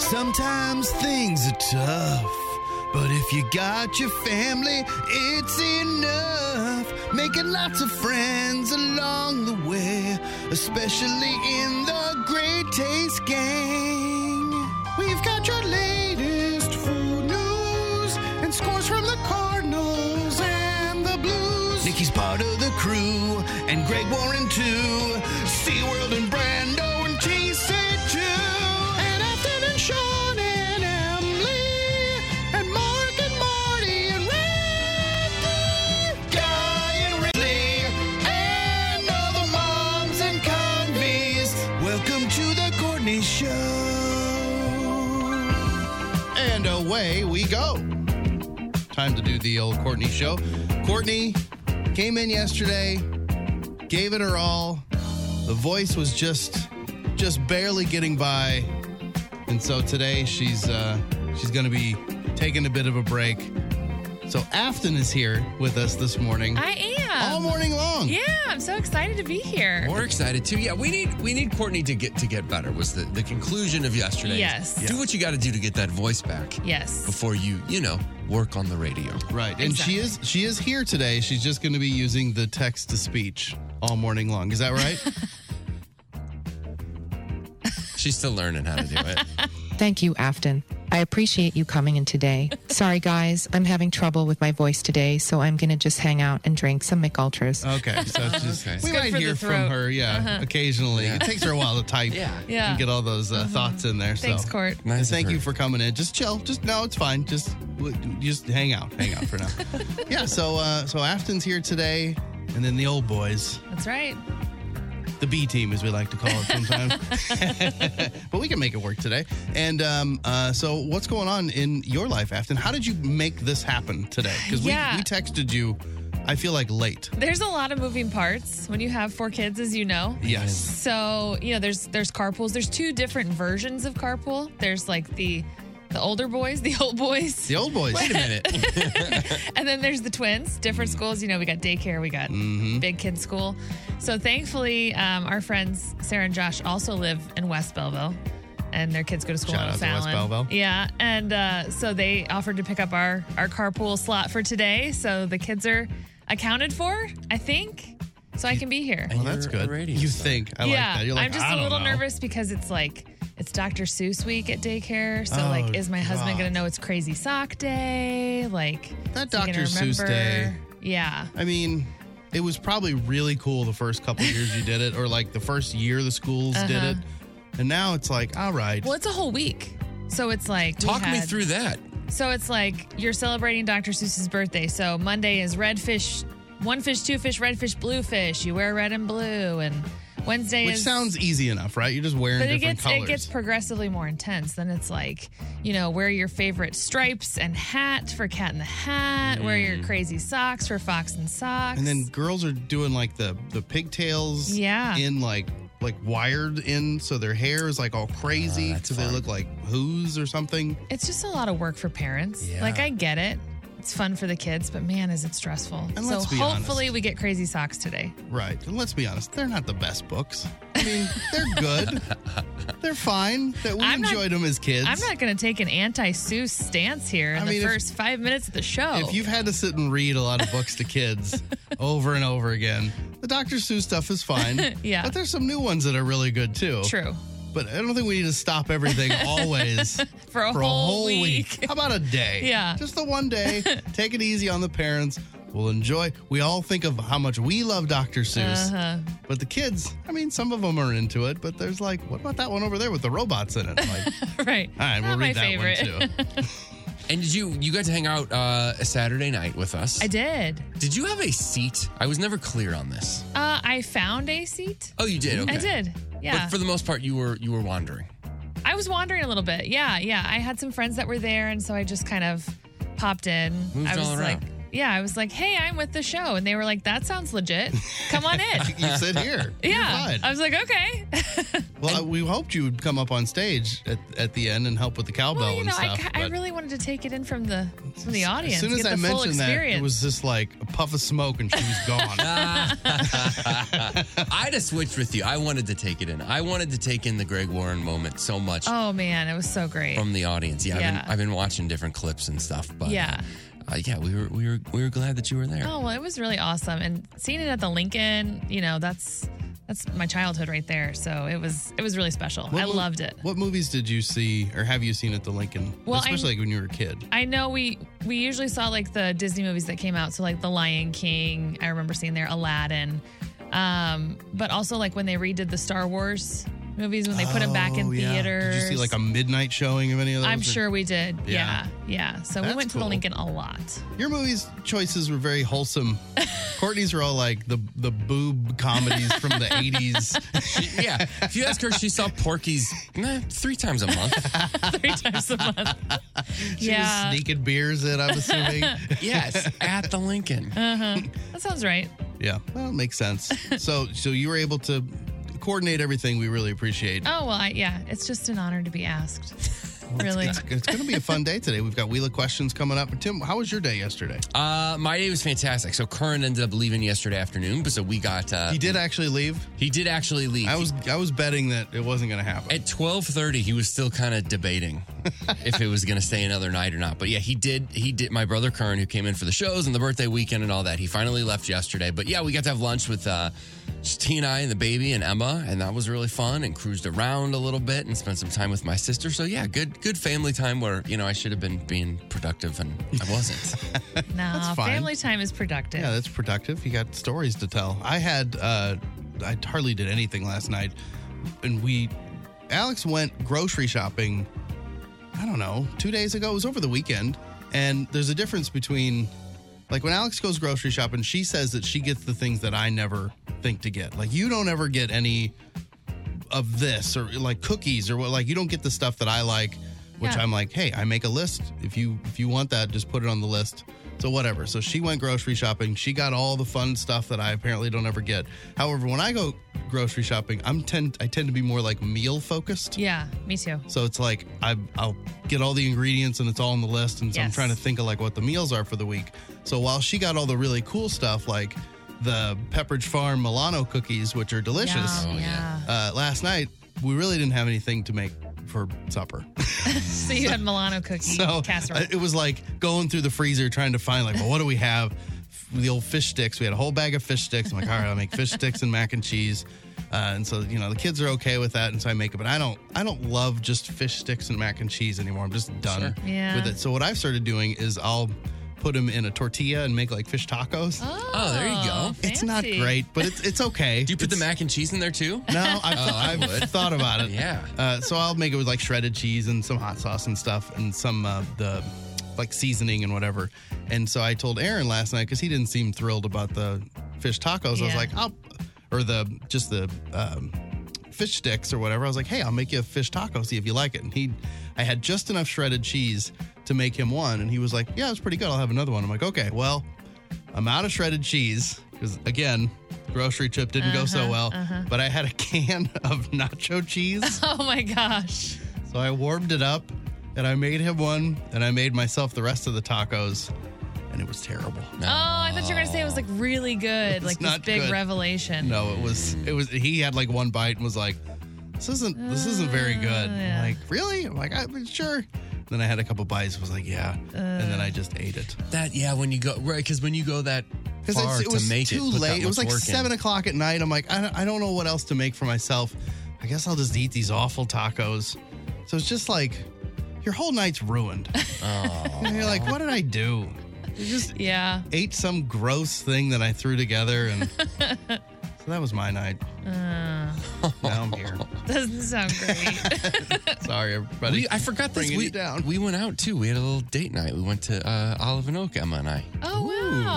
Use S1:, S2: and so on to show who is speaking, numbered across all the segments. S1: Sometimes things are tough, but if you got your family, it's enough. Making lots of friends along the way, especially in the Great Taste Gang. We've got your latest food news and scores from the Cardinals and the Blues. Nikki's part of the crew, and Greg Warren too. SeaWorld and Brando and Chase too. And Afton and Sean and Emily. And Mark and Marty and Randy. Guy and Ridley. And all the moms and convies. Welcome to the Courtney Show. And away we go time to do the old Courtney show. Courtney came in yesterday, gave it her all. The voice was just just barely getting by. And so today she's uh she's going to be taking a bit of a break. So Afton is here with us this morning.
S2: I am.
S1: all morning long.
S2: Yeah, I'm so excited to be here.
S3: We're excited too. Yeah, we need we need Courtney to get to get better. Was the, the conclusion of yesterday?
S2: Yes.
S3: Do what you got to do to get that voice back
S2: Yes.
S3: before you you know work on the radio.
S1: Right. And she is she is here today. She's just going to be using the text to speech all morning long. Is that right?
S3: She's still learning how to do it.
S4: Thank you, Afton. I appreciate you coming in today. Sorry, guys, I'm having trouble with my voice today, so I'm gonna just hang out and drink some McUltras.
S1: Okay, so it's just
S3: Okay. It's
S1: we
S2: good
S1: might
S2: for the
S1: hear from
S2: throat. Uh-huh.
S1: her, yeah, occasionally. It takes her a while to type,
S3: Yeah.
S2: Yeah. Mm-hmm.
S1: and get all those uh, thoughts in there.
S2: Thanks,
S1: so.
S2: Court.
S1: And
S3: Nice of
S1: thank
S3: her.
S1: you for coming in. Just chill. Just no, it's fine. Just w- just hang out, hang out for now. yeah. So uh, so Afton's here today, and then the old boys,
S2: That's right.
S1: the B team as we like to call it sometimes. but we can make it work today. And um, uh, so what's going on in your life, Afton? How did you make this happen today? Because
S2: Yeah.
S1: we, we texted you. I feel like late.
S2: There's a lot of moving parts when you have four kids, as you know.
S1: Yes.
S2: So you know, there's there's carpools. There's two different versions of carpool. There's like the the older boys, the old boys,
S1: The old boys.
S3: Wait a minute.
S2: and then there's the twins.
S1: Mm.
S2: Different schools. You know, we got daycare, we got
S1: Mm-hmm.
S2: big kid school. So thankfully, um, our friends Sarah and Josh also live in West Belleville. And their kids go to school
S1: Shout
S2: in
S1: out to West
S2: Fallon.
S1: Belleville.
S2: Yeah, and uh, so they offered to pick up our our carpool slot for today. So the kids are accounted for, I think. So I can be here.
S1: Well, that's
S3: You're a
S1: good.
S3: radio
S1: you
S3: star.
S1: think? I
S2: yeah,
S1: like that. You're like,
S2: I'm just
S1: I
S2: a
S1: don't
S2: little
S1: know.
S2: nervous because it's like it's Dr. Seuss week at daycare. So
S1: Oh,
S2: like, is my husband
S1: God.
S2: gonna know it's Crazy Sock Day? Like
S1: That
S2: is he gonna
S1: Dr. Seuss
S2: remember?
S1: day.
S2: Yeah.
S1: I mean, it was probably really cool the first couple years you did it, or like the first year the schools did it, and now it's like, all right,
S2: Uh-huh. Well, it's a whole week. So it's like we
S3: Talk me
S2: had-
S3: through that.
S2: So it's like you're celebrating Dr. Seuss's birthday. So Monday is red fish, one fish, two fish, red fish, blue fish. You wear red and blue, and Wednesday
S1: which
S2: is
S1: sounds easy enough, right? You're just wearing
S2: But it
S1: different
S2: gets
S1: colors.
S2: it gets progressively more intense. Then it's like you know wear your favorite stripes and hat for Cat in the Hat. Wear your crazy socks for Fox and Socks.
S1: Mm. and then girls are doing like the the pigtails,
S2: Yeah.
S1: in like like wired in, so their hair is like all crazy,
S3: Ah, that's
S1: so they
S3: fun.
S1: look like who's or something.
S2: it's just a lot of work for parents.
S3: Yeah.
S2: Like I get it. It's fun for the kids, but man, is it stressful.
S1: And
S2: so
S1: let's be
S2: hopefully
S1: honest.
S2: we get crazy socks today.
S1: Right. And let's be honest, they're not the best books. I mean, they're good. they're fine. That we
S2: I'm not-
S1: enjoyed them as kids.
S2: I'm not going to take an anti Seuss stance here in
S1: I mean,
S2: the
S1: if-
S2: first five minutes of the show.
S1: If you've had to sit and read a lot of books to kids over and over again, The Dr. Seuss stuff is fine.
S2: Yeah.
S1: But there's some new ones that are really good too.
S2: True.
S1: But I don't think we need to stop everything always
S2: For a whole week.
S1: How about a day?
S2: Yeah.
S1: Just the one day. Take it easy on the parents. We'll enjoy. We all think of how much we love Dr. Seuss.
S2: Uh-huh.
S3: Uh-huh.
S1: But the kids, I mean, some of them are into it, but there's like, what about that one over there with the robots in it? Like, all
S2: Right.
S1: right, we'll
S2: Not my
S1: read that
S2: favorite.
S1: one too.
S3: And did you you got to hang out uh, a Saturday night with us?
S2: I did.
S3: Did you have a seat? I was never clear on this.
S2: Uh, I found a seat.
S3: Oh, you did. Okay.
S2: I did. Yeah.
S3: But for the most part, you were you were wandering.
S2: I was wandering a little bit. Yeah, yeah. I had some friends that were there, and so I just kind of popped in.
S3: Moved
S2: I was
S3: all
S2: like,
S3: around.
S2: yeah, I was like, hey, I'm with the show, and they were like, that sounds legit. Come on in.
S1: You sit here. You're
S2: yeah.
S1: fine.
S2: I was like, okay.
S1: Well, we hoped you would come up on stage at, at the end and help with the cowbell
S2: well, you
S1: and
S2: know, I,
S1: stuff.
S2: ca- I
S1: but
S2: really wanted to take it in from the from the audience.
S1: as soon as
S2: get
S1: I
S2: the full
S1: mentioned that,
S2: experience.
S1: it was just like a puff of smoke and she was gone.
S3: I'd have switched with you. I wanted to take it in. I wanted to take in the Greg Warren moment so much
S2: Oh man, it was so great.
S3: from the audience. Yeah, I've,
S2: Yeah.
S3: been, I've been watching different clips and stuff. But uh,
S2: Yeah.
S3: uh, yeah, we were we were we were glad that you were there.
S2: Oh well, it was really awesome, and seeing it at the Lincoln, you know, that's that's my childhood right there. So it was it was really special. I
S1: mo-
S2: loved it.
S1: What movies did you see or have you seen at the Lincoln?
S2: Well, I-
S1: Especially like when you were a kid.
S2: I know we we usually saw like the Disney movies that came out, so like The Lion King. I remember seeing there Aladdin, um, but also like when they redid the Star Wars movies when they put them back in
S1: Oh, yeah.
S2: theaters.
S1: Did you see like a midnight showing of any of those?
S2: I'm
S1: Or-
S2: sure we did.
S1: Yeah.
S2: Yeah, yeah. So we
S1: That's
S2: went to the
S1: cool.
S2: Lincoln a lot.
S1: Your movies choices were very wholesome. Courtney's were all like the the boob comedies from the 80s.
S3: She- yeah. If you ask her, she saw Porky's eh, three times a month.
S2: Three times a month.
S1: She
S2: yeah,
S1: was sneaking beers in, I'm assuming.
S3: yes, at the Lincoln.
S2: Uh-huh. that sounds right.
S1: yeah. Well, it makes sense. So so you were able to coordinate everything. We really appreciate.
S2: Oh well, I, yeah. It's just an honor to be asked. really.
S1: It's, it's going to be a fun day today. We've got Wheel of Questions coming up. Tim, how was your day yesterday?
S3: Uh, my day was fantastic. So Curran ended up leaving yesterday afternoon, but so we got uh,
S1: he did actually leave.
S3: he did actually leave.
S1: I was I was betting that it wasn't going to happen.
S3: At twelve thirty, he was still kind of debating if it was going to stay another night or not. But yeah, he did. He did. My brother Kern, who came in for the shows and the birthday weekend and all that, he finally left yesterday. But yeah, we got to have lunch with uh, just T and I and the baby and Emma, and that was really fun. And cruised around a little bit and spent some time with my sister. So yeah, good good family time where you know I should have been being productive and I wasn't.
S2: No,
S1: fine.
S2: family time is productive.
S1: yeah, that's productive. You got stories to tell. I had uh I hardly did anything last night, and we Alex went grocery shopping. I don't know, two days ago. It was over the weekend, and there's a difference between like when Alex goes grocery shopping, she says that she gets the things that I never think to get. Like you don't ever get any of this or like cookies or what like you don't get the stuff that I like which
S2: Yeah.
S1: I'm like hey I make a list if you if you want that just put it on the list so whatever so she went grocery shopping she got all the fun stuff that I apparently don't ever get however when I go grocery shopping I'm tend I tend to be more like meal focused
S2: Yeah, me too.
S1: so it's like I, I'll get all the ingredients and it's all on the list, and so I'm
S2: Yes.
S1: trying to think of like what the meals are for the week. So while she got all the really cool stuff like the Pepperidge Farm Milano cookies, which are delicious,
S2: Yeah,
S3: Oh, yeah.
S1: uh, last night we really didn't have anything to make for supper.
S2: So you had Milano cookie
S1: so
S2: casserole.
S1: uh, it was like going through the freezer trying to find like, well, what do we have? F- The old fish sticks. We had a whole bag of fish sticks. I'm like, all right, I'll make fish sticks and mac and cheese. Uh, and so you know the kids are okay with that, and so I make it. But I don't, I don't love just fish sticks and mac and cheese anymore. I'm just done
S3: Sure.
S2: Yeah.
S1: with it. So what I've started doing is I'll put them in a tortilla and make like fish tacos.
S3: Oh, there you go.
S1: it's not
S2: fancy.
S1: great, but it's it's okay.
S3: Do you put
S1: It's-
S3: the mac and cheese in there too? Oh,
S1: No, I've,
S3: I
S1: I've
S3: would.
S1: thought about it.
S3: Yeah.
S1: Uh, so I'll make it with like shredded cheese and some hot sauce and stuff and some uh, the like seasoning and whatever. And so I told Aaron last night because he didn't seem thrilled about the fish tacos. I was
S2: Yeah.
S1: like, I'll or the just the um, fish sticks or whatever. I was like, hey, I'll make you a fish taco, see if you like it. And he, I had just enough shredded cheese to make him one, and he was like, yeah, it's pretty good. I'll have another one. I'm like, okay, well, I'm out of shredded cheese because again. Grocery trip didn't go so well, but I had a can of nacho cheese.
S2: Oh my gosh.
S1: So I warmed it up and I made him one and I made myself the rest of the tacos and it was terrible.
S2: Oh, I thought you were gonna say it was like really good, like this
S1: not
S2: big
S1: good.
S2: revelation.
S1: No, it was it was he had like one bite and was like this isn't this isn't very good. I'm
S2: Oh, yeah.
S1: like, really? I'm like, I'm sure. Then I had a couple bites was like, yeah. and then I just ate it.
S3: That yeah, when you go right because when you go that far
S1: it's- it was
S3: to make
S1: too
S3: it. put that
S1: late. It was
S3: much
S1: like
S3: work in.
S1: seven o'clock at night. I'm like, I don't, I don't know what else to make for myself. I guess I'll just eat these awful tacos. So it's just like your whole night's ruined. And you're like, what did I do? You just
S2: Yeah.
S1: ate some gross thing that I threw together, and so that was my night. Now I'm here.
S2: Uh, Doesn't sound great.
S1: Sorry, everybody.
S3: We, I forgot this.
S1: Bringing
S3: We,
S1: you down.
S3: we went out too. We had a little date night. We went to uh, Olive and Oak, Emma and I.
S2: Oh, wow.
S3: Yeah,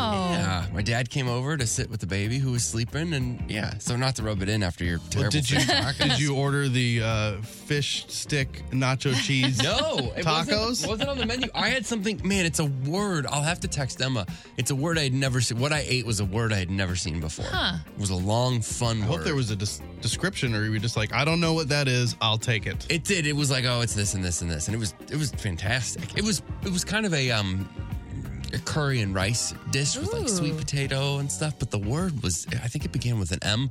S1: Oh.
S3: my dad came over to sit with the baby who was sleeping, and yeah, so not to rub it in after your
S1: Well,
S3: terrible.
S1: did you
S3: thing.
S1: did you order the uh, fish stick nacho cheese?
S3: No it
S1: Tacos?
S3: wasn't, wasn't on the menu. I had something. Man, it's a word. I'll have to text Emma. It's a word I had never seen. What I ate was a word I had never seen before. It was a long, fun
S1: I
S3: word.
S1: hope there was a des- description, or you were just like, I don't know what that is. I'll take it.
S3: It did. It was like, oh, it's this and this and this, and it was it was fantastic. It was it was kind of a um a curry and rice dish with like sweet
S2: Ooh.
S3: potato and stuff. But the word was, I think it began with an M.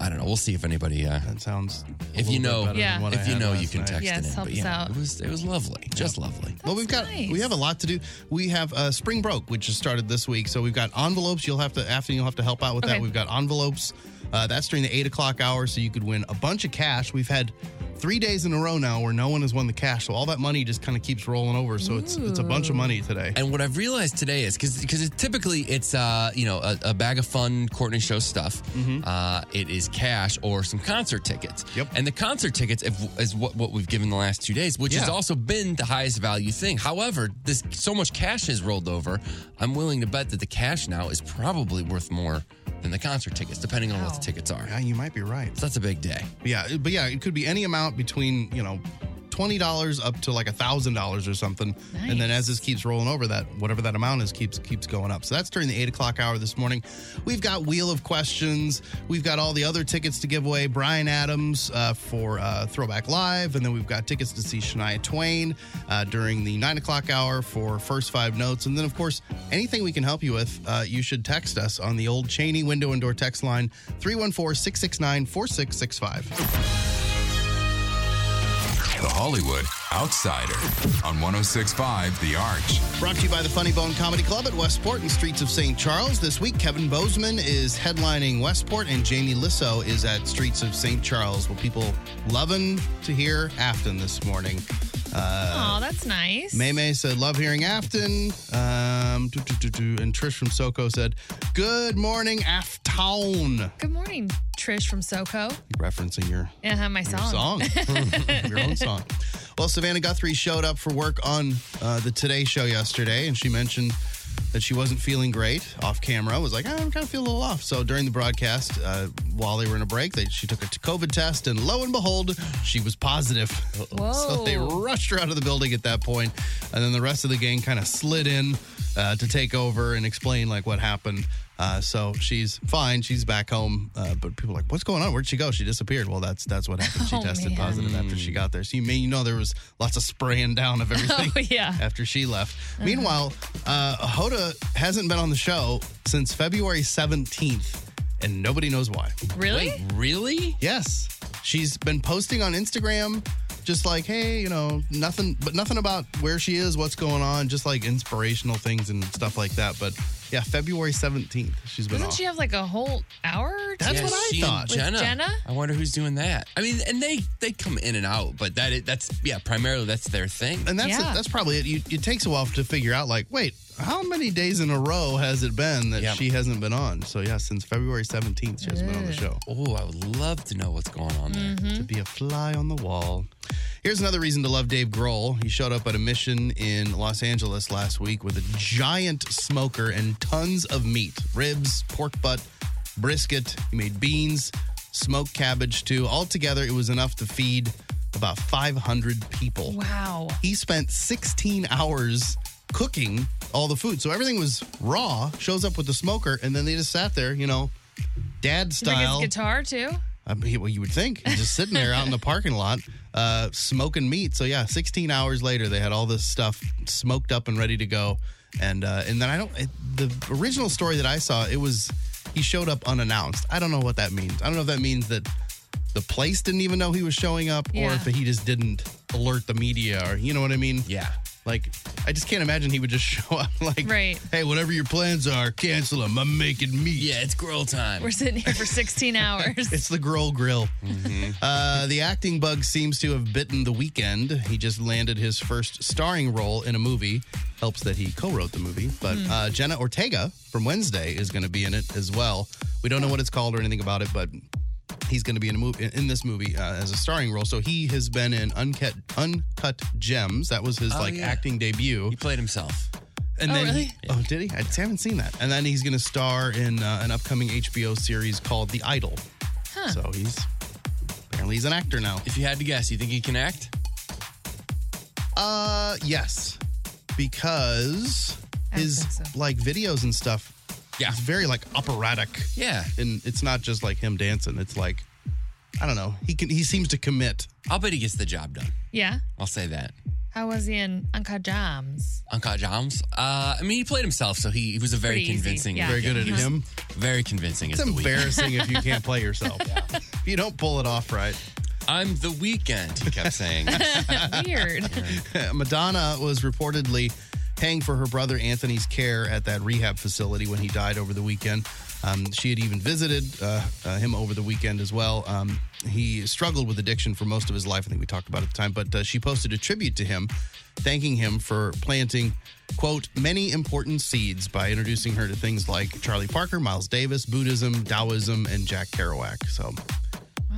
S3: I don't know. We'll see if anybody uh,
S1: That sounds. a
S3: If you
S1: little
S3: know-
S1: bit better
S2: Yeah.
S1: than what I
S3: if you
S1: had
S3: know you
S1: last
S3: can
S1: night.
S3: text
S2: Yes,
S3: it in.
S2: help
S3: but
S2: us
S3: yeah,
S2: out.
S3: it was it was lovely, just lovely.
S1: Well, we've got
S2: That's nice.
S1: we have a lot to do. We have uh, spring broke, which has started this week. So we've got envelopes. You'll have to after you'll have to help out with
S2: Okay.
S1: that. We've got envelopes. Uh, that's during the eight o'clock hour, so you could win a bunch of cash. We've had three days in a row now where no one has won the cash, so all that money just kind of keeps rolling over. So it's it's a bunch of money today.
S3: And what I've realized today is because because it, typically it's uh you know a, a bag of fun Courtney show stuff. Uh, it is cash or some concert tickets.
S1: Mm-hmm. Yep.
S3: And the concert tickets have, is what what we've given the last two days, which has
S1: Yeah.
S3: also been the highest value thing. However, this so much cash has rolled over. I'm willing to bet that the cash now is probably worth more than the concert tickets, depending on what the tickets are.
S1: Yeah, you might be right.
S3: So that's a big day.
S1: Yeah, but yeah, it could be any amount between you know twenty dollars up to like a thousand dollars or something, and then as this keeps rolling over, that whatever that amount is keeps keeps going up. So that's during the eight o'clock hour this morning. We've got wheel of questions. We've got all the other tickets to give away. Brian Adams uh, for uh, Throwback Live, and then we've got tickets to see Shania Twain uh, during the nine o'clock hour for first five notes, and then of course anything we can help you with, uh, you should text us on the old Cheney window and door text line 314-669-4665.
S5: The Hollywood Outsider on 1065 The Arch.
S1: Brought to you by the Funny Bone Comedy Club at Westport and Streets of St. Charles. This week, Kevin Bozeman is headlining Westport, and Jamie Lissow is at Streets of St. Charles. Well, people loving to hear Afton this morning. Uh,
S2: Oh, that's nice.
S1: May May said, "Love hearing Afton." Um, doo, doo, doo, doo. and Trish from SoCo said, "Good morning, Afton."
S2: Good morning, Trish from SoCo.
S1: Referencing your
S2: Yeah, my song.
S1: song. Your own song. Well, Savannah Guthrie showed up for work on uh, the Today Show yesterday, and she mentioned that she wasn't feeling great off camera. Was like, "Ah, I'm kind of feeling a little off. So during the broadcast, uh, while they were in a break, they, she took a t- COVID test, and lo and behold, she was positive. So they
S2: Whoa.
S1: rushed her out of the building at that point, and then the rest of the gang kind of slid in uh, to take over and explain like what happened. Uh, so she's fine. She's back home, uh, but people are like, "What's going on? Where'd she go? She disappeared." Well, that's that's what happened. She
S2: Oh,
S1: tested
S2: man.
S1: positive after she got there. So you may you know there was lots of spraying down of everything
S2: Oh, yeah. Uh-huh.
S1: after she left. Meanwhile, uh, Hoda hasn't been on the show since February seventeenth, and nobody knows why.
S2: Really?
S3: Wait, really?
S1: Yes. She's been posting on Instagram just like, hey, you know, nothing but nothing about where she is, what's going on, just like inspirational things and stuff like that. But yeah, February 17th, she's been
S2: Doesn't
S1: off.
S2: she have like a whole hour or two?
S1: That's what I
S3: she
S1: thought.
S3: and
S2: With
S3: Jenna.
S2: Jenna?
S3: I wonder who's doing that. I mean, and they they come in and out, but that is, that's yeah, primarily that's their thing.
S1: and that's
S2: Yeah.
S1: it. That's probably it. You, it takes a while to figure out, like, wait, how many days in a row has it been that
S3: Yeah.
S1: she hasn't been on? So, yeah, since February 17th, she hasn't been on the show.
S3: Oh, I would love to know what's going on there.
S1: to be a fly on the wall. Here's another reason to love Dave Grohl. He showed up at a mission in Los Angeles last week with a giant smoker and tons of meat ribs, pork butt, brisket. He made beans, smoked cabbage too. Altogether, it was enough to feed about 500 people
S2: Wow.
S1: he spent 16 hours cooking all the food. So everything was raw, shows up with the smoker, and then they just sat there, you know, dad
S2: Do you think it's
S1: style.
S2: guitar too?
S1: I mean, well, you would think, He's just sitting there out in the parking lot, uh, smoking meat. So yeah, 16 hours later, they had all this stuff smoked up and ready to go. And uh, and then I don't. It, the original story that I saw, it was he showed up unannounced. I don't know what that means. I don't know if that means that the place didn't even know he was showing up, or
S2: Yeah.
S1: if he just didn't alert the media, or you know what I mean.
S3: Yeah.
S1: Like, I just can't imagine he would just show up like,
S2: Right.
S1: hey, whatever your plans are, cancel them. I'm making meat.
S3: Yeah, it's grill time.
S2: We're sitting here for 16 hours.
S1: It's the Grohl Grill.
S3: Mm-hmm.
S1: Uh, the acting bug seems to have bitten the weekend. He just landed his first starring role in a movie. Helps that he co wrote the movie. But
S2: Hmm.
S1: uh, Jenna Ortega from Wednesday is going to be in it as well. We don't know what it's called or anything about it, but he's going to be in a movie in this movie uh, as a starring role. So he has been in Uncut, Uncut Gems. That was his
S3: Oh,
S1: like
S3: yeah.
S1: acting debut.
S3: He played himself.
S1: And
S2: Oh,
S1: then
S2: really?
S1: He, oh, did he? I just haven't seen that. And then he's going to star in uh, an upcoming HBO series called The Idol. So he's apparently he's an actor now.
S3: If you had to guess, you think he can act?
S1: Uh, yes, because
S2: I don't
S1: his
S2: think so.
S1: like videos and stuff.
S3: Yeah.
S1: it's very like operatic,
S3: Yeah.
S1: and it's not just like him dancing. It's like I don't know. He can. He seems to commit.
S3: I'll bet he gets the job done.
S2: Yeah.
S3: I'll say that.
S2: How was he in Uncut Jams?
S3: Uncut Joms. Uh, I mean, he played himself, so he, he was a very
S2: Pretty easy,
S3: convincing.
S2: yeah.
S1: Very good at
S3: He was
S1: him.
S3: Very convincing.
S1: It's
S3: as the weekend.
S1: embarrassing if you can't play yourself. If you don't pull it off right.
S3: I'm the weekend. He kept saying.
S2: Weird.
S1: Madonna was reportedly paying for her brother Anthony's care at that rehab facility when he died over the weekend. Um, she had even visited uh, uh, him over the weekend as well. Um, he struggled with addiction for most of his life. I think we talked about it at the time, but uh, she posted a tribute to him, thanking him for planting, quote, many important seeds by introducing her to things like Charlie Parker, Miles Davis, Buddhism, Taoism, and Jack Kerouac. So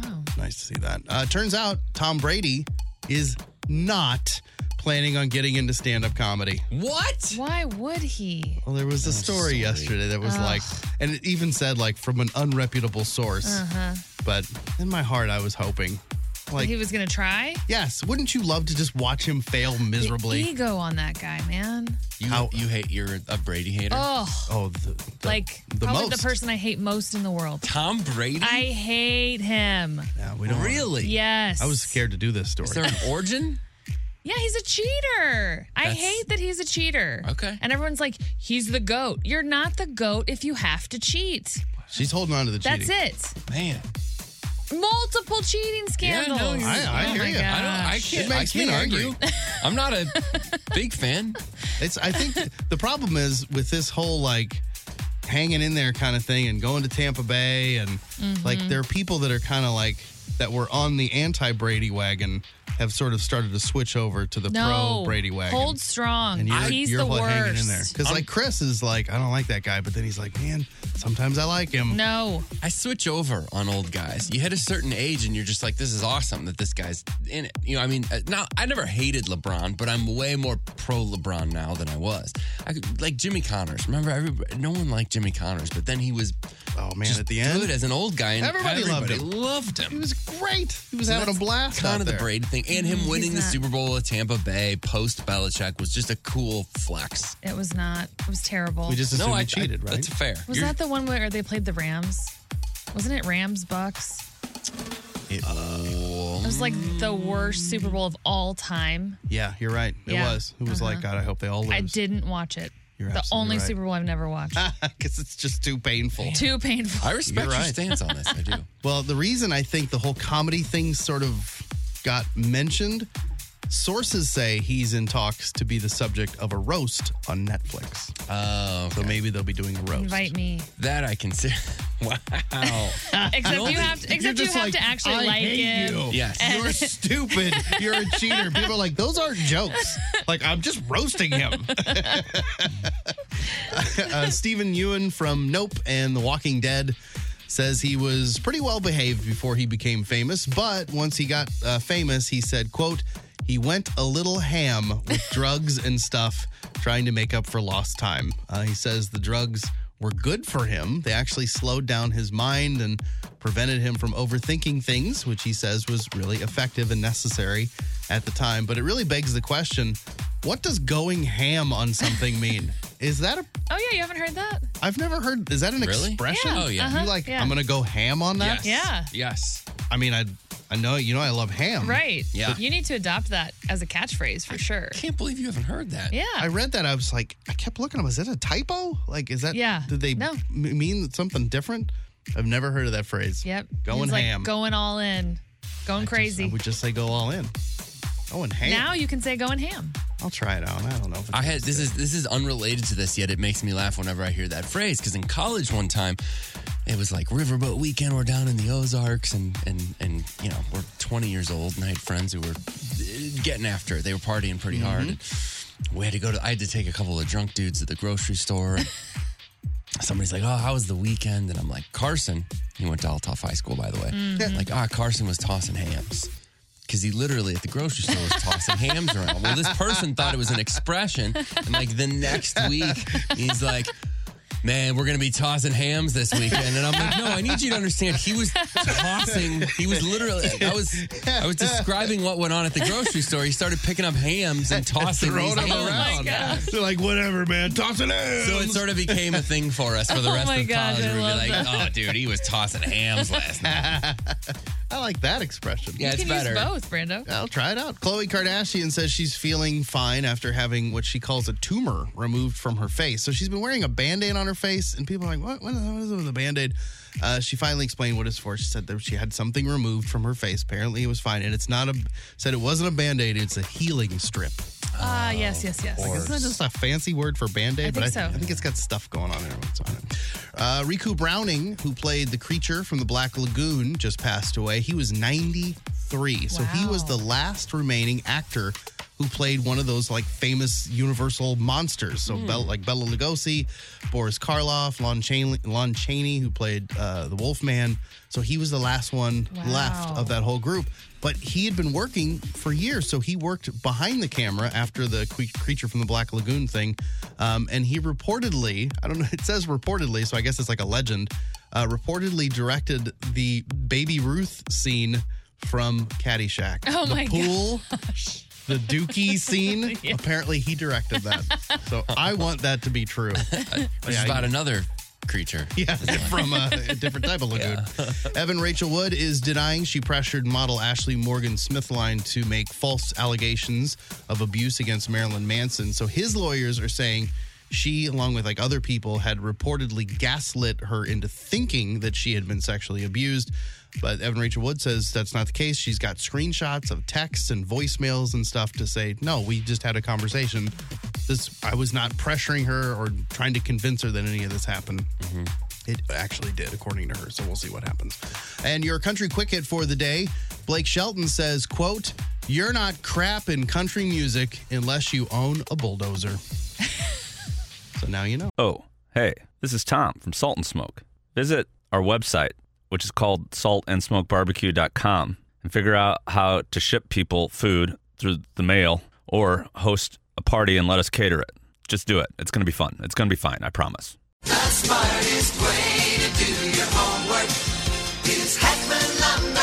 S2: Wow.
S1: Nice to see that. Uh, turns out Tom Brady is not planning on getting into stand up comedy.
S3: what?
S2: Why would he?
S1: Well, there was a story yesterday that was like, and it even said like from an unreputable source. But in my heart, I was hoping, like,
S2: Uh-huh. he was going to try?
S1: yes, wouldn't you love to just watch him fail miserably?
S2: The ego on that guy, man.
S3: You
S1: How-
S3: you hate you're a Brady hater?
S2: Oh,
S1: oh, the, the-
S2: like
S1: the
S2: probably
S1: most.
S2: the person I hate most in the world.
S3: Tom Brady.
S2: I hate him.
S1: Yeah, we don't.
S3: really?
S2: Yes.
S1: I was scared to do this story.
S3: Is there an origin?
S2: Yeah, he's a cheater. I
S3: That's-
S2: hate that he's a cheater.
S3: Okay.
S2: And everyone's like, he's the goat. You're not the goat if you have to cheat.
S1: She's holding on to the
S2: That's
S1: cheating.
S2: it.
S3: Man,
S2: Multiple cheating scandals.
S3: no, you're-
S1: I- I
S2: oh
S1: hear
S2: my
S1: you.
S3: I don't. I
S2: gosh.
S3: can't.
S1: It makes
S3: I can't
S1: me
S3: argue. I'm not a big fan.
S1: It's. I think the problem is with this whole like hanging in there kind of thing and going to Tampa Bay and
S3: Mm-hmm.
S1: like there are people that are kind of like that were on the anti Brady wagon have sort of started to switch over to the
S2: No.
S1: pro Brady wagon.
S2: Hold strong.
S1: and you're,
S2: he's
S1: you're
S2: the
S1: hanging
S2: worst.
S1: in there because like Chris is like I don't like that guy, but then he's like, man, sometimes I like him.
S2: No.
S3: I switch over on old guys. You hit a certain age and you're just like, this is awesome that this guy's in it. You know, I mean, uh, now I never hated LeBron, but I'm way more pro LeBron now than I was. I could, like Jimmy Connors. Remember, everybody, no one liked Jimmy Connors, but then he was
S1: Oh man,
S3: just
S1: at the end,
S3: good as an old guy, and
S1: Everybody loved
S3: everybody loved
S1: he
S3: him.
S1: was great. He was
S3: So
S1: having a
S3: that's
S1: blast.
S3: Kind
S1: out
S3: of
S1: there.
S3: the Brady thing, and
S2: Mm-hmm.
S3: him winning the Super Bowl with Tampa Bay post Belichick was just a cool flex.
S2: It was not. It was terrible.
S1: We just assumed he cheated, right?
S3: That's fair.
S2: was
S3: You're-
S2: that the one where they played the Rams? Wasn't it Rams Bucks? It was like the worst Super Bowl of all time.
S1: yeah, you're right. It
S2: Yeah.
S1: was. It was
S3: Uh-huh.
S1: like God. I hope they all lose.
S2: I didn't watch it.
S1: You're
S2: the
S1: absolutely
S2: only
S1: right.
S2: Super Bowl I've never watched.
S1: because it's just too painful.
S2: Too painful.
S3: I respect
S1: You're
S3: your
S1: right.
S3: stance on this. I do.
S1: Well, the reason I think the whole comedy thing sort of got mentioned, sources say he's in talks to be the subject of a roast on Netflix.
S3: Oh,
S1: So maybe they'll be doing a roast.
S2: Invite me.
S3: That I consider. Wow.
S2: Except you have to. Except you have to actually
S1: I
S2: like
S1: hate
S2: it.
S1: You.
S3: Yes.
S1: You're stupid. You're a cheater. People are like, those aren't jokes. Like, I'm just roasting him. uh, Stephen Ewan from Nope and The Walking Dead says he was pretty well behaved before he became famous, but once he got uh, famous, he said, quote, he went a little ham with drugs and stuff, trying to make up for lost time. Uh, he says the drugs were good for him. They actually slowed down his mind and prevented him from overthinking things, which he says was really effective and necessary at the time. But it really begs the question what does going ham on something mean? Is that a
S2: Oh yeah, you haven't heard that?
S1: I've never heard. Is that an
S3: Really?
S1: expression?
S3: Yeah, Oh, yeah. uh-huh,
S1: You like?
S2: yeah.
S1: I'm gonna go ham on that.
S3: Yes.
S2: Yeah.
S3: Yes.
S1: I mean, I, I know you know I love ham.
S2: Right.
S3: Yeah.
S2: You need to adopt that as a catchphrase for sure.
S3: Can't believe you haven't heard that.
S2: Yeah.
S1: I read that. I was like, I kept looking. Was that a typo? Like, is that?
S2: Yeah.
S1: Did they
S2: No.
S1: m- mean something diffant? I've never heard of that phrase.
S2: Yep.
S1: Going
S2: He's like
S1: ham.
S2: Going all in. Going
S1: I
S2: crazy.
S1: would just say go all in. Going ham.
S2: Now you can say going ham.
S1: I'll try it out. I don't know. If it's
S3: I had this is this is unrelated to this yet it makes me laugh whenever I hear that phrase because in college one time it was like riverboat weekend we're down in the Ozarks and and and you know we're 20 years old and I had friends who were uh, getting after it they were partying pretty hard and we had to go to I had to take a couple of drunk dudes at the grocery store and somebody's like oh how was the weekend and I'm like Carson he went to Altoff High School by the way like ah Carson was tossing hams because he literally at the grocery store was tossing hams around. Well, this person thought it was an expression, and like the next week, he's like, "Man, we're gonna be tossing hams this weekend," and I'm like, "No, I need you to understand. He was tossing. He was literally. I was. I was describing what went on at the grocery store. He started picking up hams and tossing
S1: Throw
S3: these
S1: them
S3: hams.
S1: around.
S2: gosh.
S1: They're like, whatever, man. Toss it in.
S3: So it sort of became a thing for us for the
S2: Oh
S3: rest
S2: my
S3: of
S2: gosh,
S3: college.
S2: I
S3: We'd be
S2: love
S3: like,
S2: that.
S3: "Oh, dude, he was tossing hams last night."
S1: I like that expression.
S3: Yeah, it's
S2: you can
S3: better.
S2: use both,
S3: Uh,
S2: Brando.
S1: I'll try it out. Khloe Kardashian says she's feeling fine after having what she calls a tumor removed from her face. So she's been wearing a band aid on her face, and people are like, What, what is what is it with a band aid? Uh, she finally explained what it's for. She said that she had something removed from her face. Apparently, it was fine. And it's not a, said it wasn't a band aid, it's a healing strip.
S2: Ah, yes, yes, yes.
S1: Isn't that just a fancy word for band aid?
S2: I
S1: But I,
S2: think so.
S1: I think it's got stuff going on there. What's on it? Uh, Riku Browning, who played the creature from the Black Lagoon, just passed away. He was 93. So he was
S2: Wow.
S1: the last remaining actor who played one of those like famous Universal monsters. So
S2: Hmm.
S1: Bella, like Bella Lugosi, Boris Karloff, Lon Chaney, Lon Chaney who played uh, the Wolfman. So he was the last one left
S2: Wow.
S1: of that whole group. But he had been working for years. So he worked behind the camera after the que- creature from the Black Lagoon thing. Um, and he reportedly, I don't know, it says reportedly, so I guess it's like a legend, uh, reportedly directed the Baby Ruth scene from Caddyshack.
S2: Oh
S1: the
S2: my
S1: pool, the dookie scene. Apparently he directed that. So I want that to be true.
S3: Which is
S1: Yeah,
S3: about another creature.
S1: Yeah, from a, a different type of lagoon. Evan Rachel Wood is denying she pressured model Ashley Morgan Smithline to make false allegations of abuse against Marilyn Manson. So his lawyers are saying she, along with like other people, had reportedly gaslit her into thinking that she had been sexually abused. But Evan Rachel Wood says that's not the case. She's got screenshots of texts and voicemails and stuff to say, no, we just had a conversation. This I was not pressuring her or trying to convince her that any of this happened. It actually did, according to her. So we'll see what happens. And your country quick hit for the day, Blake Shelton says, "quote You're not crap in country music unless you own a bulldozer." so now you know.
S6: Oh, hey, this is Tom from Salt and Smoke. Visit our website, which is called saltandsmokebarbecue.com, and figure out how to ship people food through the mail or host a party and let us cater it. Just do it. It's going to be fun. It's going to be fine, I promise.
S7: The smartest way to do your homework is Heckman Lumber.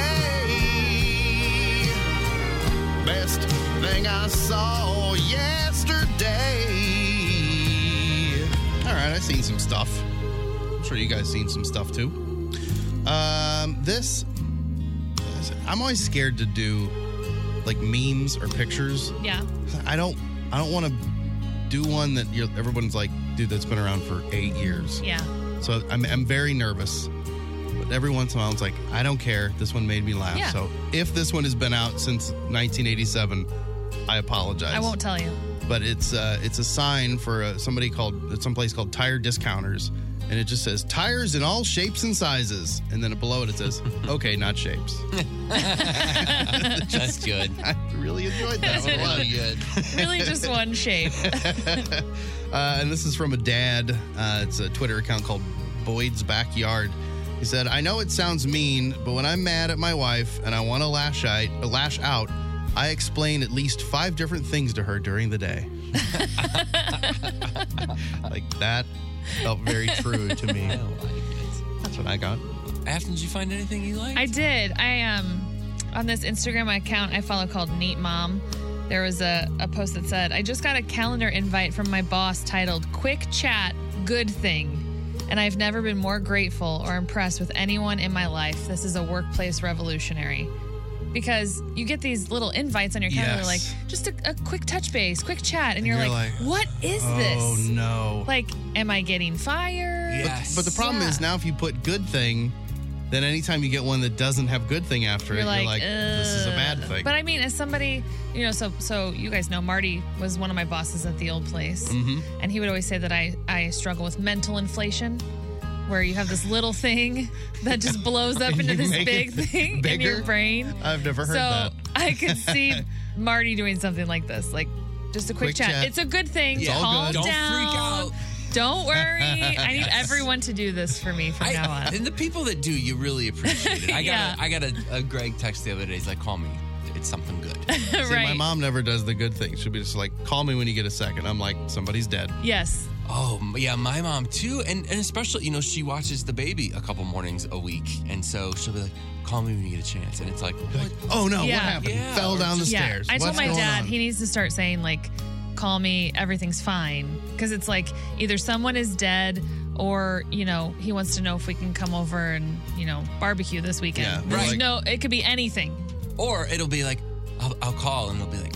S1: Best thing I saw yesterday. All right, I've seen some stuff. I'm sure you guys seen some stuff too. Um, this I'm always scared to do like memes or pictures
S2: Yeah.
S1: I don't I don't want to do one that you're, everyone's like, dude, that's been around for eight years.
S2: Yeah.
S1: So I'm, I'm very nervous. But every once in a while, it's like, I don't care. This one made me laugh.
S2: Yeah.
S1: So if this one has been out since 1987, I apologize.
S2: I won't tell you.
S1: But it's uh, it's a sign for uh somebody called some place called Tire Discounters, and it just says tires in all shapes and sizes. And then below it, it says, okay, not shapes.
S3: That's good.
S1: I really enjoyed that one a lot.
S3: Really good.
S2: Really just one shape.
S1: Uh, and this is from a dad. Uh, it's a Twitter account called Boyd's Backyard. He said, "I know it sounds mean, but when I'm mad at my wife and I want to lash out, lash out, I explain at least five different things to her during the day. like that felt very true to me. That's what I got.
S3: Afton, did you find anything you liked?
S2: I did. I um on this Instagram account I follow called Neat Mom. There was a, a post that said, I just got a calendar invite from my boss titled Quick Chat, Good Thing. And I've never been more grateful or impressed with anyone in my life. This is a workplace revolutionary. Because you get these little invites on your calendar,
S1: Yes.
S2: like just a, a quick touch base, quick chat. And, you're,
S1: you're
S2: like,
S1: like,
S2: what is
S1: Oh
S2: this?
S1: no!
S2: Like, am I getting fired?
S3: Yes.
S1: But the problem
S2: Yeah.
S1: is now if you put good thing, then anytime you get one that doesn't have good thing after it, you're like, this is a bad
S2: "Ugh."
S1: thing.
S2: But I mean, as somebody, you know, so so you guys know, Marty was one of my bosses at the old place,
S1: Mm.
S2: and he would always say that I I struggle with mental inflation, where you have this little thing that just blows up
S1: And
S2: into
S1: you
S2: this
S1: make
S2: big
S1: it
S2: thing in
S1: bigger?
S2: your brain.
S1: I've never heard
S2: so
S1: that.
S2: I could see Marty doing something like this, like just a quick,
S1: Quick
S2: chat.
S1: chat.
S2: It's a good thing.
S1: It's all
S2: Calm
S1: good. Don't freak
S2: down.
S3: out.
S2: Don't worry. I need everyone to do this for me from
S3: I-
S2: now on.
S3: and the people that do, you really appreciate it. I got
S2: Yeah.
S3: a, I got a, a Greg text the other day. He's like, "Call me. It's something good."
S1: See, my mom never does the good thing. She'll be just like, call me when you get a second. I'm like, somebody's dead.
S2: Yes.
S3: oh m- yeah, my mom too, and and especially you know she watches the baby a couple mornings a week, and so she'll be like, "Call me when you get a chance," and it's like, what?
S1: Oh no,
S2: Yeah.
S1: what happened?
S3: Yeah,
S1: Fell
S3: or
S1: down the
S3: just-
S2: yeah,
S1: stairs.
S2: I told
S1: What's
S2: my
S1: going
S2: dad
S1: on?
S2: he needs to start saying like, "Call me, everything's fine," because it's like either someone is dead or you know he wants to know if we can come over and you know barbecue this weekend.
S1: Yeah,
S2: There's
S3: right.
S2: No, it could be anything.
S3: Or it'll be like, I'll, I'll call and they'll be like,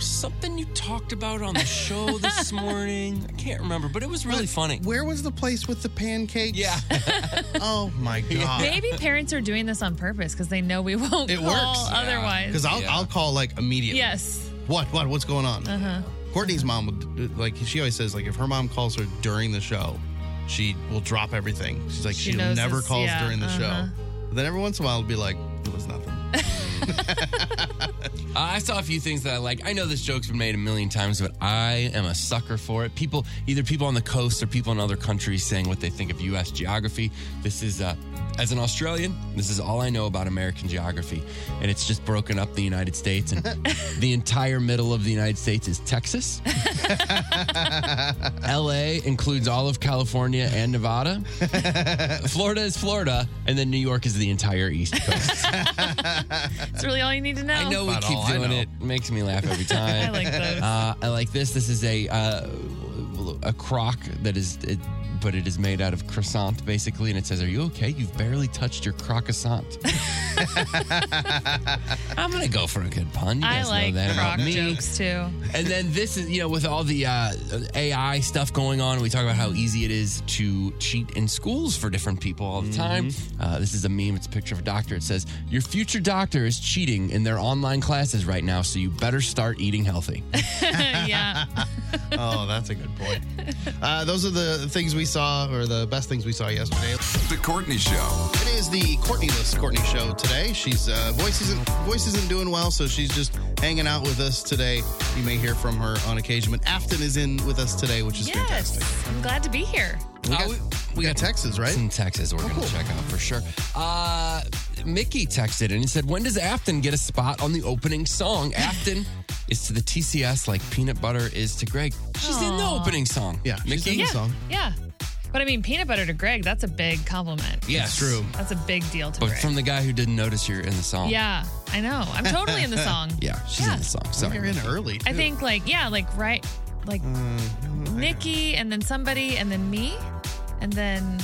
S3: something you talked about on the show this morning. I can't remember, but it was really funny.
S1: Where was the place with the pancakes?
S3: Yeah.
S1: oh my god.
S2: Maybe parents are doing this on purpose because they know we won't
S1: It
S2: call
S1: works. Yeah.
S2: otherwise.
S1: Because I'll
S3: Yeah.
S1: I'll call like immediately.
S2: Yes.
S1: What what what's going on?
S2: Uh huh.
S1: Courtney's mom would do- like she always says like if her mom calls her during the show, she will drop everything. She's like
S2: She
S1: she
S2: knows
S1: never
S2: this,
S1: calls
S2: yeah,
S1: during the
S2: uh-huh.
S1: show. Then every once in a while it'll be like it was nothing.
S3: Uh, I saw a few things that I like. I know this joke's been made a million times, but I am a sucker for it. People, either people on the coast or people in other countries saying what they think of U.S. geography. This is, uh, as an Australian, this is all I know about American geography. And it's just broken up the United States. And the entire middle of the United States is Texas. L.A. includes all of California and Nevada. Florida is Florida. And then New York is the entire East Coast.
S2: That's really all you need to know.
S3: I know we
S1: About all
S3: keep
S1: I
S3: doing
S1: know.
S3: it. It makes me laugh every time.
S2: I like those.
S3: Uh, I like this. This is a uh, a crock that is, it, but it is made out of croissant basically, and it says, "Are you okay? You've barely touched your croissant." I'm gonna go for a good pun. You
S2: I
S3: guys
S2: like
S3: know that
S2: rock
S3: about me.
S2: jokes too.
S3: And then this is, you know, with all the uh, AI stuff going on, we talk about how easy it is to cheat in schools for different people all the time.
S1: Mm-hmm.
S3: Uh, this is a meme. It's a picture of a doctor. It says, Your future doctor is cheating in their online classes right now, so you better start eating healthy.
S2: yeah.
S1: oh, that's a good point. Uh, those are the things we saw, or the best things we saw yesterday.
S8: The Courtney Show.
S1: It is the Courtney List Courtney Show today. She's uh, voice isn't voice isn't doing well, so she's just hanging out with us today. You may hear from her on occasion, but Afton is in with us today, which is
S2: Yes.
S1: fantastic.
S2: I'm glad to be here.
S1: We got,
S3: Uh,
S2: Oh,
S1: we got Texas, right? Oh,
S3: It's in Texas. We're going to check out for sure. Uh, Mickey texted and he said, When does Afton get a spot on the opening song? Afton is to the TCS like peanut butter is to Greg. She's in the
S2: Aw.
S3: opening song.
S1: Yeah, she's
S3: Mickey.
S1: in the
S2: Yeah.
S1: song.
S2: Yeah. But I mean, peanut butter to Greg, that's a big compliment.
S3: Yes.
S1: It's true.
S2: That's a big deal to
S3: But
S2: Greg.
S3: from the guy who didn't notice you're in the
S7: Oh.
S3: song.
S2: yeah, I know. I'm totally in the song.
S3: Yeah, she's in the song. Sorry.
S1: You're in early.
S2: I
S1: too.
S2: think like yeah, like right, like
S7: Mm-hmm.
S2: Nikki, and then somebody, and then me, and then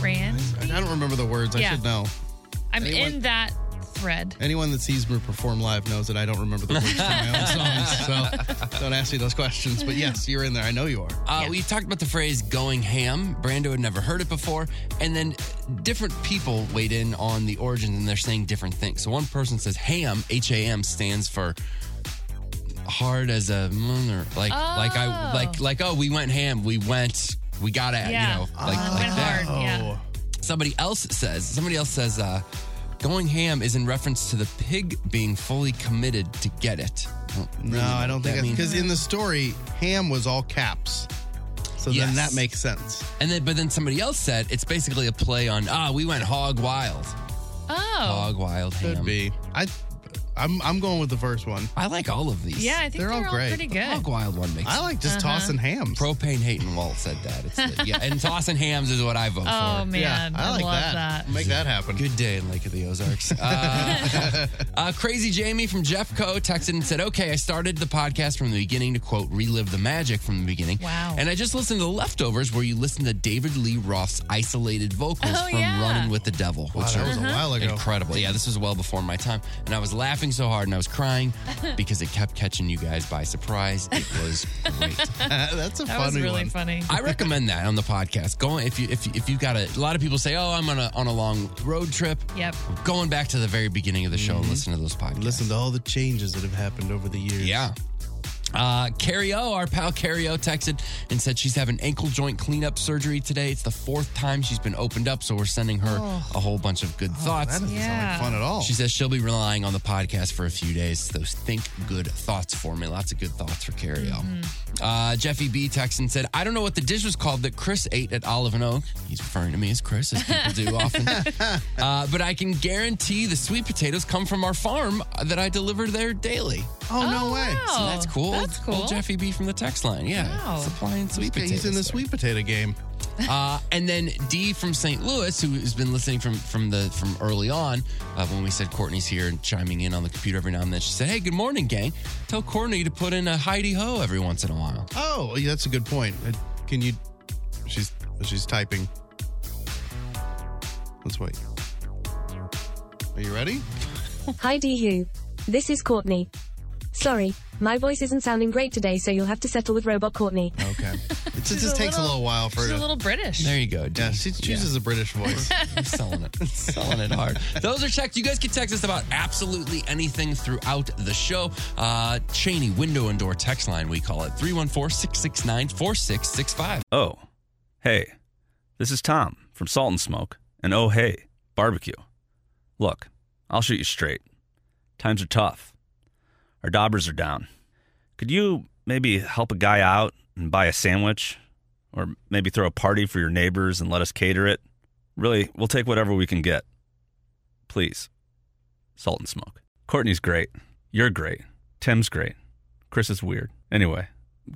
S2: Rand.
S1: I don't remember the words. I
S2: Yeah.
S1: should know.
S2: I'm
S1: anyone-
S2: in that thread.
S1: Anyone that sees me perform live knows that I don't remember the words to my own songs. So don't ask me those questions. But yes, you're in there. I know you are.
S3: Uh, We talked about the phrase going ham. Brando had never heard it before. And then different people weighed in on the origin and they're saying different things. So one person says ham, H A M, stands for hard as a mother. Like, like I,
S2: Oh.
S3: like, like, oh, we went ham. We went We gotta,
S2: Yeah.
S3: you know, like,
S2: Oh.
S3: like
S2: Went
S3: that.
S2: hard, yeah.
S3: Somebody else says. Somebody else says. uh Going ham is in reference to the pig being fully committed to get it.
S7: No, I don't think because in the story, ham was all caps. So then that makes sense.
S3: And then, but then somebody else said it's basically a play on ah, we went hog wild.
S2: Oh.
S3: Hog wild
S7: Could
S3: ham.
S7: be. I, I'm I'm going with the first one.
S3: I like all of these.
S2: Yeah, I think they're, all, pretty good.
S3: Hog wild one makes
S7: I like just
S2: Uh-huh.
S7: tossing hams.
S3: Propane Hayton Walt said that. It's the, yeah, and tossing hams is what I vote
S2: Oh,
S3: for.
S2: man. I,
S7: like
S2: love
S7: that. Make that happen.
S3: Good day in Lake of the Ozarks. Uh, uh, Crazy Jamie from Jeffco texted and said, Okay, I started the podcast from the beginning to quote, relive the magic from the beginning.
S2: Wow.
S3: And I just listened to The Leftovers where you listen to David Lee Roth's isolated vocals
S2: Oh,
S3: from
S2: yeah.
S3: Running with the Devil,
S7: Wow,
S3: which
S7: that was a
S3: are
S7: while ago.
S3: incredible. Yeah, this was well before my time. And I was laughing so hard and I was crying because it kept catching you guys by surprise. It was great.
S7: That's a
S2: That
S7: funny
S2: was really
S7: one.
S2: funny.
S3: I recommend that on the podcast. Going if you if you- if you got a, a lot of people say, "Oh, I'm on a on a long road trip."
S2: Yep.
S3: Going back to the very beginning of the show and listen to those podcasts.
S7: Mm-hmm. Listen to all the changes that have happened over the years.
S3: yeah. Uh, Carrie O, our pal Carrie O, texted and said she's having ankle joint cleanup surgery today. It's the fourth time she's been opened up, so we're sending her a whole bunch of good
S7: Oh, That
S3: thoughts.
S7: doesn't
S2: Oh. Yeah.
S7: sound like fun at all.
S3: She says she'll be relying on the podcast for a few days. Those think good thoughts for me. Lots of good thoughts for Carrie O.
S2: Mm-hmm.
S3: Uh, Jeffy B texted and said, I don't know what the dish was called that Chris ate at Olive and Oak. He's referring to me as Chris, as people do often. Uh, but I can guarantee the sweet potatoes come from our farm that I deliver there daily.
S7: oh, no
S2: Oh,
S7: way.
S2: wow.
S3: So that's cool.
S2: that's cool.
S3: Old Jeffy B from the text line. Yeah.
S2: Wow.
S3: Supplying sweet
S7: Okay,
S3: potatoes.
S7: He's in the
S3: there.
S7: sweet potato game.
S3: Uh, and then D from St. Louis, who has been listening from from the from early on, uh, when we said Courtney's here and chiming in on the computer every now and then, she said, "Hey, good morning, gang. Tell Courtney to put in a Heidi Ho every once in a while."
S7: Oh, yeah, that's a good point. Uh, Can you? She's she's typing. Let's wait. Are you ready?
S9: Hi, DU. This is Courtney. Sorry, my voice isn't sounding great today, so you'll have to settle with Robot Courtney.
S1: Oh.
S7: Okay. It just,
S2: She's
S7: just takes a little while for her
S2: She's
S7: to.
S2: a little British.
S3: There you go. D.
S7: yeah, she chooses a British voice.
S3: I'm selling it. I'm selling it hard. Those are checked. You guys can text us about absolutely anything throughout the show. Uh, Cheney window and door text line, we call it 314 669 4665.
S6: Oh, hey, this is Tom from Salt and Smoke, and oh, hey, barbecue. Look, I'll shoot you straight. Times are tough. Our daubers are down. Could you maybe help a guy out and buy a sandwich? Or maybe throw a party for your neighbors and let us cater it? Really, we'll take whatever we can get. Please. Salt and Smoke. Courtney's great. You're great. Tim's great. Chris is weird. Anyway,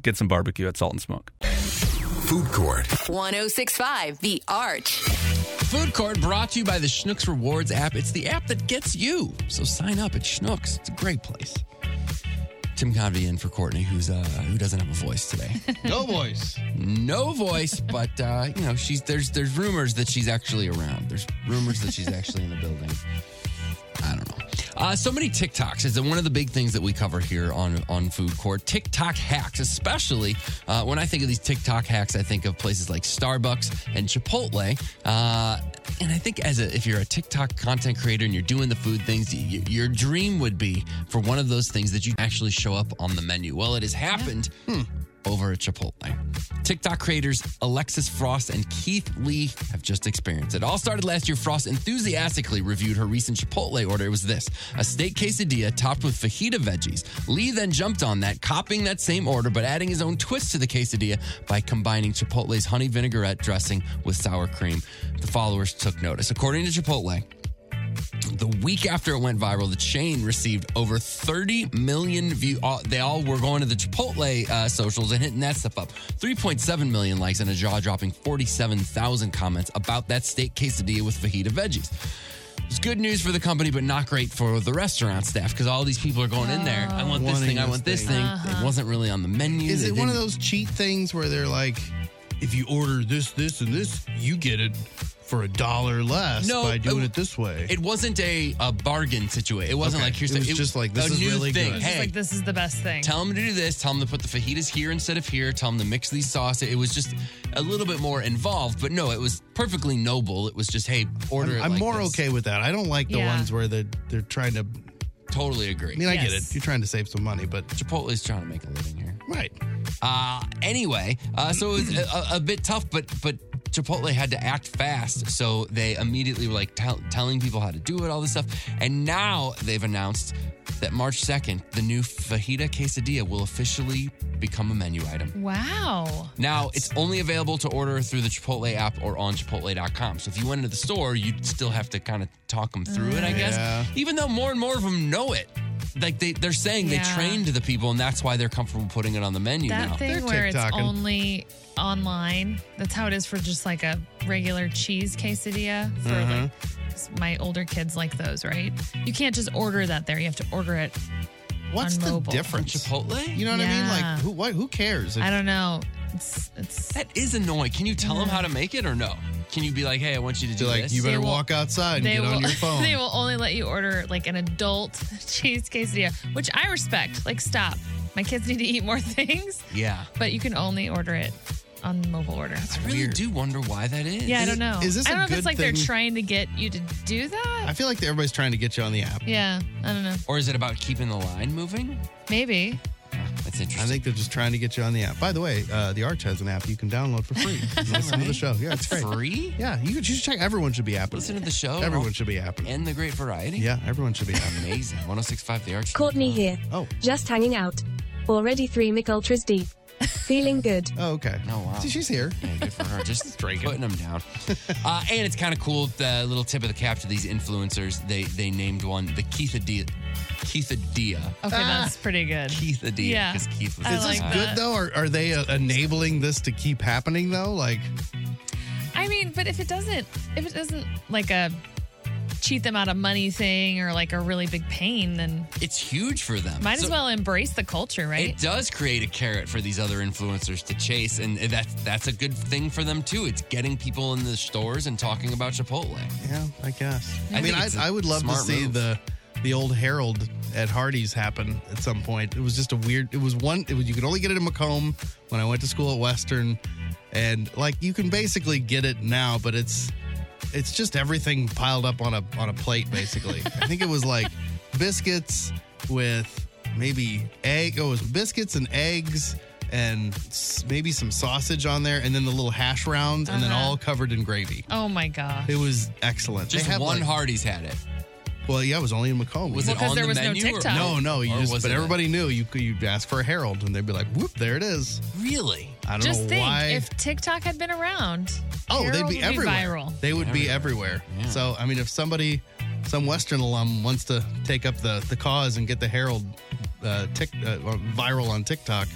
S6: get some barbecue at Salt and Smoke.
S5: Food Court.
S10: 1065 The Arch.
S3: Food Court brought to you by the Schnooks Rewards app. It's the app that gets you. So sign up at Schnooks. It's a great place. Tim Convey in for Courtney, who's uh, who doesn't have a voice today.
S7: no voice.
S3: no voice, but uh, you know she's there's there's rumors that she's actually around. There's rumors that she's actually in the building. I don't know. Uh, so many TikToks is one of the big things that we cover here on on Food Court. TikTok hacks, especially uh, when I think of these TikTok hacks, I think of places like Starbucks and Chipotle. Uh, and I think as a, if you're a TikTok content creator and you're doing the food things, y- your dream would be for one of those things that you actually show up on the menu. Well, it has happened
S7: Hmm.
S3: over at Chipotle. TikTok creators Alexis Frost and Keith Lee have just experienced it. All started last year. Frost enthusiastically reviewed her recent Chipotle order. It was this a steak quesadilla topped with fajita veggies. Lee then jumped on that, copying that same order, but adding his own twist to the quesadilla by combining Chipotle's honey vinaigrette dressing with sour cream. The followers took notice. According to Chipotle, the week after it went viral, the chain received over 30 million views. They all were going to the Chipotle uh, socials and hitting that stuff up. 3.7 million likes and a jaw dropping 47,000 comments about that steak quesadilla with fajita veggies. It's good news for the company, but not great for the restaurant staff because all these people are going in there. I want this
S7: Wanting
S3: thing. I
S7: this
S3: want this
S7: thing.
S3: thing. It wasn't really on the menu.
S7: Is
S3: They
S7: it one of
S3: didn't-
S7: those cheat things where they're like, if you order this, this, and this, you get it for a dollar less
S3: No,
S7: by doing
S3: it-
S7: it, this way?
S3: It wasn't a, a bargain situation. It wasn't
S7: Okay.
S3: like here's
S7: It
S3: the-
S7: was just like, this
S3: a
S7: is
S3: new
S7: really
S3: thing.
S7: good. It was
S2: It's
S3: Hey,
S2: just like this is the best thing.
S3: Tell them to do this. Tell them to put the fajitas here instead of here. Tell them to mix these sauces. It was just a little bit more involved, but no, it was perfectly noble. It was just, hey, order
S7: I'm,
S3: it.
S7: I'm
S3: like
S7: more
S3: this.
S7: okay with that. I don't like the
S2: Yeah.
S7: ones where they're, they're trying to.
S3: Totally
S7: I
S3: agree.
S7: mean, I get
S2: Yes.
S7: it. You're trying to save some money, but
S3: Chipotle's trying to make a living here. Right. Uh, anyway, uh, so it was a, a- a bit tough, but but Chipotle had to act fast, so they immediately were like tell telling people how to do it, all this stuff, and now they've announced that March second, the new fajita quesadilla will officially become a menu item.
S2: Wow.
S3: Now, it's only available to order through the Chipotle app or on chipotle.com. So if you went into the store, you'd still have to kind of talk them through it, I guess.
S2: Yeah.
S3: Even though more and more of them know it. Like they, they're saying they
S2: Yeah.
S3: trained the people, and that's why they're comfortable putting it on the menu
S2: That
S3: now.
S2: thing where it's only online. That's how it is for just like a regular cheese quesadilla. For
S3: Mhm.
S1: Mm-hmm.
S2: like 'cause my older kids like those, right? You can't just order that there. You have to order it.
S1: What's
S2: on
S1: the
S2: mobile.
S1: difference? Chipotle? You know what I mean?
S2: Yeah.
S1: Like, who, what, who cares?
S2: I don't know. It's, it's
S3: that is annoying. Can you tell them how to make it or no? Can you be like, hey, I want you to do
S1: like,
S3: this?
S1: you better They will- walk outside and get on your phone.
S2: They will only let you order like an adult cheese quesadilla, which I respect. Like, stop. My kids need to eat more things,
S3: yeah.
S2: but you can only order it on mobile order.
S3: I really do wonder why that is.
S2: Yeah, I don't know.
S1: Is this
S2: I
S1: a
S2: don't know if
S1: good
S2: it's like
S1: thing?
S2: they're trying to get you to do that.
S1: I feel like everybody's trying to get you on the app.
S2: Yeah, I don't know.
S3: Or is it about keeping the line moving?
S2: Maybe.
S3: That's interesting. I
S1: think they're just trying to get you on the app. By the way, uh, the Arch has an app you can download for free. Listen to the show. Yeah, it's great.
S3: Free?
S1: Yeah, you, could, you should check. Everyone should be apping.
S3: Listen to the show.
S1: Everyone should be apping.
S3: And the great variety.
S1: Yeah, everyone should be apping.
S3: Amazing. 1065 The Arch.
S9: Courtney here.
S1: Oh.
S9: Just hanging out. Already three Mick Ultras deep. Feeling good.
S1: Oh, okay.
S3: No, wow.
S1: See, she's here.
S3: Yeah, good for her. Just putting them down. Uh, and it's kind of cool. The little tip of the cap to these influencers. They they named one the Keithadia. Keithadia.
S1: Ah.
S2: Okay, that's pretty good.
S3: Keithadia.
S2: Yeah. Oh,
S3: Because Keith was
S2: I
S1: Is this
S2: like
S1: good
S2: that.
S1: though? Or are they uh, enabling this to keep happening though? Like,
S2: I mean, but if it doesn't, if it doesn't like a cheat them out of money thing or like a really big pain, then
S3: It's huge for
S1: Um,
S3: them.
S2: might as
S3: So
S2: well embrace the culture, right?
S3: It does create a carrot for these other influencers to chase, and that's that's a good thing for them too. It's getting people in the stores and talking about Chipotle.
S1: yeah, I guess.
S3: I
S1: I, mean,
S3: think
S1: I,
S3: it's a
S1: I would love to
S3: smart
S1: see
S3: move.
S1: the the old Herald at Hardee's happen at some point. It was just a weird. It was one. It was, you could only get it in Macomb when I went to school at Western, and like you can basically get it now, but it's it's just everything piled up on a on a plate basically. I think it was like biscuits with maybe egg. Oh, it was biscuits and eggs. And s- maybe some sausage on there, and then the little hash rounds, and then
S2: Uh-huh.
S1: all covered in gravy.
S2: oh my god.
S1: It was excellent.
S3: Just
S1: They have,
S3: one
S1: like-
S3: Hardee's had it.
S1: Well, yeah, it was only in Macomb.
S3: Was it Because on there the was no menu or- TikTok.
S1: no, no. You
S3: or
S1: just,
S3: was
S1: but
S3: it a-
S1: everybody knew you. could- You'd ask for a Herald, and they'd be like, "Whoop, there it is."
S3: Really?
S1: I don't
S2: Just
S1: know
S2: think,
S1: why.
S2: if TikTok had been around,
S1: oh,
S2: Harold
S1: they'd
S2: would
S1: be everywhere.
S2: viral.
S1: They would be everywhere. So, I mean, if somebody, some Western alum wants to take up the the cause and get the Herald uh, tick, uh, or viral on TikTok,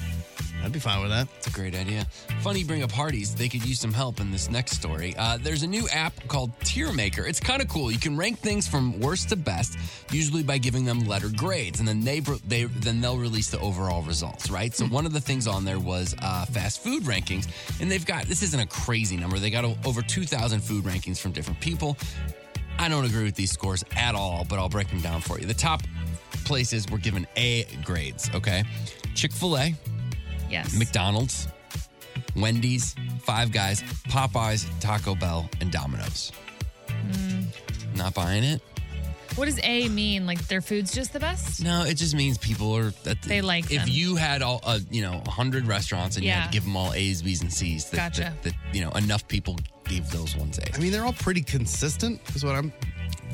S1: I'd be fine with that.
S3: It's a great idea. Funny you bring up Hardee's. They could use some help in this next story. Uh, there's a new app called Tier Maker. It's kind of cool. You can rank things from worst to best, usually by giving them letter grades, and then they, br- they then they'll release the overall results. Right.
S1: Hmm.
S3: So one of the things on there was uh, fast food rankings, and they've got this isn't a crazy number. They got o- over 2,000 food rankings from different people. I don't agree with these scores at all, but I'll break them down for you. The top places were given A grades. Okay, Chick Fil A.
S2: yes.
S3: McDonald's, Wendy's, Five Guys, Popeyes, Taco Bell, and Domino's.
S2: Mm.
S3: Not buying it?
S2: What does A mean? Like their food's just the best?
S3: No, it just means people are. That
S2: They like
S3: If
S2: them.
S3: you had all, uh, you know, hundred restaurants and you had
S2: Yeah.
S3: to give them all A's, B's, and C's, that,
S2: Gotcha.
S3: that, that you know enough people gave those ones A's.
S1: I mean, they're all pretty consistent, is what I'm.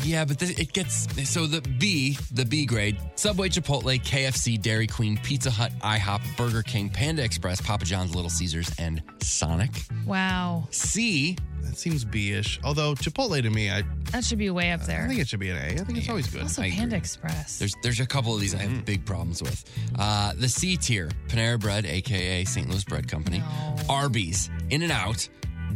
S3: Yeah, but th- it gets so the B, the B grade: Subway, Chipotle, KFC, Dairy Queen, Pizza Hut, IHOP, Burger King, Panda Express, Papa John's, Little Caesars, and Sonic.
S2: Wow.
S3: C.
S1: That seems B-ish. Although Chipotle to me, I,
S2: That should be way up there.
S1: I think it should be an A. I Mm-hmm. think it's always good.
S2: also,
S3: I
S2: Panda Express.
S3: There's there's a couple of these I have big problems with. Uh, the C tier: Panera Bread, aka St. Louis Bread Company, Arby's, In and Out,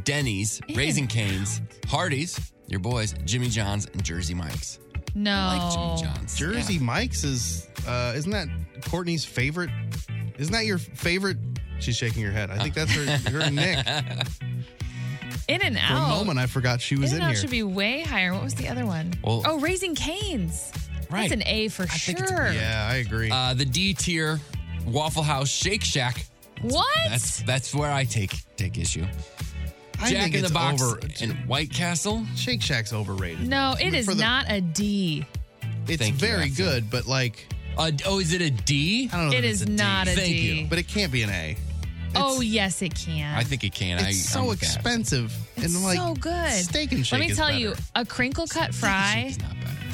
S3: Denny's, Raising Cane's, Hardee's, your boys, Jimmy John's, and Jersey Mike's.
S2: No.
S1: Jersey Mike's is uh, isn't that Courtney's favorite? Isn't that your favorite? She's shaking her head. I think that's her, her nick.
S2: In and
S1: For a
S2: Out.
S1: moment, I forgot she was
S2: in
S1: in,
S2: and Out
S1: here.
S2: should be way higher. What was the other one?
S3: Well-
S2: oh, Raising Canes.
S3: Right.
S2: That's an A for sure.
S1: I agree.
S3: Uh, the D tier: Waffle House, Shake Shack.
S2: What?
S3: That's that's where I take take issue.
S1: I
S3: Jack
S1: think
S3: in the
S1: it's
S3: Box
S1: over-
S3: and White Castle.
S1: Shake Shack's overrated.
S2: no, it is
S1: For the-
S2: not a D.
S1: It's
S3: Thank you,
S1: very
S3: Afton.
S1: good, but like
S3: Uh, oh, is it a D? I don't
S2: know It that it's is a D. not a
S3: Thank
S2: D.
S3: you. But it can't be an A.
S2: oh yes, it can.
S3: I think it can. I,
S2: It's so
S3: I'm with that.
S1: expensive
S2: It's
S1: and like
S2: so good.
S1: steak and shake
S2: Let me
S1: is
S2: tell
S1: better.
S2: you, a crinkle cut fry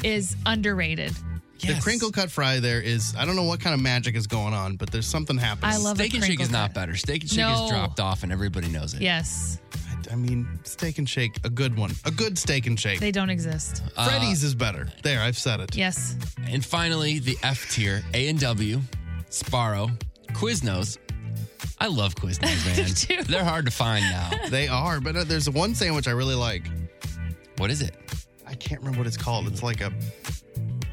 S2: is underrated.
S1: The crinkle cut fry there is I don't know what kind of magic is going on, but there's something happening.
S2: I love a
S3: Steak and shake
S2: crinkle
S3: is not
S2: cut.
S3: better. Steak and shake
S2: No.
S3: is dropped off, and everybody knows it.
S2: Yes,
S1: I mean, steak and shake, a good one. A good steak and shake.
S2: they don't exist.
S3: Uh,
S1: Freddy's is better. There, I've said it.
S2: Yes.
S3: And finally, the F tier: A and W, Sparrow, Quiznos. I love Quiznos, man. They're hard to find now.
S1: They are, but uh, there's one sandwich I really like.
S3: What is it?
S1: I can't remember what it's called. It's like a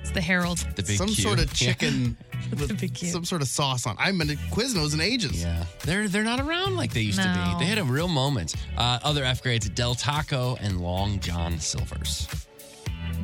S2: It's the Herald.
S1: some sort of chicken with some sort of sauce on. I've been to Quiznos in ages.
S3: Yeah, they're they're not around like they used to
S2: No.
S3: be. They had a real moment. Uh, other F grades: Del Taco and Long John Silver's.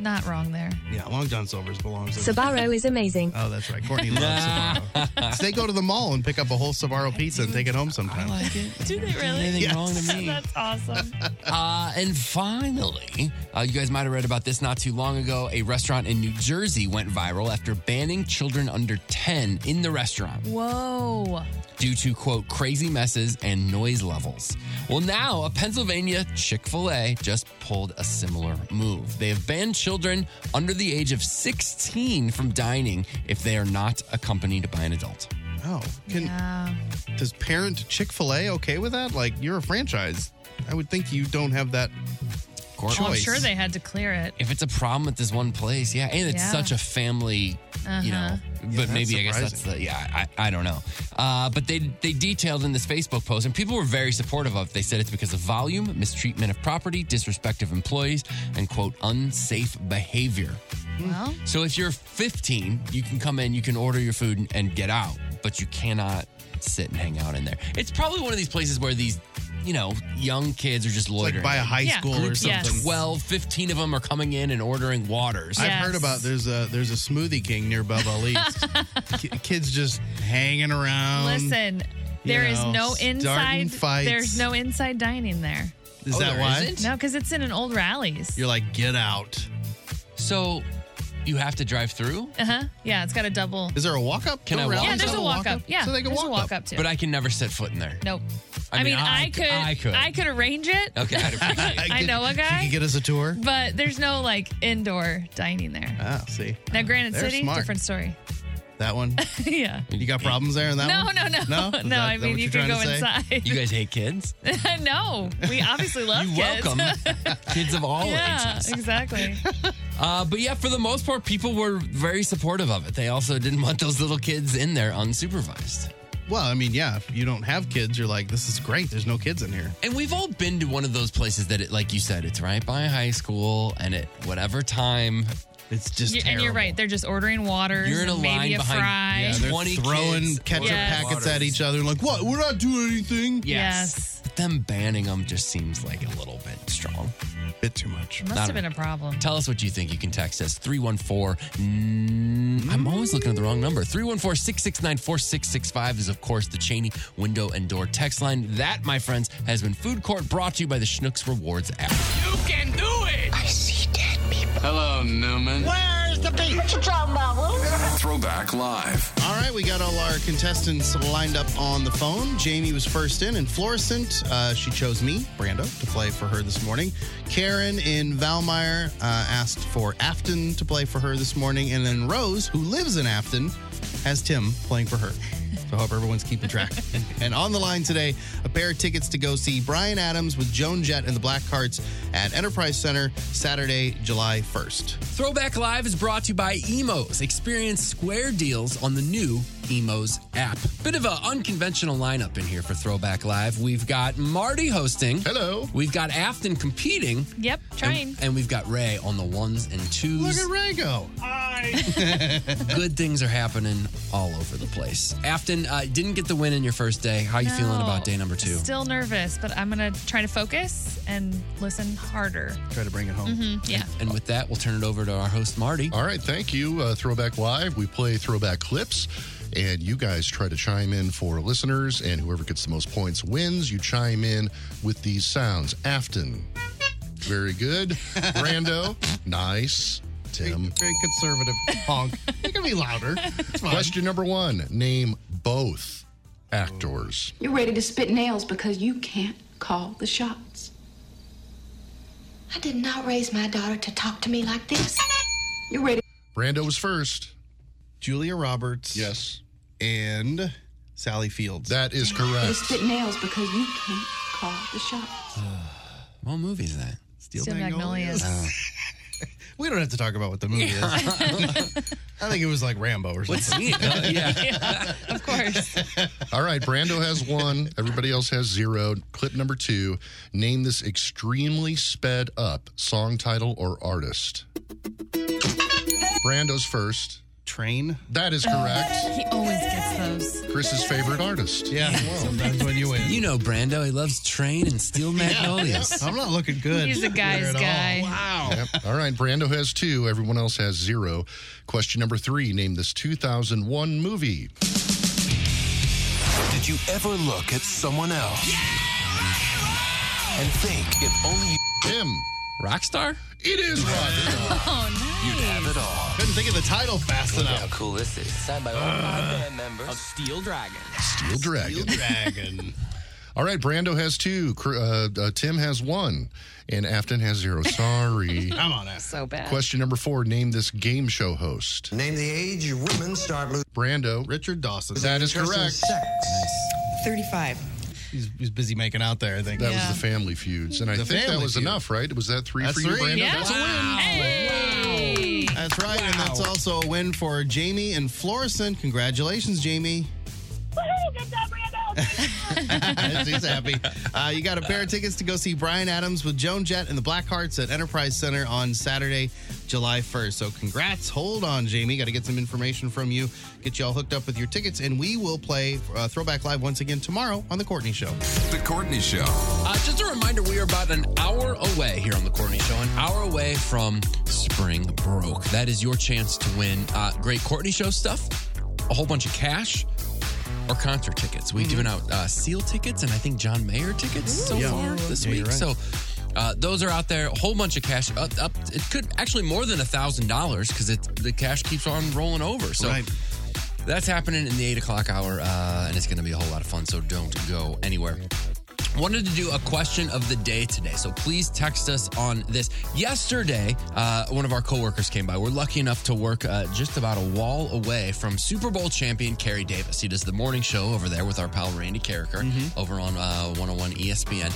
S2: Not wrong there.
S1: Yeah, Long John Silver's belongs. in-
S9: Sabaro is amazing.
S1: Oh, that's right. Courtney loves Sabaro. So they go to the mall and pick up a whole Sabaro pizza and take it home sometime.
S3: I like it.
S2: Do they really?
S3: Anything wrong to me?
S2: That's awesome.
S3: Uh, and finally, uh, you guys might have read about this not too long ago. A restaurant in New Jersey went viral after banning children under 10 in the restaurant
S2: Whoa.
S3: due to, quote, crazy messes and noise levels. Well, now a Pennsylvania Chick fil A just pulled a similar move. They have banned children under the age of 16 from dining if they are not accompanied by an adult.
S1: Oh, can does parent Chick Fil A okay with that? Like you're a franchise, I would think you don't have that
S3: Courtney.
S2: Well, I'm
S1: choice.
S2: sure they had to clear it.
S3: If it's a problem at this one place, yeah, and it's
S2: Yeah.
S3: such a family you
S2: Uh-huh.
S3: know. But
S1: that's
S3: maybe I guess that's the yeah. I, I don't know. Uh, but they they detailed in this Facebook post, and people were very supportive of. it. They said it's because of volume, mistreatment of property, disrespect of employees, and quote unsafe behavior.
S7: hmm.
S2: Well,
S3: So if you're 15, you can come in, you can order your food and, and get out, but you cannot sit and hang out in there. It's probably one of these places where these. You know, young kids are just loitering.
S1: by a high Yeah. school or
S3: Groups of
S1: something.
S3: 12, 15 of them are coming in and ordering waters.
S1: I've heard about there's a there's a smoothie king near Bubba Lee's. Ki- kids just hanging around.
S2: listen,
S1: you
S2: there is
S1: know,
S2: no
S1: starting
S2: inside.
S1: fights.
S2: There's no inside dining there.
S1: Is that why?
S2: No, because it's in an old rallies.
S1: You're like, get out.
S3: So you have to drive through?
S2: Uh huh. Yeah, it's got a double.
S1: Is there a walk up?
S3: Can I walk?
S2: Yeah, there's a walk up. Yeah,
S1: So they can
S2: there's
S1: walk
S2: a
S1: up.
S2: walk up too.
S3: But I can never set foot in there.
S2: Nope. I, mean, I, could, I could, arrange it.
S3: Okay, I'd appreciate it.
S2: I know a guy.
S1: You could get us a tour.
S2: But there's no like indoor dining there.
S1: Ah, see.
S2: Now, Granite
S1: They're
S2: City,
S1: smart.
S2: different story.
S1: That one.
S2: yeah.
S1: You got problems there in that
S2: No,
S1: one?
S2: no,
S1: No,
S2: no. No,
S1: Is that-
S2: I
S1: is that
S2: mean,
S1: what
S2: you
S1: you're
S2: can
S1: trying to
S2: go
S1: say?
S2: inside.
S3: You guys hate kids?
S2: no, we obviously love
S3: You
S2: kids.
S3: welcome kids of all
S2: yeah,
S3: ages.
S2: exactly.
S3: Uh, but yeah, for the most part, people were very supportive of it. They also didn't want those little kids in there unsupervised.
S1: Well, I mean, yeah, if you don't have kids, you're like, this is great. There's no kids in here.
S3: And we've all been to one of those places that, it, like you said, it's right by high school and at whatever time.
S1: It's just
S2: You- and you're right. They're just ordering waters.
S3: You're in a
S2: and
S3: line
S2: maybe a
S3: behind-
S2: fry.
S3: yeah,
S1: They're
S3: 20
S1: throwing
S3: kids
S1: ketchup
S2: Yes.
S1: packets at each other. Like, what? We're not doing anything.
S2: Yes.
S3: But them banning them just seems like a little bit strong.
S1: Bit too much.
S2: Must have been a problem.
S3: Tell us what you think. You can text us 314. Mm, I'm always looking at the wrong number. 314 669 4665 is, of course, the Cheney window and door text line. That, my friends, has been Food Court brought to you by the Schnooks Rewards app.
S7: You can do it. I see dead people. Hello, Newman. Where's the beach? What you talking about,
S5: Throwback Live.
S1: All right, we got all our contestants lined up on the phone. Jamie was first in, and Florissant, uh, she chose me, Brando, to play for her this morning. Karen in Valmire uh, asked for Afton to play for her this morning, and then Rose, who lives in Afton, has Tim playing for her. So I hope everyone's keeping track. and on the line today, a pair of tickets to go see Brian Adams with Joan Jett and the Black Hearts at Enterprise Center Saturday, July 1st.
S3: Throwback Live is brought to you by Emos. Experience square deals on the new Emos app. Bit of an unconventional lineup in here for Throwback Live. We've got Marty hosting. Hello. We've got Afton competing.
S2: Yep, trying.
S3: And, and we've got Ray on the ones and twos.
S1: Look at Ray go.
S3: Good things are happening all over the place. Afton, uh, didn't get the win in your first day. How you feeling
S2: No.
S3: about day number two?
S2: Still nervous, but I'm gonna try to focus and listen harder.
S1: Try to bring it home.
S2: hmm yeah.
S3: And with that, we'll turn it over to our host, Marty.
S11: All right, thank you. Uh, throwback Live, we play throwback clips, and you guys try to chime in for listeners, and whoever gets the most points wins. You chime in with these sounds Afton, very good. Brando, nice. Tim.
S7: Very conservative punk. You can be louder. It's fine.
S11: Question number one Name both actors.
S4: You're ready to spit nails because you can't call the shots. I did not raise my daughter to talk to me like this. You're ready.
S11: Brando was first.
S7: Julia Roberts.
S11: Yes.
S7: And Sally Fields.
S11: That is
S4: You
S11: correct.
S4: spit nails because you can't call the shots.
S3: What movie is that?
S7: Steel,
S4: Steel
S7: Magnolias.
S3: Magnolias.
S11: Uh.
S7: we don't have to talk about what the movie is. I think it was like Rambo or
S3: What's
S7: something.
S3: it? Uh, yeah.
S2: of course.
S11: All right, Brando has one. Everybody else has zero. Clip number two. Name this extremely sped up song title or artist. Brando's first.
S7: Train.
S11: That is correct.
S2: He always gets those.
S11: Chris's favorite artist.
S7: Yeah. Well, sometimes when you win.
S3: You know Brando. He loves Train and Steel Magnolias.
S7: I'm not looking good.
S2: He's a
S7: there
S2: guy's
S7: at all.
S2: guy.
S7: Wow.
S11: Yep. All right, Brando has two. Everyone else has zero. Question number three. Name this 2001 movie.
S12: Did you ever look at someone else and think if only you
S11: Tim.
S3: Rockstar?
S11: It is Rockstar.
S2: Oh,
S12: would have it all?
S7: Couldn't think of the title fast
S12: Look
S7: enough.
S12: how cool this is. Signed by all five band members of Steel Dragon.
S11: Steel Dragon.
S7: Dragon.
S11: All right, Brando has two. Cr- Uh, uh, Tim has one. And Afton has zero. Sorry.
S7: I'm on it.
S2: So bad.
S11: Question number four. Name this game show host.
S12: Name the age women start losing
S11: Brando.
S7: Richard Dawson.
S11: That is
S12: interest in
S11: correct.
S12: sex.
S13: 35.
S7: He's, he's busy making out there, I think.
S11: That
S2: Yeah.
S11: was the Family Feuds, and I
S7: The
S11: think that
S7: Family
S11: was
S7: Feud.
S11: enough, right? Was that three
S7: That's
S11: for you,
S7: three.
S11: Brandon?
S7: Yeah.
S11: That's a win.
S2: Hey.
S7: That's right, and that's also a win for Jamie and Florissant. Congratulations, Jamie. She's happy. Uh, you got a pair of tickets to go see Brian Adams with Joan Jett and the Blackhearts at Enterprise Center on Saturday, July 1st. So congrats. Hold on, Jamie. Got to get some information from you, get you all hooked up with your tickets, and we will play uh, Throwback Live once again tomorrow on The Courtney Show.
S5: The Courtney Show.
S3: Uh, just a reminder, we are about an hour away here on The Courtney Show, an hour away from Spring Broke. That is your chance to win uh, great Courtney Show stuff, a whole bunch of cash, or concert tickets.
S7: Mm-hmm.
S3: We've given out uh, Seal tickets and I think John Mayer tickets so
S7: Yeah.
S3: far this
S7: Yeah, you're
S3: week.
S7: right.
S3: So uh, those are out there, a whole bunch of cash. Up, up, it could actually more than a thousand dollars because the cash keeps on rolling over. So.
S7: Right.
S3: That's happening in the eight o'clock hour, uh, and it's going to be a whole lot of fun. So don't go anywhere. Wanted to do a question of the day today, so please text us on this. Yesterday, uh, one of our coworkers came by. We're lucky enough to work uh, just about a wall away from Super Bowl champion Kerry Davis. He does the morning show over there with our pal Randy Carricker over on uh, 101 ESPN.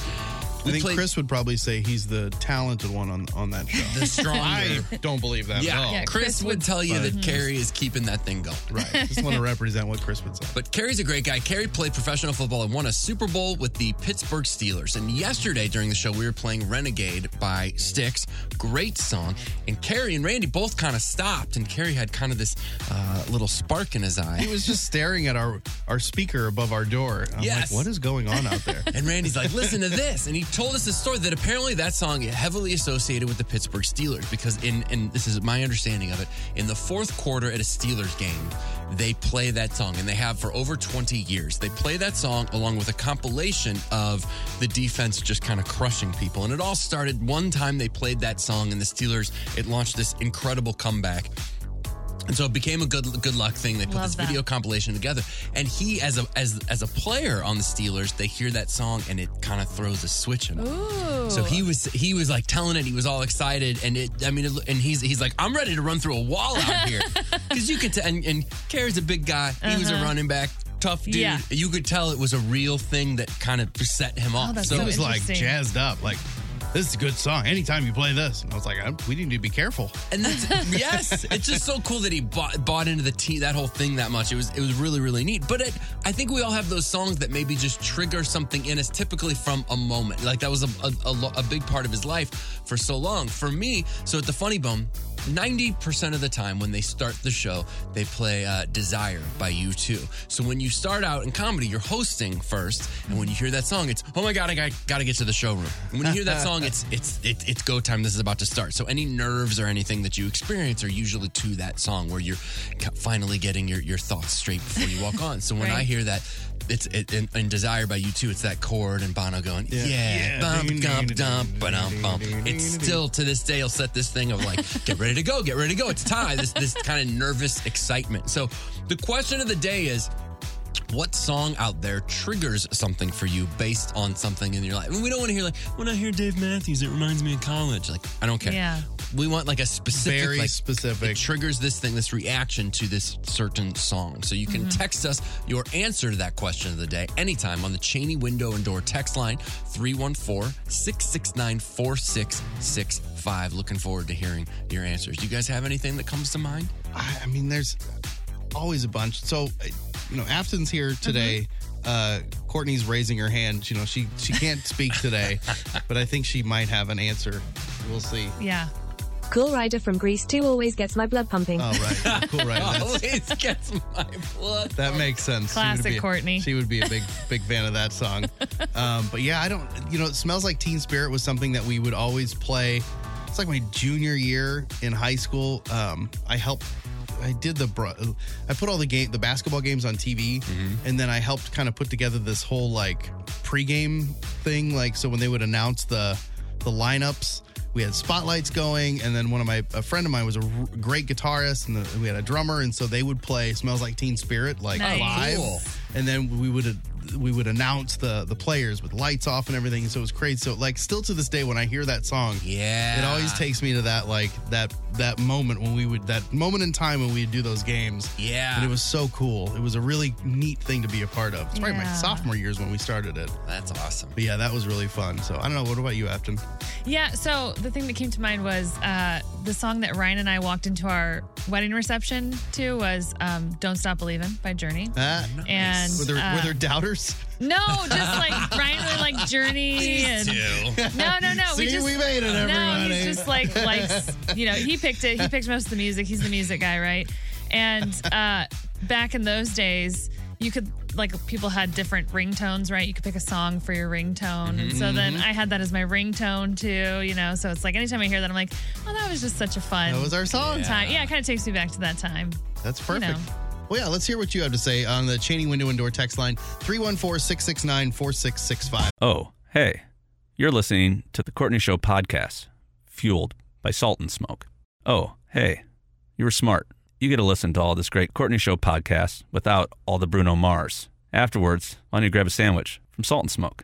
S7: I think
S3: played-
S7: Chris would probably say he's the talented one on, on that show.
S3: The stronger-
S7: I don't believe that
S3: yeah,
S7: at all.
S3: Chris, would tell you that
S7: But-
S3: Kerry is keeping that thing going.
S7: Right. Just want to represent what Chris would say.
S3: But Kerry's a great guy. Kerry played professional football and won a Super Bowl with the Pittsburgh Steelers. And yesterday during the show, we were playing Renegade by Styx. Great song. And Kerry and Randy both kind of stopped, and Kerry had kind of this uh, little spark in his eye.
S7: He was just staring at our our speaker above our door. I'm
S3: Yes.
S7: like, what is going on out there?
S3: And Randy's like, listen to this. And he told us the story that apparently that song is heavily associated with the Pittsburgh Steelers because in and this is my understanding of it, in the fourth quarter at a Steelers game, they play that song and they have for over 20 years. They play that song along with a compilation of the defense just kind of crushing people. And it all started one time they played that song and the Steelers, it launched this incredible comeback. And so it became a good good luck thing. They put
S2: Love
S3: this
S2: that.
S3: video compilation together, and he as a as as a player on the Steelers, they hear that song and it kind of throws a switch in him. So he was he was like telling it. He was all excited, and it. I mean, it, and he's he's like, I'm ready to run through a wall out here because you could tell. And, and Kerry's a big guy. He was a
S2: Uh-huh.
S3: running back, tough dude.
S2: Yeah. Oh,
S3: You could tell it was a real thing that kind of set him off.
S2: that's
S7: he
S2: so
S7: was like
S2: interesting.
S7: jazzed up, like, this is a good song. Anytime you play this. And I was like, I, we need to be careful.
S3: And that's yes, it's just so cool that he bought bought into the team that whole thing that much. It was it was really really neat. But it, I think we all have those songs that maybe just trigger something in us, typically from a moment. Like that was a a, a lo- a big part of his life for so long. For me, so at the Funny Bone. 90% of the time when they start the show, they play uh, Desire by U2. So when you start out in comedy, you're hosting first. And when you hear that song, it's, oh my God, I got, got to get to the showroom. And when you hear that song, it's it's it, it's go time. This is about to start. So any nerves or anything that you experience are usually to that song where you're ca- finally getting your, your thoughts straight before you walk on. So when I
S2: Right.
S3: hear that, it's it, in, in Desire by you too. It's that chord and Bono going yeah,
S7: Yeah.
S3: bump, dump, dump, ba-dum, bump. It's still to this day. I'll set this thing of like get ready ready to go. Get ready to go. It's time. this this kind of nervous excitement. So the question of the day is what song out there triggers something for you based on something in your life? And we don't want to hear like, when I hear Dave Matthews, it reminds me of college. Like, I don't care.
S2: Yeah.
S3: We want like a specific,
S2: Very
S3: like, specific. It triggers this thing, this reaction to this certain song. So you can
S2: Mhm.
S3: text us your answer to that question of the day anytime on the Cheney window and door text line 314 669 4665. Looking forward to hearing your answers. Do you guys have anything that comes to mind?
S1: I, I mean, there's always a bunch. So, uh, you know, Afton's here
S3: Mm-hmm.
S1: today. Uh, Courtney's raising her hand. You know, she she can't speak today, but I think she might have an answer. We'll see.
S2: Yeah.
S9: Cool Rider from Greece 2 always gets my blood pumping.
S1: All Oh, right, cool, right? That's-
S3: Always gets my blood.
S1: That makes sense. She would
S2: Classic
S1: be a-
S2: Courtney.
S1: She would be a big, big fan of that song. Um, but yeah, I don't. You know, it smells like Teen Spirit was something that we would always play. It's like my junior year in high school. Um, I helped. I did the. bro- I put all the game, the basketball games on TV,
S3: Mm-hmm.
S1: and then I helped kind of put together this whole like pregame thing. Like so, when they would announce the the lineups. We had spotlights going, and then one of my a friend of mine was a r- great guitarist, and the, we had a drummer, and so they would play "Smells Like Teen Spirit" like
S3: Nice.
S1: live,
S3: Cool.
S1: and then we would we would announce the the players with lights off and everything. So it was crazy. So like still to this day, when I hear that song,
S3: yeah,
S1: it always takes me to that like that that moment when we would that moment in time when we would do those games.
S3: Yeah.
S1: and it was so cool. It was a really neat thing to be a part of. It's probably my
S2: Yeah.
S1: sophomore years when we started it.
S3: That's awesome.
S1: But yeah, that was really fun. So I don't know. What about you, Afton?
S2: Yeah, so the thing that came to mind was uh, the song that Ryan and I walked into our wedding reception to was um, Don't Stop Believing by Journey.
S1: Ah,
S2: And,
S1: were there,
S2: uh,
S1: were there doubters?
S2: No, just like Ryan really like Journey and no, no, no.
S1: See,
S2: we just
S1: we made it,
S2: No,
S1: everybody.
S2: he's just like likes you know he picked it. He picked most of the music. He's the music guy, right? And uh, back in those days, you could like people had different ringtones, right? You could pick a song for your ringtone, and so then
S1: Mhm.
S2: I had that as my ringtone too. You know, so it's like anytime I hear that, I'm like, oh, that was just such a fun.
S1: That was our song.
S2: time.
S1: Yeah.
S2: Yeah, it kind of takes me back to that time.
S1: That's
S2: You know.
S1: perfect. Well, yeah, let's hear what you have to say on the Cheney Window and Door text line 314 669 4665.
S6: Oh, hey, you're listening to the Courtney Show podcast, fueled by salt and smoke. Oh, hey, you were smart. You get to listen to all this great Courtney Show podcast without all the Bruno Mars. Afterwards, why don't you grab a sandwich from Salt and Smoke?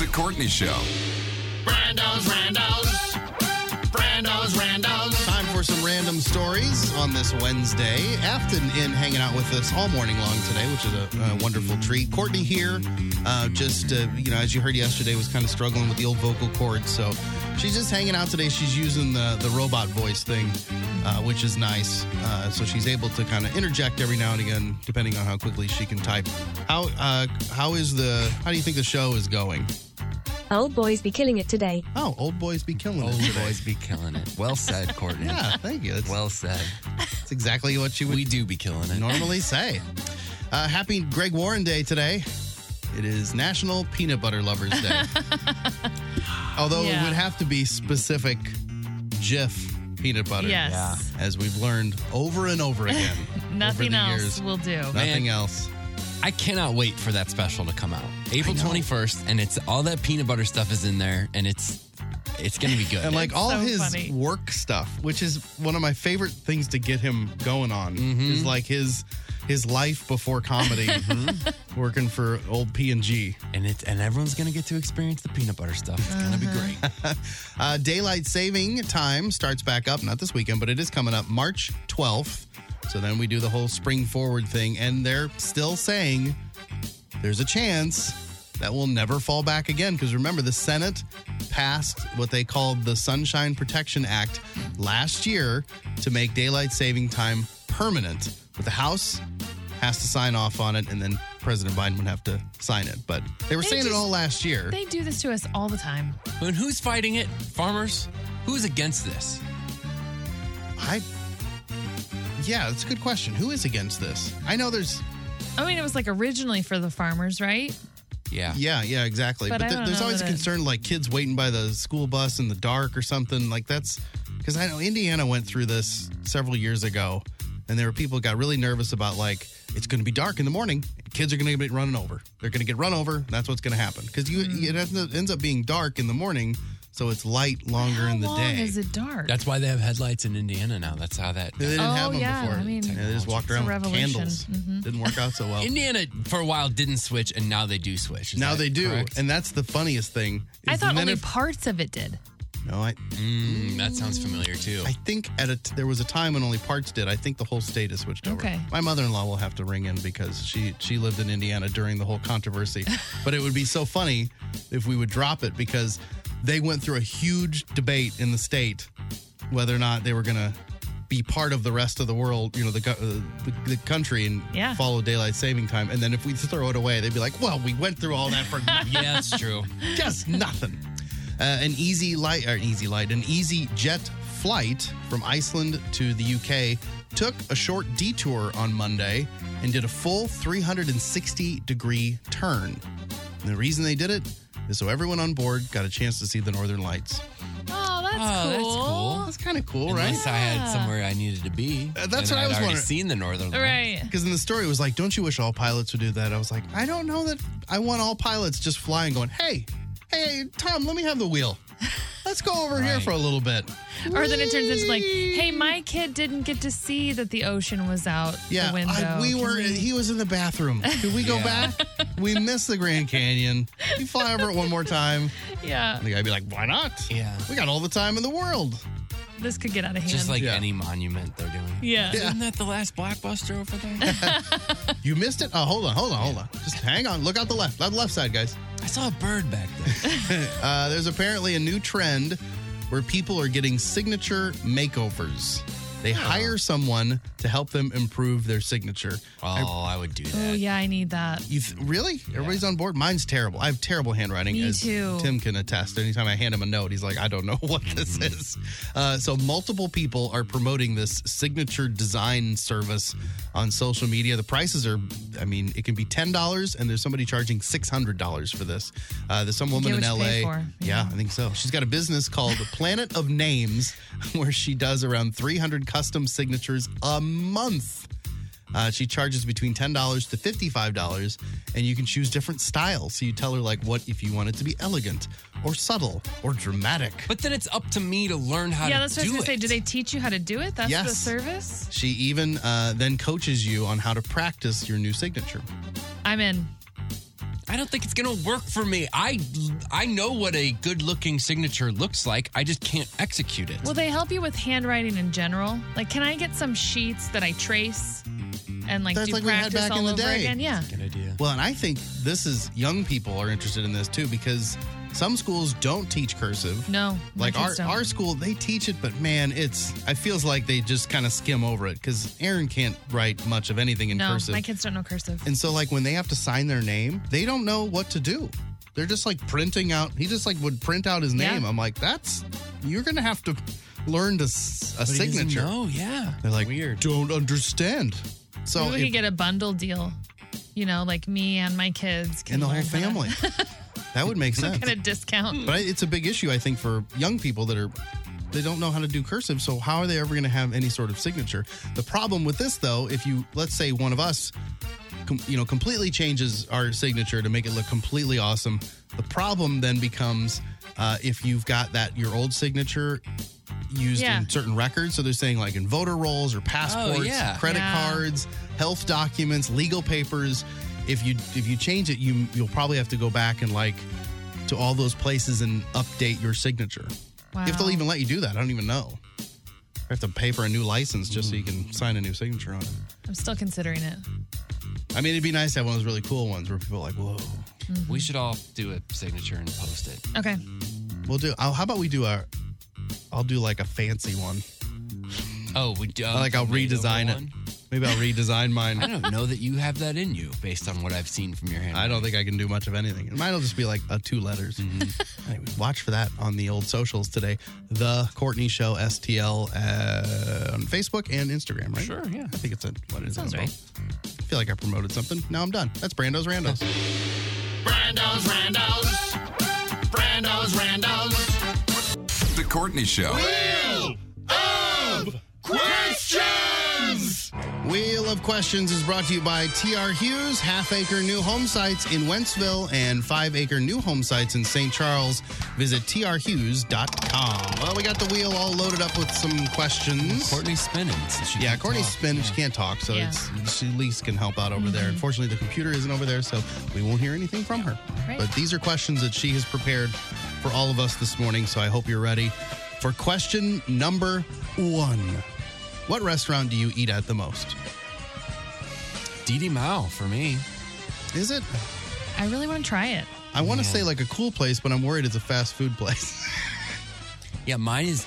S5: The Courtney Show.
S1: Brando's Randos. Brando's Randos. Time for some random stories on this Wednesday. Afton in hanging out with us all morning long today, which is a, a wonderful treat. Courtney here, uh, just, uh, you know, as you heard yesterday, was kind of struggling with the old vocal cords. So she's just hanging out today. She's using the, the robot voice thing, uh, which is nice. Uh, so she's able to kind of interject every now and again, depending on how quickly she can type. How, uh, how is the, how do you think the show is going?
S9: Old boys be killing it today.
S1: Oh, old boys be killing
S3: it. Old boys be killing it. Well said, Courtney.
S1: Yeah, thank you.
S3: well said. That's
S1: exactly what you would.
S3: We do be killing it.
S1: normally say. Uh, happy Greg Warren Day today. It is National Peanut Butter Lovers Day. Although
S2: Yeah.
S1: it would have to be specific Jif peanut butter.
S2: Yes. Yeah.
S1: As we've learned over and over again.
S2: Nothing
S1: the
S2: else
S1: years.
S2: will do.
S1: Nothing else.
S3: I cannot wait for that special to come out. April 21st, and it's all that peanut butter stuff is in there, and it's it's gonna be good.
S1: and like all his work stuff, which is one of my favorite things to get him going on,
S3: Mm-hmm.
S1: is like his his life before comedy, working for old P and G,
S3: Mm-hmm. and it's and everyone's gonna get to experience the peanut butter stuff. It's gonna be great.
S1: uh, daylight saving time starts back up, not this weekend, but it is coming up March 12th. So then we do the whole spring forward thing, and they're still saying there's a chance that will never fall back again. Because remember, the Senate passed what they called the Sunshine Protection Act last year to make daylight saving time permanent. But the House has to sign off on it, and then President Biden would have to sign it. But they were
S2: They
S1: saying it
S2: just-
S1: all last year.
S2: They do this to us all the time.
S3: And who's fighting it? Farmers? Who's against this?
S1: yeah, that's a good question. Who is against this? I know there's.
S2: I mean, it was like originally for the farmers, right?
S1: Yeah. Yeah, yeah, exactly.
S2: But
S1: But,
S2: I
S1: th-
S2: don't
S1: there's
S2: know
S1: always a
S2: that it-
S1: concern like kids waiting by the school bus in the dark or something. Like that's because I know Indiana went through this several years ago, and there were people who got really nervous about like it's going to be dark in the morning. Kids are going to get running over. They're going to get run over. That's what's going to happen because you
S2: Mm.
S1: it ends up- ends up being dark in the morning, so it's light longer in the
S2: How long
S1: day.
S2: is it dark?
S3: That's why they have headlights in Indiana now. That's how that.
S1: They didn't
S2: Oh,
S1: have them
S2: yeah,
S1: before.
S2: I mean,
S1: Yeah, they just walked
S2: it's a
S1: around with
S2: revolution.
S1: candles.
S2: Mhm.
S1: Didn't work out so well.
S3: Indiana for a while didn't switch, and now they do switch. Is
S1: now
S3: that
S1: they do,
S3: correct?
S1: and that's the funniest thing.
S2: I
S1: is
S2: thought
S1: then
S2: only
S1: if-
S2: parts of it did.
S1: No, I.
S3: Mm, that sounds familiar too.
S1: I think at a t- there was a time when only parts did. I think the whole state has switched over.
S2: Okay.
S1: My mother-in-law will have to ring in because she she lived in Indiana during the whole controversy. but it would be so funny if we would drop it because they went through a huge debate in the state whether or not they were going to be part of the rest of the world, you know, the go- uh, the, the country and
S2: Yeah.
S1: follow daylight saving time. And then if we throw it away, they'd be like, "Well, we went through all that for
S3: yeah, that's true.
S1: just nothing. Uh, an easy light, or an easy light, an easy jet flight from Iceland to the UK took a short detour on Monday and did a full 360 degree turn. And the reason they did it is so everyone on board got a chance to see the Northern Lights.
S2: Oh, that's
S3: Oh, that's
S2: cool.
S3: cool.
S1: That's kind of cool, right?
S3: Unless I had somewhere I needed to be.
S1: Uh, that's
S3: and
S1: what I
S3: I'd
S1: was
S3: already
S1: wondering.
S3: Seen the northern. Lights.
S1: Because in the story, it was like, don't you wish all pilots would do that? I was like, I don't know that I want all pilots just flying, going, hey, hey, Tom, let me have the wheel. Let's go over here for a little bit.
S2: Or then it turns into like, hey, my kid didn't get to see that the ocean was out
S1: Yeah,
S2: the window.
S1: I, we
S2: Can
S7: uh,
S1: were. He was in the bathroom. Did we go
S3: Yeah.
S1: back? We missed the Grand Canyon. We fly over it one more time.
S2: Yeah.
S1: And the guy'd be like, "Why not?
S3: Yeah.
S1: we got all the time in the world."
S2: This could get out of hand.
S3: Just like any monument they're doing.
S2: Yeah.
S3: Isn't that the last blockbuster over there?
S1: You missed it. Oh, hold on, hold on, hold on. Just hang on. Look out the left, out the left side, guys.
S3: I saw a bird back
S1: there. uh, there's apparently a new trend where people are getting signature makeovers.
S3: Oh.
S1: They hire someone to help them improve their signature.
S3: Oh, I, would do
S2: Oh yeah, I need that.
S1: You th- really? Everybody's on board. Mine's terrible. I have terrible handwriting.
S2: Me
S1: as
S2: too.
S1: Tim can attest. Anytime I hand him a note, he's like, "I don't know what this is." Uh, so multiple people are promoting this signature design service on social media. The prices are, I mean, it can be ten dollars, and there's somebody charging six hundred dollars for this. Uh, there's some woman
S2: Get
S1: in
S2: what you
S1: L.A.
S2: pay for.
S1: Yeah, I think so. She's got a business called Planet of Names, where she does around 300 custom signatures a month. Uh, she charges between $10 to $55, and you can choose different styles. So you tell her, like, what if you want it to be elegant or subtle or dramatic.
S3: But then it's up to me to learn how
S2: yeah,
S3: to
S2: that's what I
S3: do
S2: was gonna
S3: it.
S2: say. Do they teach you how to do it? That's the
S1: Yes.
S2: service.
S1: She even uh, then coaches you on how to practice your new signature.
S2: I'm in.
S3: I don't think it's gonna work for me. I I know what a good looking signature looks like. I just can't execute it.
S2: Will they help you with handwriting in general? Like, can I get some sheets that I trace and like
S1: That's
S2: do
S1: like we had
S2: practice
S1: back
S2: all
S1: in the
S2: over
S1: day.
S2: again? Yeah.
S3: Good idea.
S1: Well, and I think this is young people are interested in this too because some schools don't teach cursive.
S2: No, my
S1: Like our,
S2: kids don't.
S1: our school, they teach it, but man, it's it feels like they just kind of skim over it because Aaron can't write much of anything in
S2: No,
S1: cursive.
S2: my kids don't know cursive.
S1: And so, like, when they have to sign their name, they don't know what to do. They're just like printing out. He just like would print out his
S2: Yeah.
S1: name. I'm like, that's you're gonna have to learn to s- a
S3: But he doesn't
S1: signature.
S3: know, yeah.
S1: They're like, weird. Don't understand. So
S2: Maybe we
S1: if-
S2: could get a bundle deal. You know, like me and my kids can uh,
S1: and the whole
S2: learn how to-
S1: family. that would make
S2: some
S1: sense.
S2: kind of discount.
S1: But I- it's a big issue, I think, for young people that are they don't know how to do cursive. So how are they ever going to have any sort of signature? The problem with this, though, if you let's say one of us, com- you know, completely changes our signature to make it look completely awesome, the problem then becomes uh, if you've got that your old signature used
S3: Yeah.
S1: in certain records. So they're saying like in voter rolls or passports,
S3: Oh, yeah.
S1: credit
S3: Yeah.
S1: cards, health documents, legal papers. If you if you change it, you you'll probably have to go back and like to all those places and update your signature. If they'll
S2: Wow.
S1: even let you do that, I don't even know. I have to pay for a new license just so you
S3: Mm.
S1: can sign a new signature on it.
S2: I'm still considering it.
S1: I mean, it'd be nice to have one of those really cool ones where people are like, whoa.
S3: We should all do a signature and post it.
S2: Mm-hmm. Okay.
S1: We'll do. I'll, how about we do a? I'll do like a fancy one.
S3: Oh, we do.
S1: like I'll redesign it. Maybe I'll redesign mine.
S3: I don't know that you have that in you based on what I've seen from your hand.
S1: I don't think I can do much of anything. Mine'll just be like uh, two letters. Anyway, watch for that on the old socials today. The Courtney Show STL uh, on Facebook and Instagram, right? Sure, yeah. I think it's a, what it is. Sounds right. I feel like I promoted something. Now I'm done. That's Brando's Randos.
S14: Brando's Randos. Brando's Randos.
S5: The Courtney Show.
S14: Questions!
S1: Wheel of Questions is brought to you by TR Hughes, half acre new home sites in Wentzville and five acre new home sites in St. Charles. Visit trhughes.com. Well, we got the wheel all loaded up with some questions.
S3: Courtney's spinning.
S1: yeah, Courtney's spinning. She can't talk, so
S2: Yeah. Mm-hmm.
S1: it's, she at least can help out over there. Unfortunately, the computer isn't over there, so we won't hear anything from her.
S2: Right.
S1: But these are questions that she has prepared for all of us this morning, so I hope you're ready for question number one. What restaurant do you eat at the most?
S3: Didi Mao for me.
S1: Is it?
S2: I really want to try it.
S1: I want to say like a cool place, but I'm worried it's a fast food place.
S3: yeah, mine is.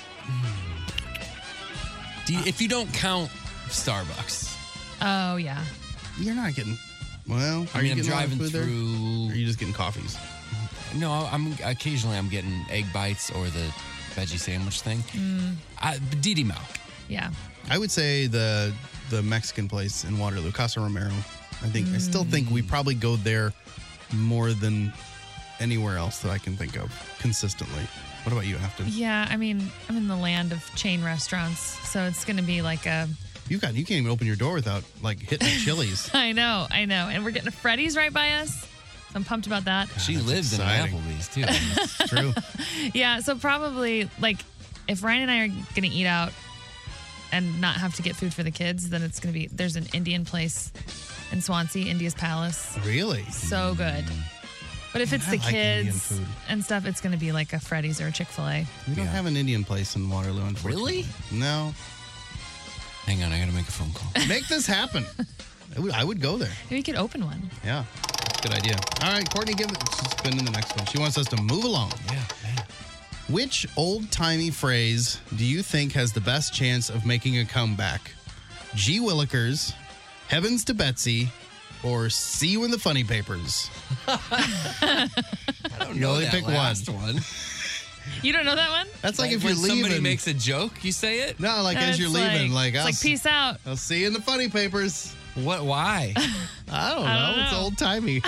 S3: Do you- if you don't count Starbucks,
S2: Oh yeah.
S1: You're not getting. Well,
S3: I
S1: are
S3: mean,
S1: you
S3: I'm
S1: getting a lot of
S3: driving
S1: food there?
S3: through.
S1: Or are you just getting coffees?
S3: No, I'm occasionally I'm getting egg bites or the veggie sandwich thing.
S2: Mm,
S3: I, Didi Mao.
S2: yeah.
S1: I would say the the Mexican place in Waterloo, Casa Romero. I think I still think
S2: Mm.
S1: we probably go there more than anywhere else that I can think of consistently. What about you, Afton?
S2: Yeah, I mean, I'm in the land of chain restaurants, so it's going to be like a.
S1: You've got you can't even open your door without like hitting Chili's.
S2: I know, I know, and we're getting a Freddy's right by us. So I'm pumped about that.
S3: She lives
S1: exciting.
S3: in Applebee's too. It's
S1: true.
S2: Yeah, so probably like if Ryan and I are going to eat out and not have to get food for the kids, then it's going to be there's an Indian place in Swansea, India's Palace.
S1: Really?
S2: So good. But if it's
S1: I
S2: the
S1: like Indian
S2: kids
S1: food.
S2: and stuff, it's going to be like a Freddy's or a Chick fil A.
S1: We don't have an Indian place in Waterloo, unfortunately. Really? No.
S3: Hang on, I gotta make a phone call.
S1: Make this happen. I would, I would go there.
S2: Maybe we could open one.
S1: Yeah. Good idea. All right, Courtney, give it. She's been in the next one. She wants us to move along. Yeah, man. Which old timey phrase do you think has the best chance of making a comeback? G Willikers, Heavens to Betsy, or See You in the Funny Papers? I don't
S3: know
S1: Only
S3: that
S1: pick
S3: last
S1: one.
S2: You don't know that one?
S1: That's like, if
S3: when
S1: you're leaving.
S3: somebody makes a joke, you say it.
S1: no, like as
S2: It's
S1: you're leaving, like,
S2: it's
S1: I'll,
S2: like
S1: s-
S2: peace out.
S1: I'll see you in the Funny Papers.
S3: What? Why?
S1: I don't know.
S2: I don't
S1: It's
S2: know.
S1: old timey.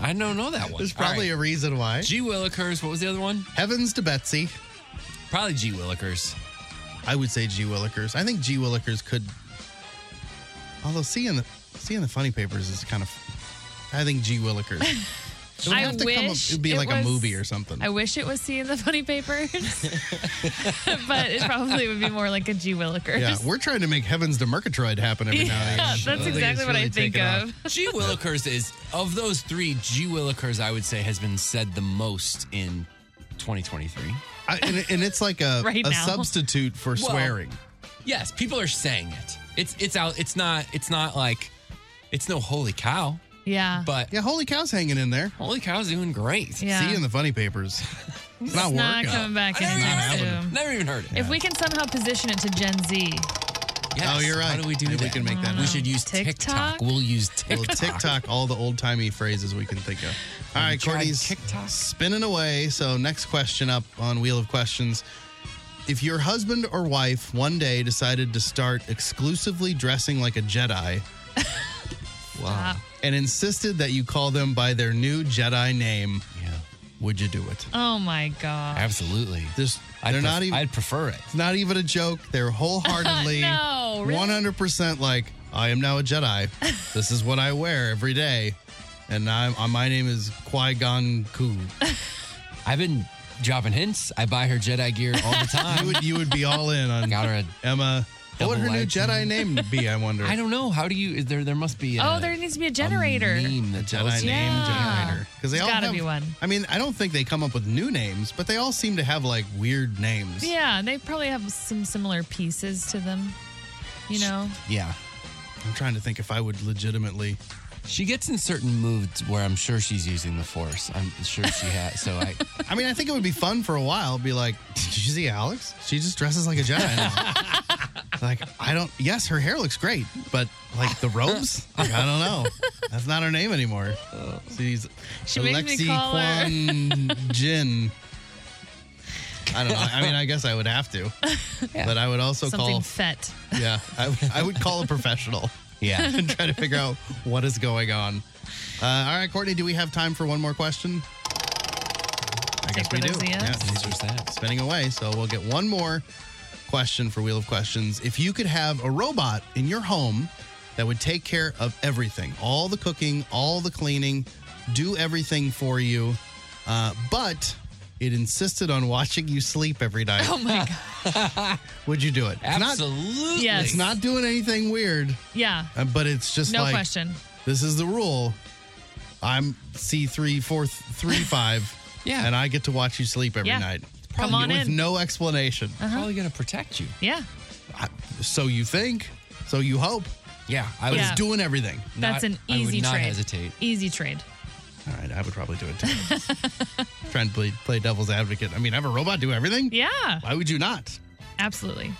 S3: I don't know that one.
S1: There's probably a reason why.
S3: G Willikers. What was the other one?
S1: Heavens to Betsy.
S3: Probably G Willikers.
S1: I would say G Willikers. I think G Willikers could. Although seeing the seeing the funny papers is kind of, I think G Willikers. It would
S2: I
S1: have to come up-
S2: wish
S1: it'd be
S2: it
S1: like a
S2: was-
S1: movie or something.
S2: I wish it was seeing the funny papers, but it probably would be more like a G Willikers.
S1: yeah, we're trying to make Heavens to Murgatroyd happen every now and
S2: Yeah,
S1: again.
S2: that's exactly what I think of.
S3: G Willikers is of those three. G Willikers, I would say, has been said the most in 2023.
S1: I, and, and it's like a,
S3: Right
S1: a
S3: now.
S1: substitute for
S3: Well,
S1: swearing.
S3: Yes, people are saying it. It's it's out. It's not. It's not like. It's no holy cow.
S2: Yeah.
S3: But
S1: yeah, holy cow's hanging in there.
S3: Holy cow's doing great.
S2: Yeah.
S1: Seeing the funny papers. It's not Oh, working.
S2: It's not coming back
S3: I never even
S2: anytime
S3: heard
S2: soon.
S3: it. Never even heard it.
S2: If we can somehow position it to Gen Z,
S1: Oh, you're right.
S3: How do we do
S1: Maybe
S3: that?
S1: we can make that
S3: We
S1: happen.
S3: should use TikTok. We'll use TikTok.
S1: Well, TikTok, all the old timey phrases we can think of. All right, Courtney's spinning away. So, next question up on Wheel of Questions. If your husband or wife one day decided to start exclusively dressing like a Jedi
S2: Wow.
S1: and insisted that you call them by their new Jedi name, would you do it?
S2: oh my God.
S3: Absolutely.
S1: Just, they're
S3: I'd
S1: not
S3: pref-
S1: even,
S3: I'd prefer it.
S1: It's not even a joke. They're wholeheartedly,
S3: Oh,
S2: No, really?
S1: 100% like, I am now a Jedi. this is what I wear every day. And I'm, uh, my name is Qui Gon Koo.
S3: I've been dropping hints. I buy her Jedi gear all the time.
S1: You would, you would be all in on
S3: Got her a
S1: Emma. What would her
S3: double
S1: new
S3: light.
S1: Jedi name be? I wonder.
S3: I don't know. How do you? is There, there must be. A,
S2: oh, there needs to be a generator.
S3: Meme that
S1: Jedi
S3: tells you.
S1: name
S2: Yeah.
S1: generator because they
S2: There's
S1: all
S2: gotta
S1: have,
S2: be one.
S1: I mean, I don't think they come up with new names, but they all seem to have like weird names.
S2: Yeah, they probably have some similar pieces to them. You know,
S3: Yeah.
S1: I'm trying to think if I would legitimately.
S3: She gets in certain moods where I'm sure she's using the Force. I'm sure she has. So I.
S1: I mean, I think it would be fun for a while. Be like, did you see Alex? She just dresses like a Jedi now. Like, I don't, yes, her hair looks great, but like the robes? Like, I don't know. That's not her name anymore. She's
S2: She makes
S1: Alexi
S2: me call her-
S1: Kwon Jin. I don't know. I mean, I guess I would have to, but I would also
S2: Something
S1: call.
S2: fet.
S1: Yeah, I, would- I would call a professional.
S2: Yeah.
S1: and try to figure out what is going on. Uh, all right, Courtney, do we have time for one more question? I guess we do.
S2: those yes.
S1: there's that. Spinning away. So we'll get one more question for Wheel of Questions. If you could have a robot in your home that would take care of everything, all the cooking, all the cleaning, do everything for you, uh, but it insisted on watching you sleep every night.
S2: Oh my god.
S1: Would you do it? It's not-
S2: Absolutely. Yes.
S1: It's not doing anything weird.
S2: Yeah.
S1: Uh, but it's just
S2: No
S1: like,
S2: question.
S1: This is the rule. I'm C three four three five.
S2: Yeah.
S1: and I get to watch you sleep every
S2: Yeah.
S1: night.
S2: Come
S1: Probably
S2: on
S1: with
S2: in.
S1: no explanation.
S2: Uh-huh.
S1: Probably going to protect you.
S2: Yeah.
S1: So you think? So you hope? Yeah, I
S2: would-
S1: was doing everything.
S2: That's an easy trade. Easy trade.
S1: All right, I would probably do it too. Trying to play, play devil's advocate. I mean, have a robot do everything?
S2: Yeah.
S1: Why would you not?
S2: Absolutely.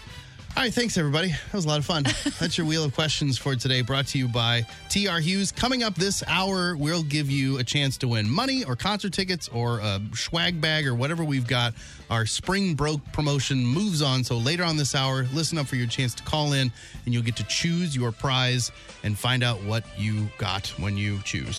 S1: All right, thanks everybody. That was a lot of fun. That's your wheel of questions for today, brought to you by TR Hughes. Coming up this hour, we'll give you a chance to win money or concert tickets or a swag bag or whatever we've got. Our spring broke promotion moves on. So later on this hour, listen up for your chance to call in and you'll get to choose your prize and find out what you got when you choose.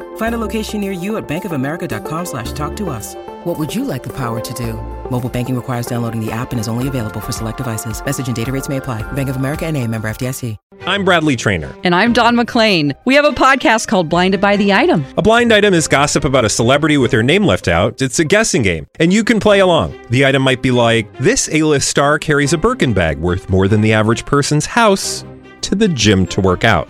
S15: Find a location near you at bankofamerica.com slash talk to us. What would you like the power to do? Mobile banking requires downloading the app and is only available for select devices. Message and data rates may apply. Bank of America and a member FDIC.
S16: I'm Bradley Trainer.
S17: And I'm Don McClain. We have a podcast called Blinded by the Item.
S16: A blind item is gossip about a celebrity with their name left out. It's a guessing game, and you can play along. The item might be like this: A-list star carries a Birkin bag worth more than the average person's house to the gym to work out.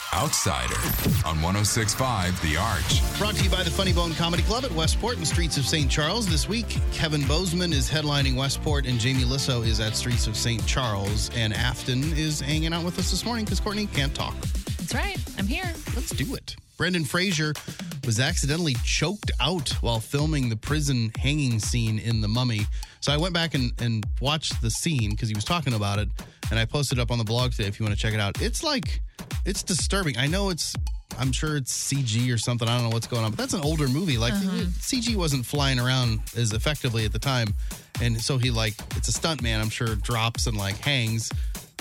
S5: Outsider on 106.5 The Arch.
S1: Brought to you by the Funny Bone Comedy Club at Westport and Streets of St. Charles. This week, Kevin Bozeman is headlining Westport and Jamie Lissow is at Streets of St. Charles. And Afton is hanging out with us this morning because Courtney can't talk.
S2: That's right. I'm here.
S1: Let's do it. Brendan Fraser was accidentally choked out while filming the prison hanging scene in The Mummy. So I went back and, and watched the scene because he was talking about it, and I posted it up on the blog today if you want to check it out. It's like, it's disturbing. I know it's, I'm sure it's CG or something. I don't know what's going on, but that's an older movie. Like, CG wasn't flying around as effectively at the time. And so he, like, it's a stunt man, I'm sure, drops and, like, hangs.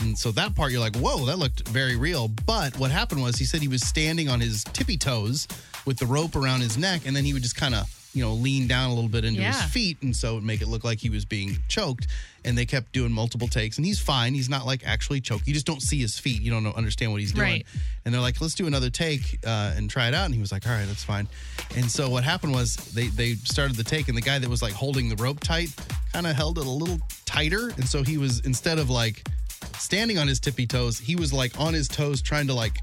S1: And so that part, you're like, whoa, that looked very real. But what happened was he said he was standing on his tippy toes with the rope around his neck, and then he would just kind of, you know, lean down a little bit into
S2: Yeah.
S1: his feet. And so it would make it look like he was being choked. And they kept doing multiple takes, and he's fine. He's not like actually choked. You just don't see his feet. You don't know, understand what he's doing.
S2: Right.
S1: And they're like, let's do another take uh, and try it out. And he was like, all right, that's fine. And so what happened was they they started the take, and the guy that was like holding the rope tight kind of held it a little tighter. And so he was instead of like standing on his tippy toes, he was like on his toes trying to like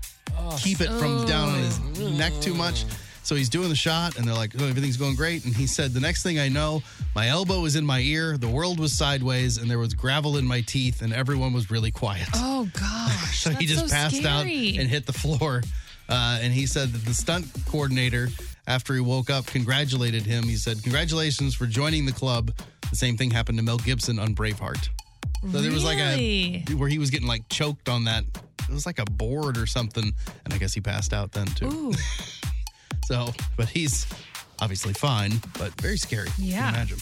S1: keep it from down on his neck too much. So he's doing the shot, and they're like, oh, everything's going great. And he said, the next thing I know, my elbow was in my ear, the world was sideways, and there was gravel in my teeth, and everyone was really quiet
S2: Oh gosh.
S1: so he
S2: that's
S1: just passed out
S2: scary.
S1: and hit the floor. Uh, and he said that the stunt coordinator, after he woke up, congratulated him. He said, "Congratulations for joining the club." The same thing happened to Mel Gibson on Braveheart. So there was like a
S2: Really?
S1: where he was getting like choked on that. It was like a board or something, and I guess he passed out then too. So, but he's obviously fine, but very scary.
S2: Yeah.
S1: Imagine.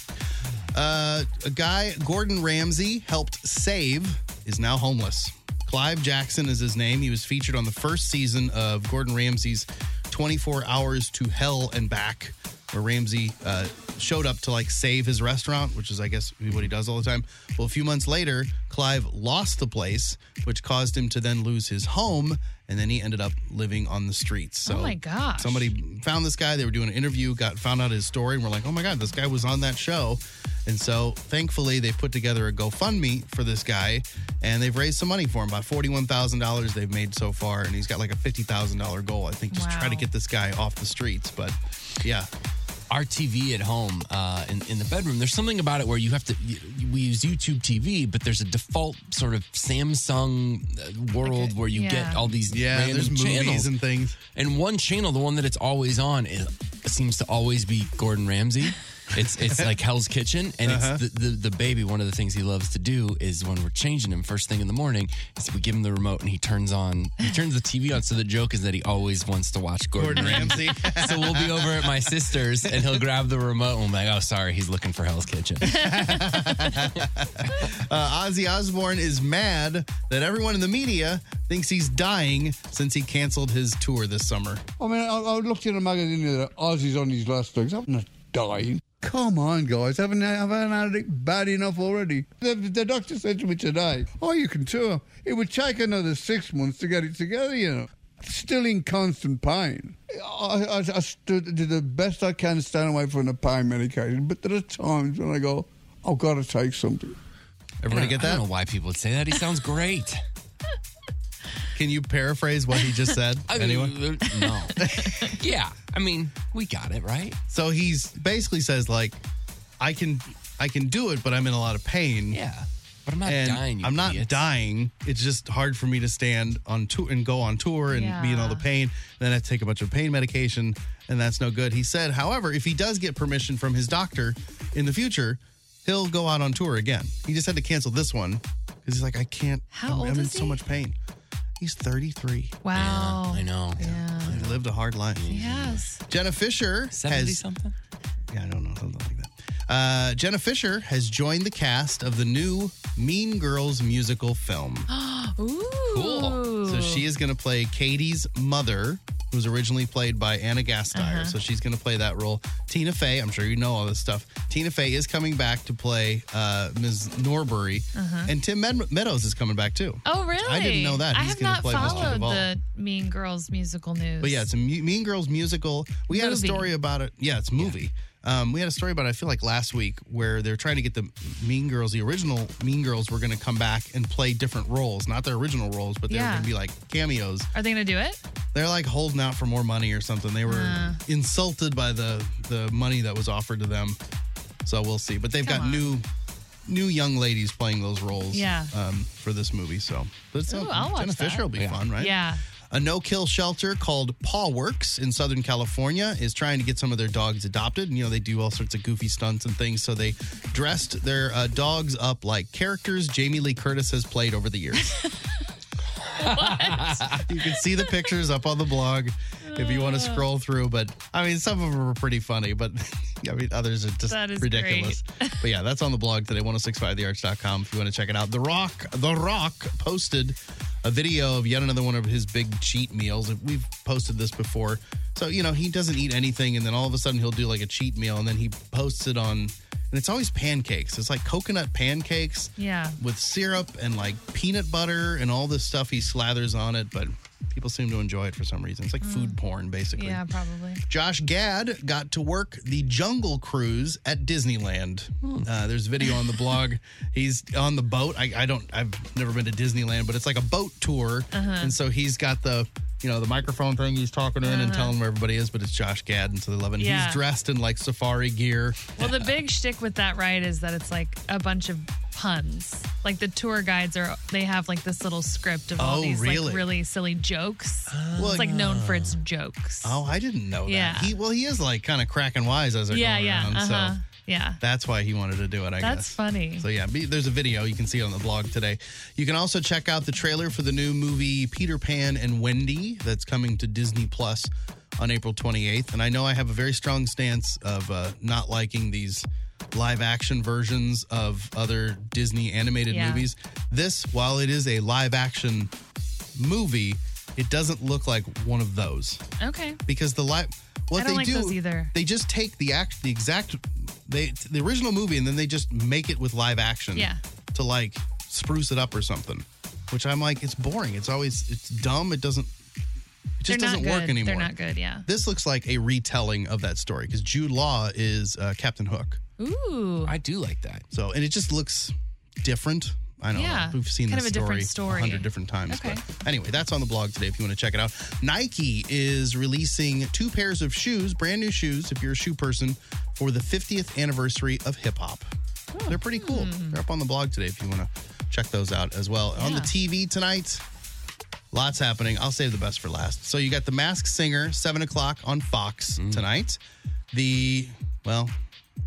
S1: Uh, a guy, Gordon Ramsay, helped save, is now homeless. Clive Jackson is his name. He was featured on the first season of Gordon Ramsay's 24 Hours to Hell and Back, where Ramsay uh, showed up to like save his restaurant, which is, I guess, what he does all the time. Well, a few months later, Clive lost the place, which caused him to then lose his home, and then he ended up living on the streets. So
S2: Oh my gosh.
S1: Somebody found this guy. They were doing an interview, got found out his story, and we're like, oh my god, this guy was on that show. And so, thankfully, they put together a GoFundMe for this guy, and they've raised some money for him. About forty-one thousand dollars they've made so far, and he's got like a fifty thousand dollar goal. I think just try to get this guy off the streets. But yeah,
S3: our TV at home uh, in, in the bedroom, there's something about it where you have to, you- we use YouTube TV, but there's a default sort of Samsung uh, world where you
S1: yeah.
S3: get all these
S1: Yeah,
S3: random
S1: there's movies
S3: channels.
S1: and things.
S3: And one channel, the one that it's always on, it seems to always be Gordon Ramsay. It's it's like Hell's Kitchen, and
S1: Uh-huh.
S3: it's the, the the baby. One of the things he loves to do is when we're changing him first thing in the morning, is we give him the remote and he turns on he turns the TV on. So the joke is that he always wants to watch
S1: Gordon
S3: Gordon, Ramsay.
S1: Ramsay.
S3: so we'll be over at my sister's, and he'll grab the remote, and we'll be like, "Oh, sorry, he's looking for Hell's Kitchen."
S1: uh, Ozzy Osbourne is mad that everyone in the media thinks he's dying since he canceled his tour this summer.
S18: I mean, I, I looked in a magazine the other day, Ozzy's on his last legs. I'm not dying. Come on, guys. Haven't, haven't I had it bad enough already? The, the doctor said to me today, oh, you can tour. It would take another six months to get it together, you know. Still in constant pain. I, I, I stood, did the best I can to stand away from the pain medication, but there are times when I go, I've got to take something.
S3: And I- I don't know why people would say that. He sounds great.
S1: Can you paraphrase what he just said?
S3: I mean,
S1: Anyone?
S3: No. yeah, I mean, we got it right.
S1: So he's basically says like, I can I can do it, but I'm in a lot of pain.
S3: Yeah, but I'm not dying, you
S1: I'm not
S3: idiots.
S1: dying. It's just hard for me to stand on tour and go on tour and be in all the
S3: Yeah.
S1: pain. Then I take a bunch of pain medication, and that's no good. He said, however, if he does get permission from his doctor in the future, he'll go out on tour again. He just had to cancel this one because he's like, I can't.
S2: How
S1: I'm,
S2: old
S1: I'm in
S2: is
S1: so
S2: he?
S1: much pain. He's 33.
S2: Wow.
S3: I know.
S2: Yeah.
S1: He lived a hard life.
S2: Yes.
S1: Jenna Fisher
S3: 70
S1: has
S3: something.
S1: Yeah, I don't know something like that. Uh, Jenna Fisher has joined the cast of the new Mean Girls musical film.
S2: Ooh.
S1: Cool. So she is going to play Katie's mother, who was originally played by Anna Gasteyer.
S2: Uh-huh.
S1: So she's going to play that role. Tina Fey, I'm sure you know all this stuff. Tina Fey is coming back to play uh, Ms. Norbury,
S2: Uh-huh.
S1: and Tim Med- Meadows is coming back too.
S2: Oh, really?
S1: I didn't know that.
S2: I
S1: He's
S2: have
S1: gonna
S2: not
S1: play Mr.
S2: followed
S1: Duvall.
S2: the Mean Girls musical news.
S1: But yeah, it's a mu- Mean Girls musical. We had a
S2: Movie.
S1: story about it. Yeah, it's a movie. Um, we had a story about it, I feel like last week where they're trying to get the Mean Girls, the original Mean Girls were going to come back and play different roles, not their original roles, but they were
S2: Yeah.
S1: going to be like cameos.
S2: Are they going to do it?
S1: They're like holding out for more money or something. They were
S2: Uh.
S1: insulted by the the money that was offered to them. So we'll see. But they've
S2: Come
S1: got
S2: on.
S1: new new young ladies playing those roles
S2: Yeah.
S1: um, for this movie. So but it's
S2: Ooh, I'll watch
S1: Jenna Fisher
S2: that.
S1: will be fun, right?
S2: Yeah.
S1: A no kill shelter called Paw Works in Southern California is trying to get some of their dogs adopted. And, you know, they do all sorts of goofy stunts and things. So they dressed their uh, dogs up like characters Jamie Lee Curtis has played over the years. you can see the pictures up on the blog if you want to scroll through. But I mean, some of them are pretty funny, but I mean, others are just
S2: That is
S1: ridiculous. but yeah, that's on the blog today, 1065thearch.com if you want to check it out. The Rock, The Rock posted a video of yet another one of his big cheat meals. We've posted this before. So, you know, he doesn't eat anything and then all of a sudden he'll do like a cheat meal and then he posts it on and it's always pancakes. It's like coconut pancakes
S2: Yeah.
S1: with syrup and like peanut butter and all this stuff he slathers on it, but people seem to enjoy it for some reason. It's like food porn, basically.
S2: Mm. Yeah, probably.
S1: Josh Gad got to work the Jungle Cruise at Disneyland.
S2: Hmm.
S1: Uh, there's video on the blog. He's on the boat. I, I don't. I've never been to Disneyland, but it's like a boat tour,
S3: Uh-huh.
S1: and so he's got the you know the microphone thing. He's talking in and
S2: Uh-huh.
S1: telling where everybody is, but it's Josh Gad, and so they love it. And
S2: Yeah.
S1: He's dressed in like safari gear.
S2: Well, the big shtick with that ride is that it's like a bunch of puns. Like the tour guides are, they have like this little script of all
S1: Oh,
S2: these
S1: really?
S2: like really silly jokes.
S1: Well,
S2: it's like known for its jokes.
S1: Oh, I didn't know that.
S2: Yeah.
S1: He well, he is like kind of cracking wise as they're
S2: yeah,
S1: going
S2: yeah,
S1: around.
S2: uh-huh,
S1: So
S2: yeah.
S1: that's why he wanted to do it. I
S2: That's
S1: guess.
S2: funny.
S1: So yeah, be, there's a video you can see it on the blog today. You can also check out the trailer for the new movie Peter Pan and Wendy that's coming to Disney Plus on April 28th. And I know I have a very strong stance of uh, not liking these live action versions of other Disney animated
S2: Yeah.
S1: movies. This, while it is a live action movie, it doesn't look like one of those
S2: Okay.
S1: because the live what
S2: I don't
S1: they
S2: like
S1: do
S2: those either.
S1: they just take the act the exact they the original movie and then they just make it with live action
S2: Yeah.
S1: to like spruce it up or something which i'm like it's boring it's always it's dumb it doesn't it just
S2: They're not
S1: doesn't
S2: good.
S1: work anymore
S2: They're not good. Yeah.
S1: this looks like a retelling of that story because jude law is uh, captain hook
S2: Ooh.
S3: I do like that
S1: so and it just looks different I don't
S2: Yeah,
S1: know. We've seen
S2: kind
S1: this
S2: of a
S1: story
S2: different
S1: a
S2: story.
S1: hundred different times.
S2: Okay.
S1: But anyway, that's on the blog today if you want to check it out. Nike is releasing two pairs of shoes, brand new shoes, if you're a shoe person, for the 50th anniversary of hip hop.
S2: Oh,
S1: They're pretty cool.
S2: hmm.
S1: They're up on the blog today if you want to check those out as well. On the TV tonight, Lots happening. I'll save the best for last. So you got the Masked Singer, seven o'clock on Fox tonight. The well,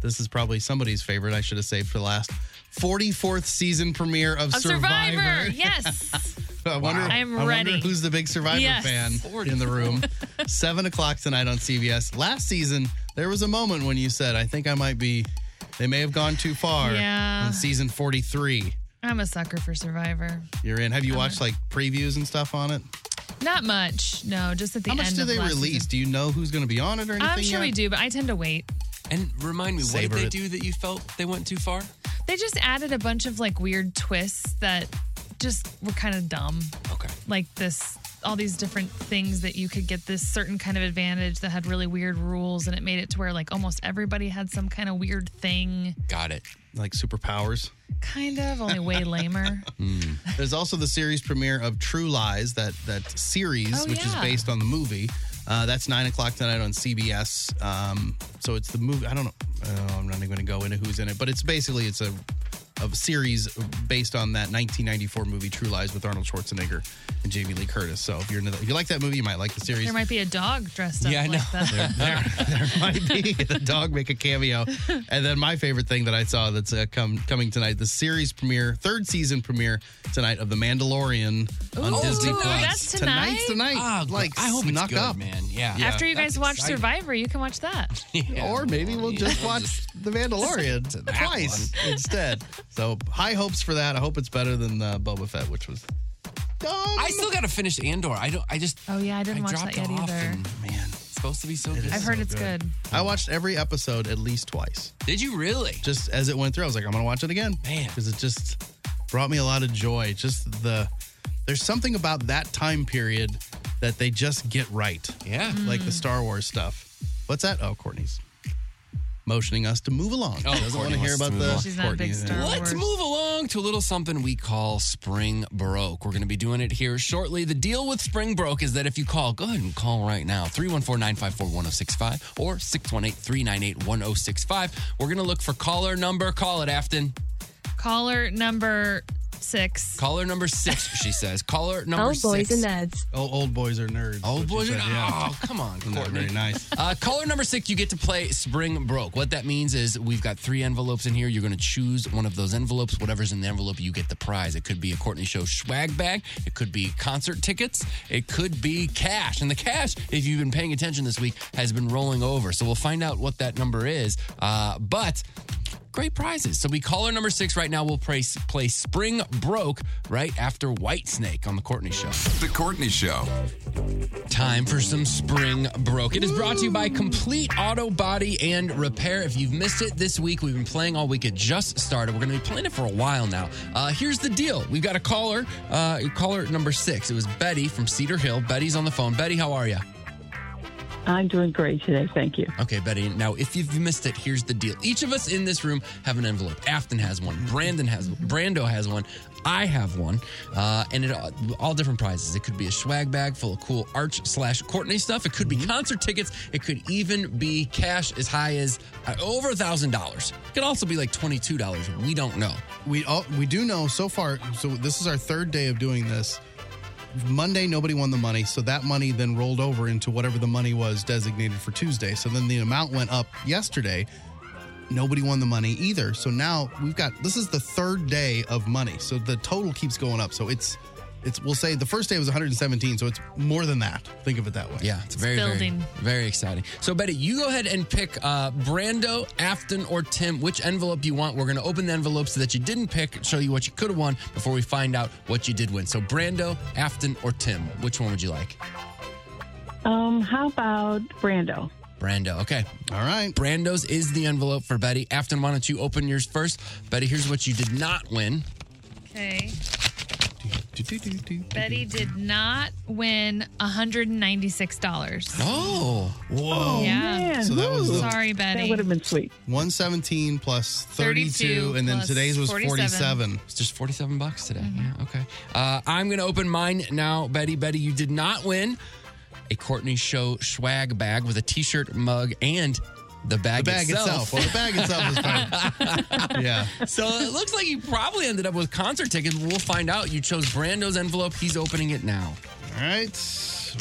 S1: this is probably somebody's favorite. I should have saved for last. Forty-fourth season premiere of,
S2: A survivor. Yes.
S1: I wonder.
S2: Wow. I'm
S1: I wonder
S2: ready.
S1: who's the big Survivor
S2: Yes.
S1: fan in the room? seven o'clock tonight on CBS. Last season, there was a moment when you said, "I think I might be." They may have gone too far.
S2: Yeah.
S1: On season forty-three,
S2: I'm a sucker for Survivor.
S1: you're in. Have
S2: Uh-huh.
S1: you watched like previews and stuff on it?
S2: Not much. No, just at the
S1: How
S2: end
S1: much do
S2: of
S1: they
S2: last season.
S1: release? Do you know who's going to be on it or anything?
S2: I'm sure
S1: yet?
S2: we do, but I tend to wait.
S3: And remind me,
S1: Savor
S3: what did
S1: it.
S3: they do that you felt they went too far?
S2: They just added a bunch of like weird twists that just were kind of dumb.
S3: Okay.
S2: Like this, all these different things that you could get this certain kind of advantage that had really weird rules, and it made it to where like almost everybody had some kind of weird thing.
S3: Got it.
S1: Like superpowers.
S2: Kind of, only way lamer.
S3: Hmm.
S1: There's also the series premiere of True Lies, that that series,
S2: Oh,
S1: which is
S2: yeah.
S1: based on the movie. Uh, that's nine o'clock tonight on CBS. Um, so it's the movie. I don't know. Uh, I'm not even going to go into who's in it, but it's basically it's a of a series based on that 1994 movie True Lies with Arnold Schwarzenegger and Jamie Lee Curtis. So if you're into, if you like that movie, you might like the series.
S2: There might be a dog dressed up
S1: Yeah, I know.
S2: like that.
S1: there, there might be the dog make a cameo. And then my favorite thing that I saw that's uh, come coming tonight, the series premiere, third season premiere tonight of The Mandalorian on
S2: Ooh,
S1: Disney
S2: tonight?
S1: Plus.
S2: That's
S1: Tonight's the night.
S3: Ah,
S1: like
S3: I hope it's
S1: snuck
S3: good,
S1: up,
S3: man. Yeah.
S2: After you guys
S3: That's
S2: watch
S3: exciting.
S2: Survivor, you can watch that.
S1: or maybe we'll just watch The Mandalorian twice instead. So high hopes for that. I hope it's better than uh, Boba Fett, which was I
S3: still got to finish Andor. I don't. I just.
S2: Oh yeah, I didn't
S3: I
S2: watch
S3: dropped
S2: that yet
S3: off
S2: either.
S3: and- man, it's supposed to be so good.
S2: I've heard it's good.
S1: I watched every episode at least twice.
S3: Did you really?
S1: Just as it went through, I was like, I'm gonna watch it again, man, because it just brought me a lot of joy. Just the there's something about that time period that they just get right.
S3: Yeah,
S1: like
S2: Mm.
S1: the Star Wars stuff. What's that? Oh, Courtney's motioning us to move along.
S3: Oh,
S1: She doesn't want
S3: Courtney
S1: to hear
S3: wants to
S1: about
S3: move
S1: the
S3: along. She's not a
S1: Courtney.
S3: big Star Let's move along to a little something we call Spring Baroque. We're going to be doing it here shortly. The deal with Spring Baroque is that if you call, go ahead and call right now 314 954 1065 or 618 398 1065. We're going to look for caller number. Call it, Afton.
S2: Caller number six.
S3: Caller number six, she says. Caller number
S9: Old boys
S3: six.
S9: and nerds.
S1: Oh, old boys are nerds.
S3: Old boys
S1: she
S3: are
S1: said, yeah.
S3: Oh, come on,
S1: Not
S3: Courtney.
S1: very nice.
S3: Uh, caller number six, you get to play Spring Broke. What that means is we've got three envelopes in here. You're going to choose one of those envelopes. Whatever's in the envelope, you get the prize. It could be a Courtney Show swag bag. It could be concert tickets. It could be cash. And the cash, if you've been paying attention this week, has been rolling over. So we'll find out what that number is. Uh, but great prizes. So we caller number six right now. We'll play, play Spring Broke right after White Snake on the Courtney Show.
S5: The Courtney Show.
S3: Time for some spring broke. It is brought to you by Complete Auto Body and Repair. If you've missed it this week, we've been playing all week. It just started. We're going to be playing it for a while now. Uh, here's the deal: we've got a caller, uh, caller number six. It was Betty from Cedar Hill. Betty's on the phone. Betty, how are you?
S19: I'm doing great today. Thank you.
S3: Okay, Betty. Now, if you've missed it, here's the deal. Each of us in this room have an envelope. Afton has one. Brandon has Brando has one. I have one, uh, and it all, all different prizes. It could be a swag bag full of cool Arch slash Courtney stuff. It could be concert tickets. It could even be cash as high as uh, over a thousand dollars. It could also be like twenty two dollars. We don't know.
S1: We all we do know so far. So this is our third day of doing this. Monday, nobody won the money, so that money then rolled over into whatever the money was designated for Tuesday. So then the amount went up yesterday. Nobody won the money either. So now we've got this is the third day of money. So the total keeps going up. So it's It's we'll say the first day was 117, so it's more than that. Think of it that way.
S3: Yeah, it's very,
S1: building.
S3: very, very exciting. So, Betty, you go ahead and pick uh, Brando, Afton, or Tim, which envelope you want. We're going to open the envelopes that you didn't pick, show you what you could have won before we find out what you did win. So, Brando, Afton, or Tim, which one would you like?
S19: Um, how about Brando?
S3: Brando. Okay. All right. Brando's is the envelope for Betty. Afton, why don't you open yours first? Betty, here's what you did not win.
S2: Okay. Betty did not win $196.
S3: Oh,
S1: whoa!
S19: Oh,
S2: Yeah. man.
S1: So that was the-
S2: Sorry, Betty. That would have
S19: been sweet.
S1: 117 plus 32,
S2: 32
S1: and then
S2: plus
S1: today's was 47.
S2: 47.
S3: It's just 47 bucks today.
S1: Mm-hmm.
S3: Yeah. Okay. Uh, I'm going to open mine now, Betty. Betty, you did not win a Courtney Show swag bag with a T-shirt, mug, and the bag,
S1: The bag itself. Well, the bag itself is fine. yeah.
S3: So it looks like you probably ended up with concert tickets. but We'll find out. You chose Brando's envelope. He's opening it now.
S1: All right.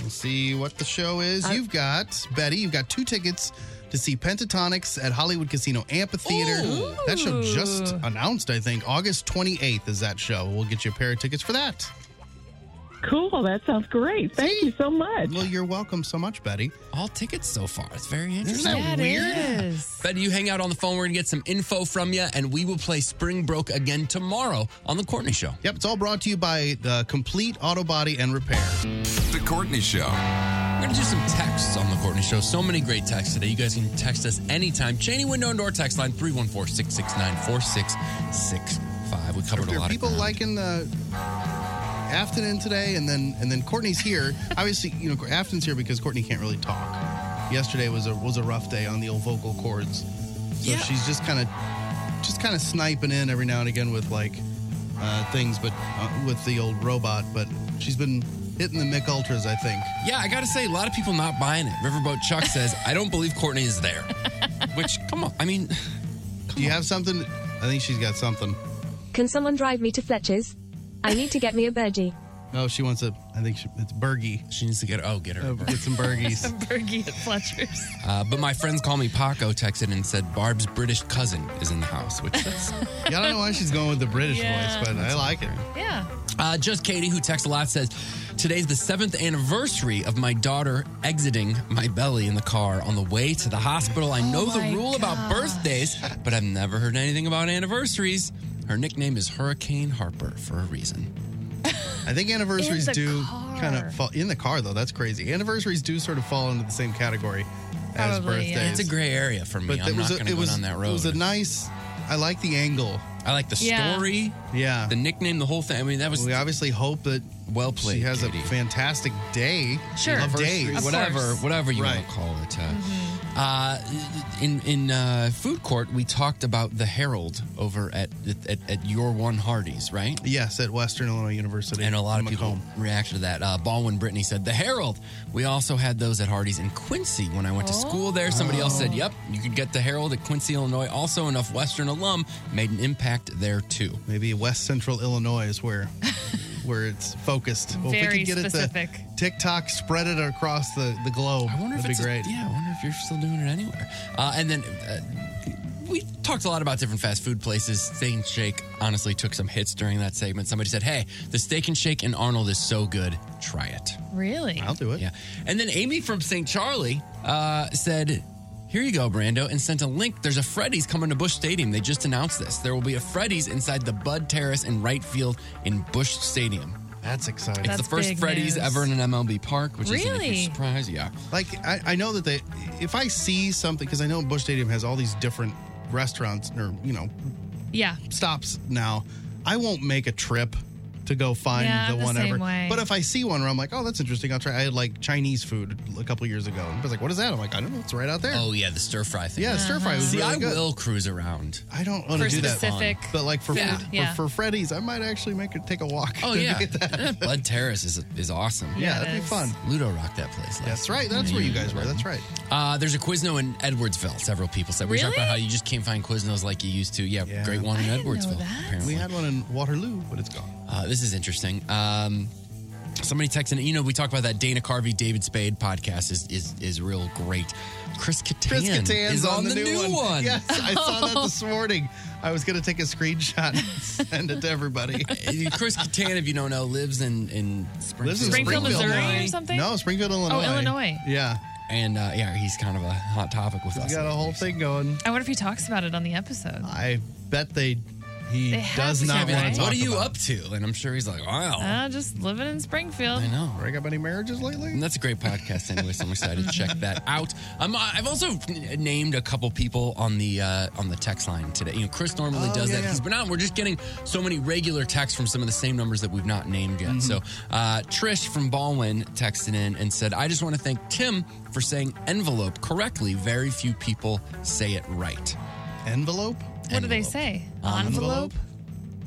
S1: We'll see what the show is.
S19: Uh,
S1: you've got, Betty, you've got two tickets to see Pentatonics at Hollywood Casino Amphitheater. That show just announced, I think. August 28th is that show. We'll get you a pair of tickets for that.
S19: Cool. That sounds great. Thank you so much.
S1: Well, you're welcome so much, Betty.
S3: All tickets so far. It's very interesting.
S1: Isn't that weird?
S3: Betty, you hang out on the phone. We're going to get some info from you, and we will play Spring Broke again tomorrow on The Courtney Show.
S1: Yep, it's all brought to you by the Complete Auto Body and Repair.
S3: The Courtney Show. We're going to do some texts on The Courtney Show. So many great texts today. You guys can text us anytime. Cheney Window and Door text line 314 669 4665. We covered a
S1: There are
S3: lot
S1: people
S3: of ground.
S1: liking uh, Afton in today, and then and then Courtney's here. Obviously, you know Afton's here because Courtney can't really talk. Yesterday was a was a rough day on the old vocal cords, so she's just kind of just kind of sniping in every now and again with like uh, things, but uh, with the old robot. But she's been hitting the Mick Ultras, I think.
S3: Yeah, I got to say, a lot of people not buying it. Riverboat Chuck says, I don't believe Courtney is there. Which, come on. I mean,
S1: do you have something? I think she's got something.
S9: Can someone drive me to Fletcher's? I need to get me a Bergie.
S1: Oh, she wants a. I think she, it's Bergie.
S3: She needs to get. Oh, get her.
S1: get some Bergies.
S2: Bergie at Fletcher's.
S3: Uh, but my friends call me Paco, texted and said Barb's British cousin is in the house, which is.
S1: yeah, I don't know why she's going with the British
S2: Yeah.
S1: voice, but I like it.
S2: Yeah.
S3: Uh, just Katie, who texts a lot, says, Today's the seventh anniversary of my daughter exiting my belly in the car on the way to the hospital. I know the
S2: my
S3: rule about birthdays, but I've never heard anything about anniversaries. Her nickname is Hurricane Harper for a reason.
S1: I think anniversaries
S3: In the
S1: do
S3: car.
S1: kind of fall in the car though. That's crazy. Anniversaries do sort of fall into the same category as birthdays.
S3: It's a gray area for me.
S1: it
S3: I'm not
S1: was a-
S3: going to
S1: it
S3: go
S1: was-
S3: down that road.
S1: It was a nice. I like the angle.
S3: I like the
S1: Yeah.
S3: story.
S1: Yeah.
S3: The nickname, the whole thing. I mean, that was.
S1: We obviously hope that
S3: well played.
S1: She has a fantastic day. Anniversary,
S3: Days, whatever, whatever you
S1: Right.
S3: want to call it. Uh, uh, in in uh, food court, we talked about the Herald over at at, at your one Hardee's, right?
S1: Yes, at Western Illinois University.
S3: And a lot of people reacted to that. Uh, Baldwin Brittany said the Herald. We also had those at Hardee's in Quincy when I went to school there. Somebody else
S1: Oh.
S3: said, "Yep, you could get the Herald at Quincy, Illinois." Also, enough Western alum made an impact there too.
S1: Maybe West Central Illinois is where where it's focused. Well, if we
S2: Very
S1: could get
S2: specific.
S1: it to TikTok, spread it across the, the globe. I wonder
S3: if
S1: that'd
S3: it's
S1: be
S3: a-
S1: great.
S3: yeah, I wonder if you're still doing it anywhere. Uh, and then uh, we talked a lot about different fast food places. Steak and Shake honestly took some hits during that segment. Somebody said, "Hey, the Steak and Shake in Arnold is so good. Try it."
S2: Really?
S1: I'll do it.
S3: Yeah. And then Amy from St. Charlie uh, said, "Here you go, Brando," and sent a link. There's a Freddy's coming to Bush Stadium. They just announced this. There will be a Freddy's inside the Bud Terrace in right field in Bush Stadium.
S1: That's exciting.
S3: it's the first Freddy's ever in an MLB park, which is a
S1: Really?
S3: huge surprise. Yeah.
S1: Like I, I know that they, if I see something, because I know Bush Stadium has all these different restaurants or you know
S2: Yeah.
S1: stops now. I won't make a trip to go find
S2: Yeah, I'm
S1: the
S2: the
S1: one
S2: same
S1: ever.
S2: way.
S1: But if I see one where I'm like, oh, that's interesting, I'll try. I had like Chinese food a couple years ago, and I was like, what is that? I'm like, I don't know, it's right out there.
S3: Oh yeah, the stir fry thing.
S1: Yeah, stir fry was
S3: See,
S1: really
S3: I
S1: good.
S3: will cruise around.
S1: I don't want to
S3: For
S1: do
S3: specific-
S1: that, but like for
S3: Yeah.
S1: for, for-
S3: Yeah.
S1: for Freddy's, I might actually make it take a walk.
S3: Oh
S1: to
S3: yeah,
S1: get that.
S3: Bud Terrace is is awesome.
S1: Yeah, Yeah, it that'd be is. fun.
S3: Ludo rocked that place.
S1: That's right. That's where you guys were. That's right.
S3: Uh, there's a Quizno in Edwardsville. Several people said we talked about
S1: Really?
S3: how you just can't find Quiznos like you used to. Yeah, great one in Edwardsville. Apparently.
S1: We had one in Waterloo, but it's gone.
S3: Uh, this is interesting. Um, Somebody texting, you know, we talk about that Dana Carvey, David Spade podcast is is, is real great. Chris Kattan,
S1: Chris Kattan's
S3: is on, the, new one.
S1: Yes, I saw that this morning. I was going to take a screenshot and send it to everybody.
S3: Chris Kattan, if you don't know, lives in in Springfield,
S1: Lives in Springfield, Springfield, Missouri or Illinois. something? No, Springfield, Illinois.
S2: Oh, Illinois.
S3: Yeah, and uh, yeah, he's kind of a hot topic with us.
S1: He's got a whole thing going.
S2: I wonder if he talks about it on the episode.
S1: I bet they he
S2: They have
S1: does
S2: to,
S1: not
S2: right?
S1: want to talk
S2: What are you
S1: about
S3: up to? And I'm sure he's like, wow.
S2: Uh, just living in Springfield. I
S3: know.
S1: Break up any marriages lately?
S3: And that's a great podcast anyway, so I'm excited to check that out. Um, I- I've also n- named a couple people on the uh, on the text line today. You know, Chris normally
S1: Oh,
S3: does
S1: yeah,
S3: that. He's
S1: yeah.
S3: been out. and We're just getting so many regular texts from some of the same numbers that we've not named yet.
S1: Mhm.
S3: So uh, Trish from Baldwin texted in and said, "I just want to thank Tim for saying envelope correctly. Very few people say it right.
S1: Envelope?
S2: What do they say?
S1: Envelope?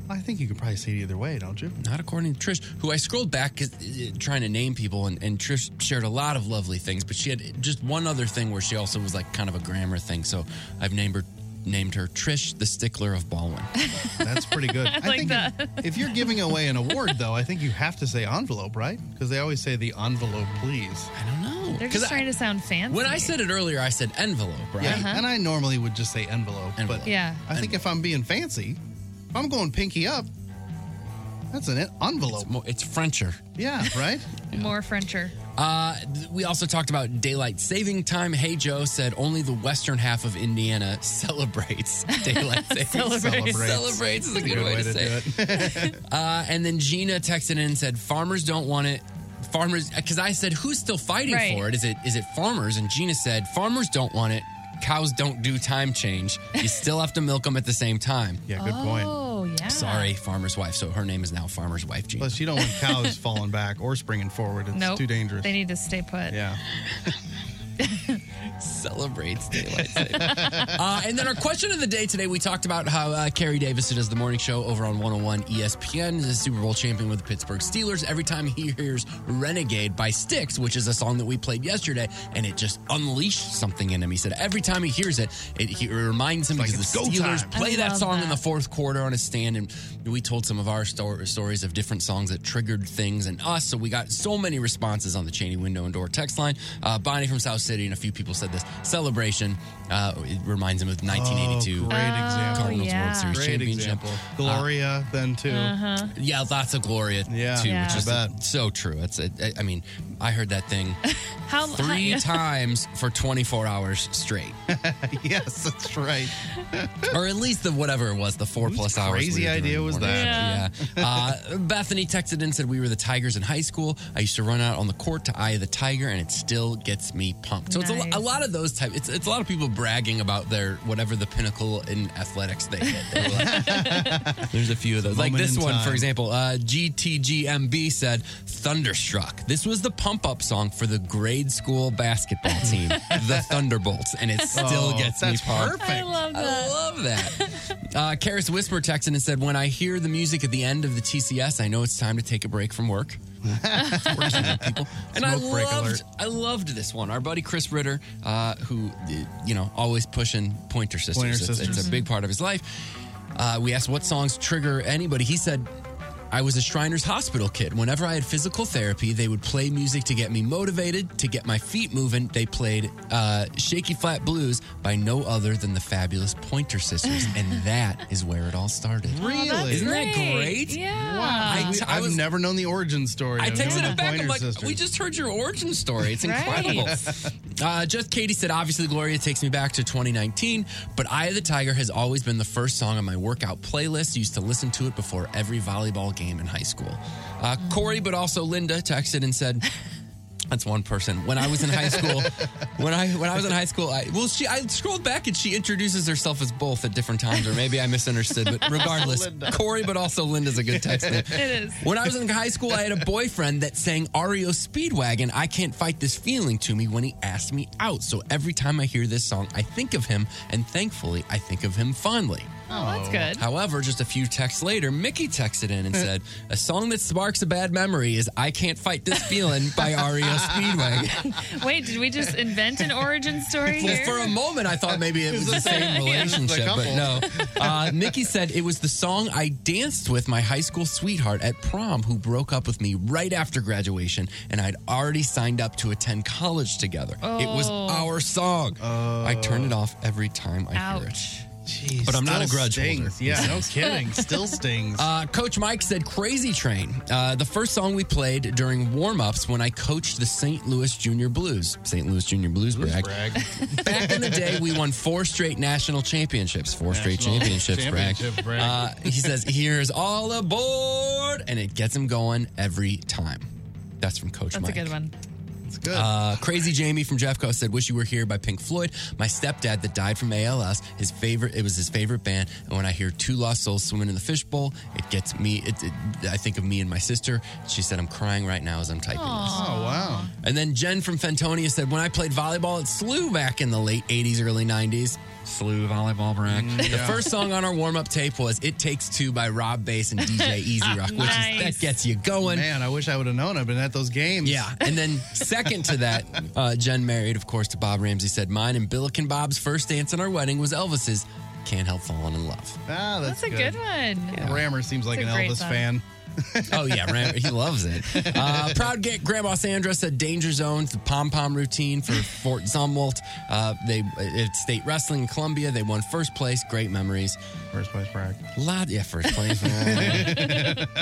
S1: I think you could probably say it either way, don't you?
S3: Not according to Trish, who I scrolled back uh, uh, trying to name people, and, and Trish shared a lot of lovely things, but she had just one other thing where she also was like kind of a grammar thing. So I've named her named her Trish the Stickler of Baldwin.
S1: That's pretty good. I
S2: like
S1: think
S2: that.
S1: If, if you're giving away an award, though, I think you have to say envelope, right? Because they always say the envelope, please.
S3: I don't know.
S2: They're just trying to sound fancy.
S3: When I said it earlier, I said envelope, right?
S1: Yeah, and I normally would just say envelope, but
S2: Yeah.
S1: I think if I'm being fancy, if I'm going pinky up, that's an en- envelope.
S3: It's, mo- it's Frencher.
S1: Yeah, right?
S2: More Frencher.
S3: Uh, th- we also talked about daylight saving time. Hey Joe said only the western half of Indiana celebrates daylight saving
S1: Celebrates.
S3: Celebrates is a good, way, to say it. Uh, and then Gina texted in and said, "Farmers don't want it. Farmers, because I said, who's still fighting
S2: Right.
S3: for it? Is it is it farmers?" And Gina said, "Farmers don't want it. Cows don't do time change. You still have to milk them at the same time." Yeah,
S2: Oh, yeah.
S3: Sorry, farmer's wife. So her name is now farmer's wife Gina.
S1: Plus, you don't want cows falling back or springing forward. It's
S2: Nope.
S1: too dangerous.
S2: They need to stay put.
S1: yeah.
S3: Celebrates daylight saving. uh, and then our question of the day today, we talked about how uh, Carrie Davis who does the morning show over on 101 ESPN, is a Super Bowl champion with the Pittsburgh Steelers. Every time he hears Renegade by Styx, which is a song that we played yesterday, and it just unleashed something in him. He said every time he hears it, it, he, it reminds him because
S1: "It's
S3: the
S1: go time."
S3: Steelers play
S1: I
S3: that
S1: love
S3: song
S1: that.
S3: in the fourth quarter on a stand. And we told some of our stor- stories of different songs that triggered things in us. So we got so many responses on the Cheney window and door text line. Uh, Bonnie from South City and a few people said this celebration. Uh, it reminds him of 1982
S1: Oh, great example.
S3: Cardinals World Series
S1: Great
S3: championship. Uh,
S1: example. Gloria, then too.
S2: Uh-huh.
S3: Yeah, lots of Gloria
S1: Yeah,
S3: too,
S1: Yeah.
S3: which is
S1: I
S3: so true. It's I I mean, I heard that thing
S2: How
S3: three
S2: how-
S3: times for 24 hours straight. yes, that's right. or at least the whatever it was, the four plus hours.
S1: crazy
S3: we were doing
S1: idea
S3: in the
S1: was
S3: morning.
S1: that?
S3: Yeah. Uh, Bethany texted in said we were the Tigers in high school. I used to run out on the court to eye the tiger, and it still gets me pumped. So it's a, lo-
S1: Nice.
S3: a lot of those type. It's, it's a lot of people bragging about their whatever the pinnacle in athletics they hit. They were like- There's a few of those. Like
S1: Moment
S3: this
S1: in
S3: one, for
S1: time.
S3: example, uh, GTGMB said Thunderstruck. This was the pump up song for the grade school basketball team, the Thunderbolts, and it still
S1: Oh,
S3: gets
S1: that's
S3: me pumped.
S1: perfect. I
S2: love
S3: that. I love that. Uh, Karis Whisper texted and said, When I hear the music at the end of the TCS, I know it's time to take a break from work. It's working on people. And I
S1: Smoke break alert.
S3: loved, I loved this one. Our buddy Chris Ritter, uh, who, uh, you know, always pushing Pointer Sisters.
S1: Pointer
S3: It's- It's,
S1: Sisters.
S3: a big part of his life. Uh, we asked what songs trigger anybody. He said, I was a Shriners Hospital kid. Whenever I had physical therapy, they would play music to get me motivated, to get my feet moving. They played uh, Shaky Flat Blues by no other than the fabulous Pointer Sisters. And that is where it all started.
S1: Really?
S3: Isn't that great?
S2: Yeah.
S1: Wow.
S3: I
S1: I
S3: t-
S1: t-
S3: I
S1: I've
S3: was-
S1: never known the origin story.
S3: I
S1: of
S3: texted
S1: the
S3: it back. I'm
S1: Pointer
S3: like,
S1: Sisters.
S3: we just heard your origin story. It's
S1: Right.
S3: incredible. uh, just Katie said, obviously, Gloria takes me back to 2019, but Eye of the Tiger has always been the first song on my workout playlist. Used to listen to it before every volleyball game in high school. Uh,
S1: Mm.
S3: Corey, but also Linda, texted and said, that's one person. When I was in high school, when I when I was in high school, I well, she I scrolled back and she introduces herself as both at different times, or maybe I misunderstood. But regardless,
S1: Linda.
S3: Corey, but also Linda's a good text. name.
S1: It is.
S3: When I was in high school, I had a boyfriend that sang REO Speedwagon. I can't fight this feeling to me when he asked me out. So every time I hear this song, I think of him, and thankfully, I think of him fondly.
S2: Oh, that's good.
S3: However, just a few texts later, Mickey texted in and said, "A song that sparks a bad memory is I Can't Fight This Feeling by REO Speedwagon."
S2: Wait, did we just invent an origin story
S3: Well,
S2: here?
S3: for a moment, I thought maybe it was the
S2: Yeah.
S3: same relationship, but no. Uh, Nikki said it was the song I danced with my high school sweetheart at prom, who broke up with me right after graduation, and I'd already signed up to attend college together. It was
S2: Oh.
S3: our song. I turn it off every time I hear it.
S2: Ouch.
S3: Jeez, but I'm not a
S1: still
S3: grudge
S1: stings.
S3: holder.
S1: Yeah, no kidding. Still stings.
S3: Uh, Coach Mike said Crazy Train. Uh, the first song we played during warm-ups when I coached the St. Louis Junior Blues. St. Louis Junior Blues, brag. Back in the day, we won four straight national championships. Four straight
S1: National
S3: championships, brag.
S1: championship, brag.
S3: Uh, he says, here's all aboard, and it gets him going every time. That's from Coach
S2: That's
S3: Mike.
S2: a good one.
S3: It's good. Uh, Crazy Jamie from Jeffco said, "Wish You Were Here" by Pink Floyd. My stepdad that died from ALS, his favorite. It was his favorite band. And when I hear Two Lost Souls swimming in the fishbowl, it gets me. It, it, I think of me and my sister. She said, "I'm crying right now as I'm typing this."
S1: Oh, wow.
S3: And then Jen from Fentonia said, When I played volleyball at SLU back in the late 80s, early 90s, SLU volleyball brack. The
S1: yeah.
S3: first song on our warm up tape was It Takes Two by Rob Bass and DJ Easy Rock, which is, that gets you going.
S1: Man, I wish I would have known. I've been at those games.
S3: Yeah. And then, second to that, uh, Jen married, of course, to Bob Ramsey said, Mine and Billick and Bob's first dance on our wedding was Elvis's Can't Help Falling in Love.
S1: Ah, that's,
S2: That's a good one.
S1: Rammer seems like
S2: It's
S1: an
S2: a great
S1: Elvis
S2: song.
S1: fan.
S3: oh yeah, Ram- he loves it. Uh, proud get Grandma Sandra said Danger Zone, the pom pom routine for Fort Zumwalt. Uh, they at state wrestling in Columbia. They won first place. Great memories.
S1: First place brag.
S3: Lot, yeah, first place. uh,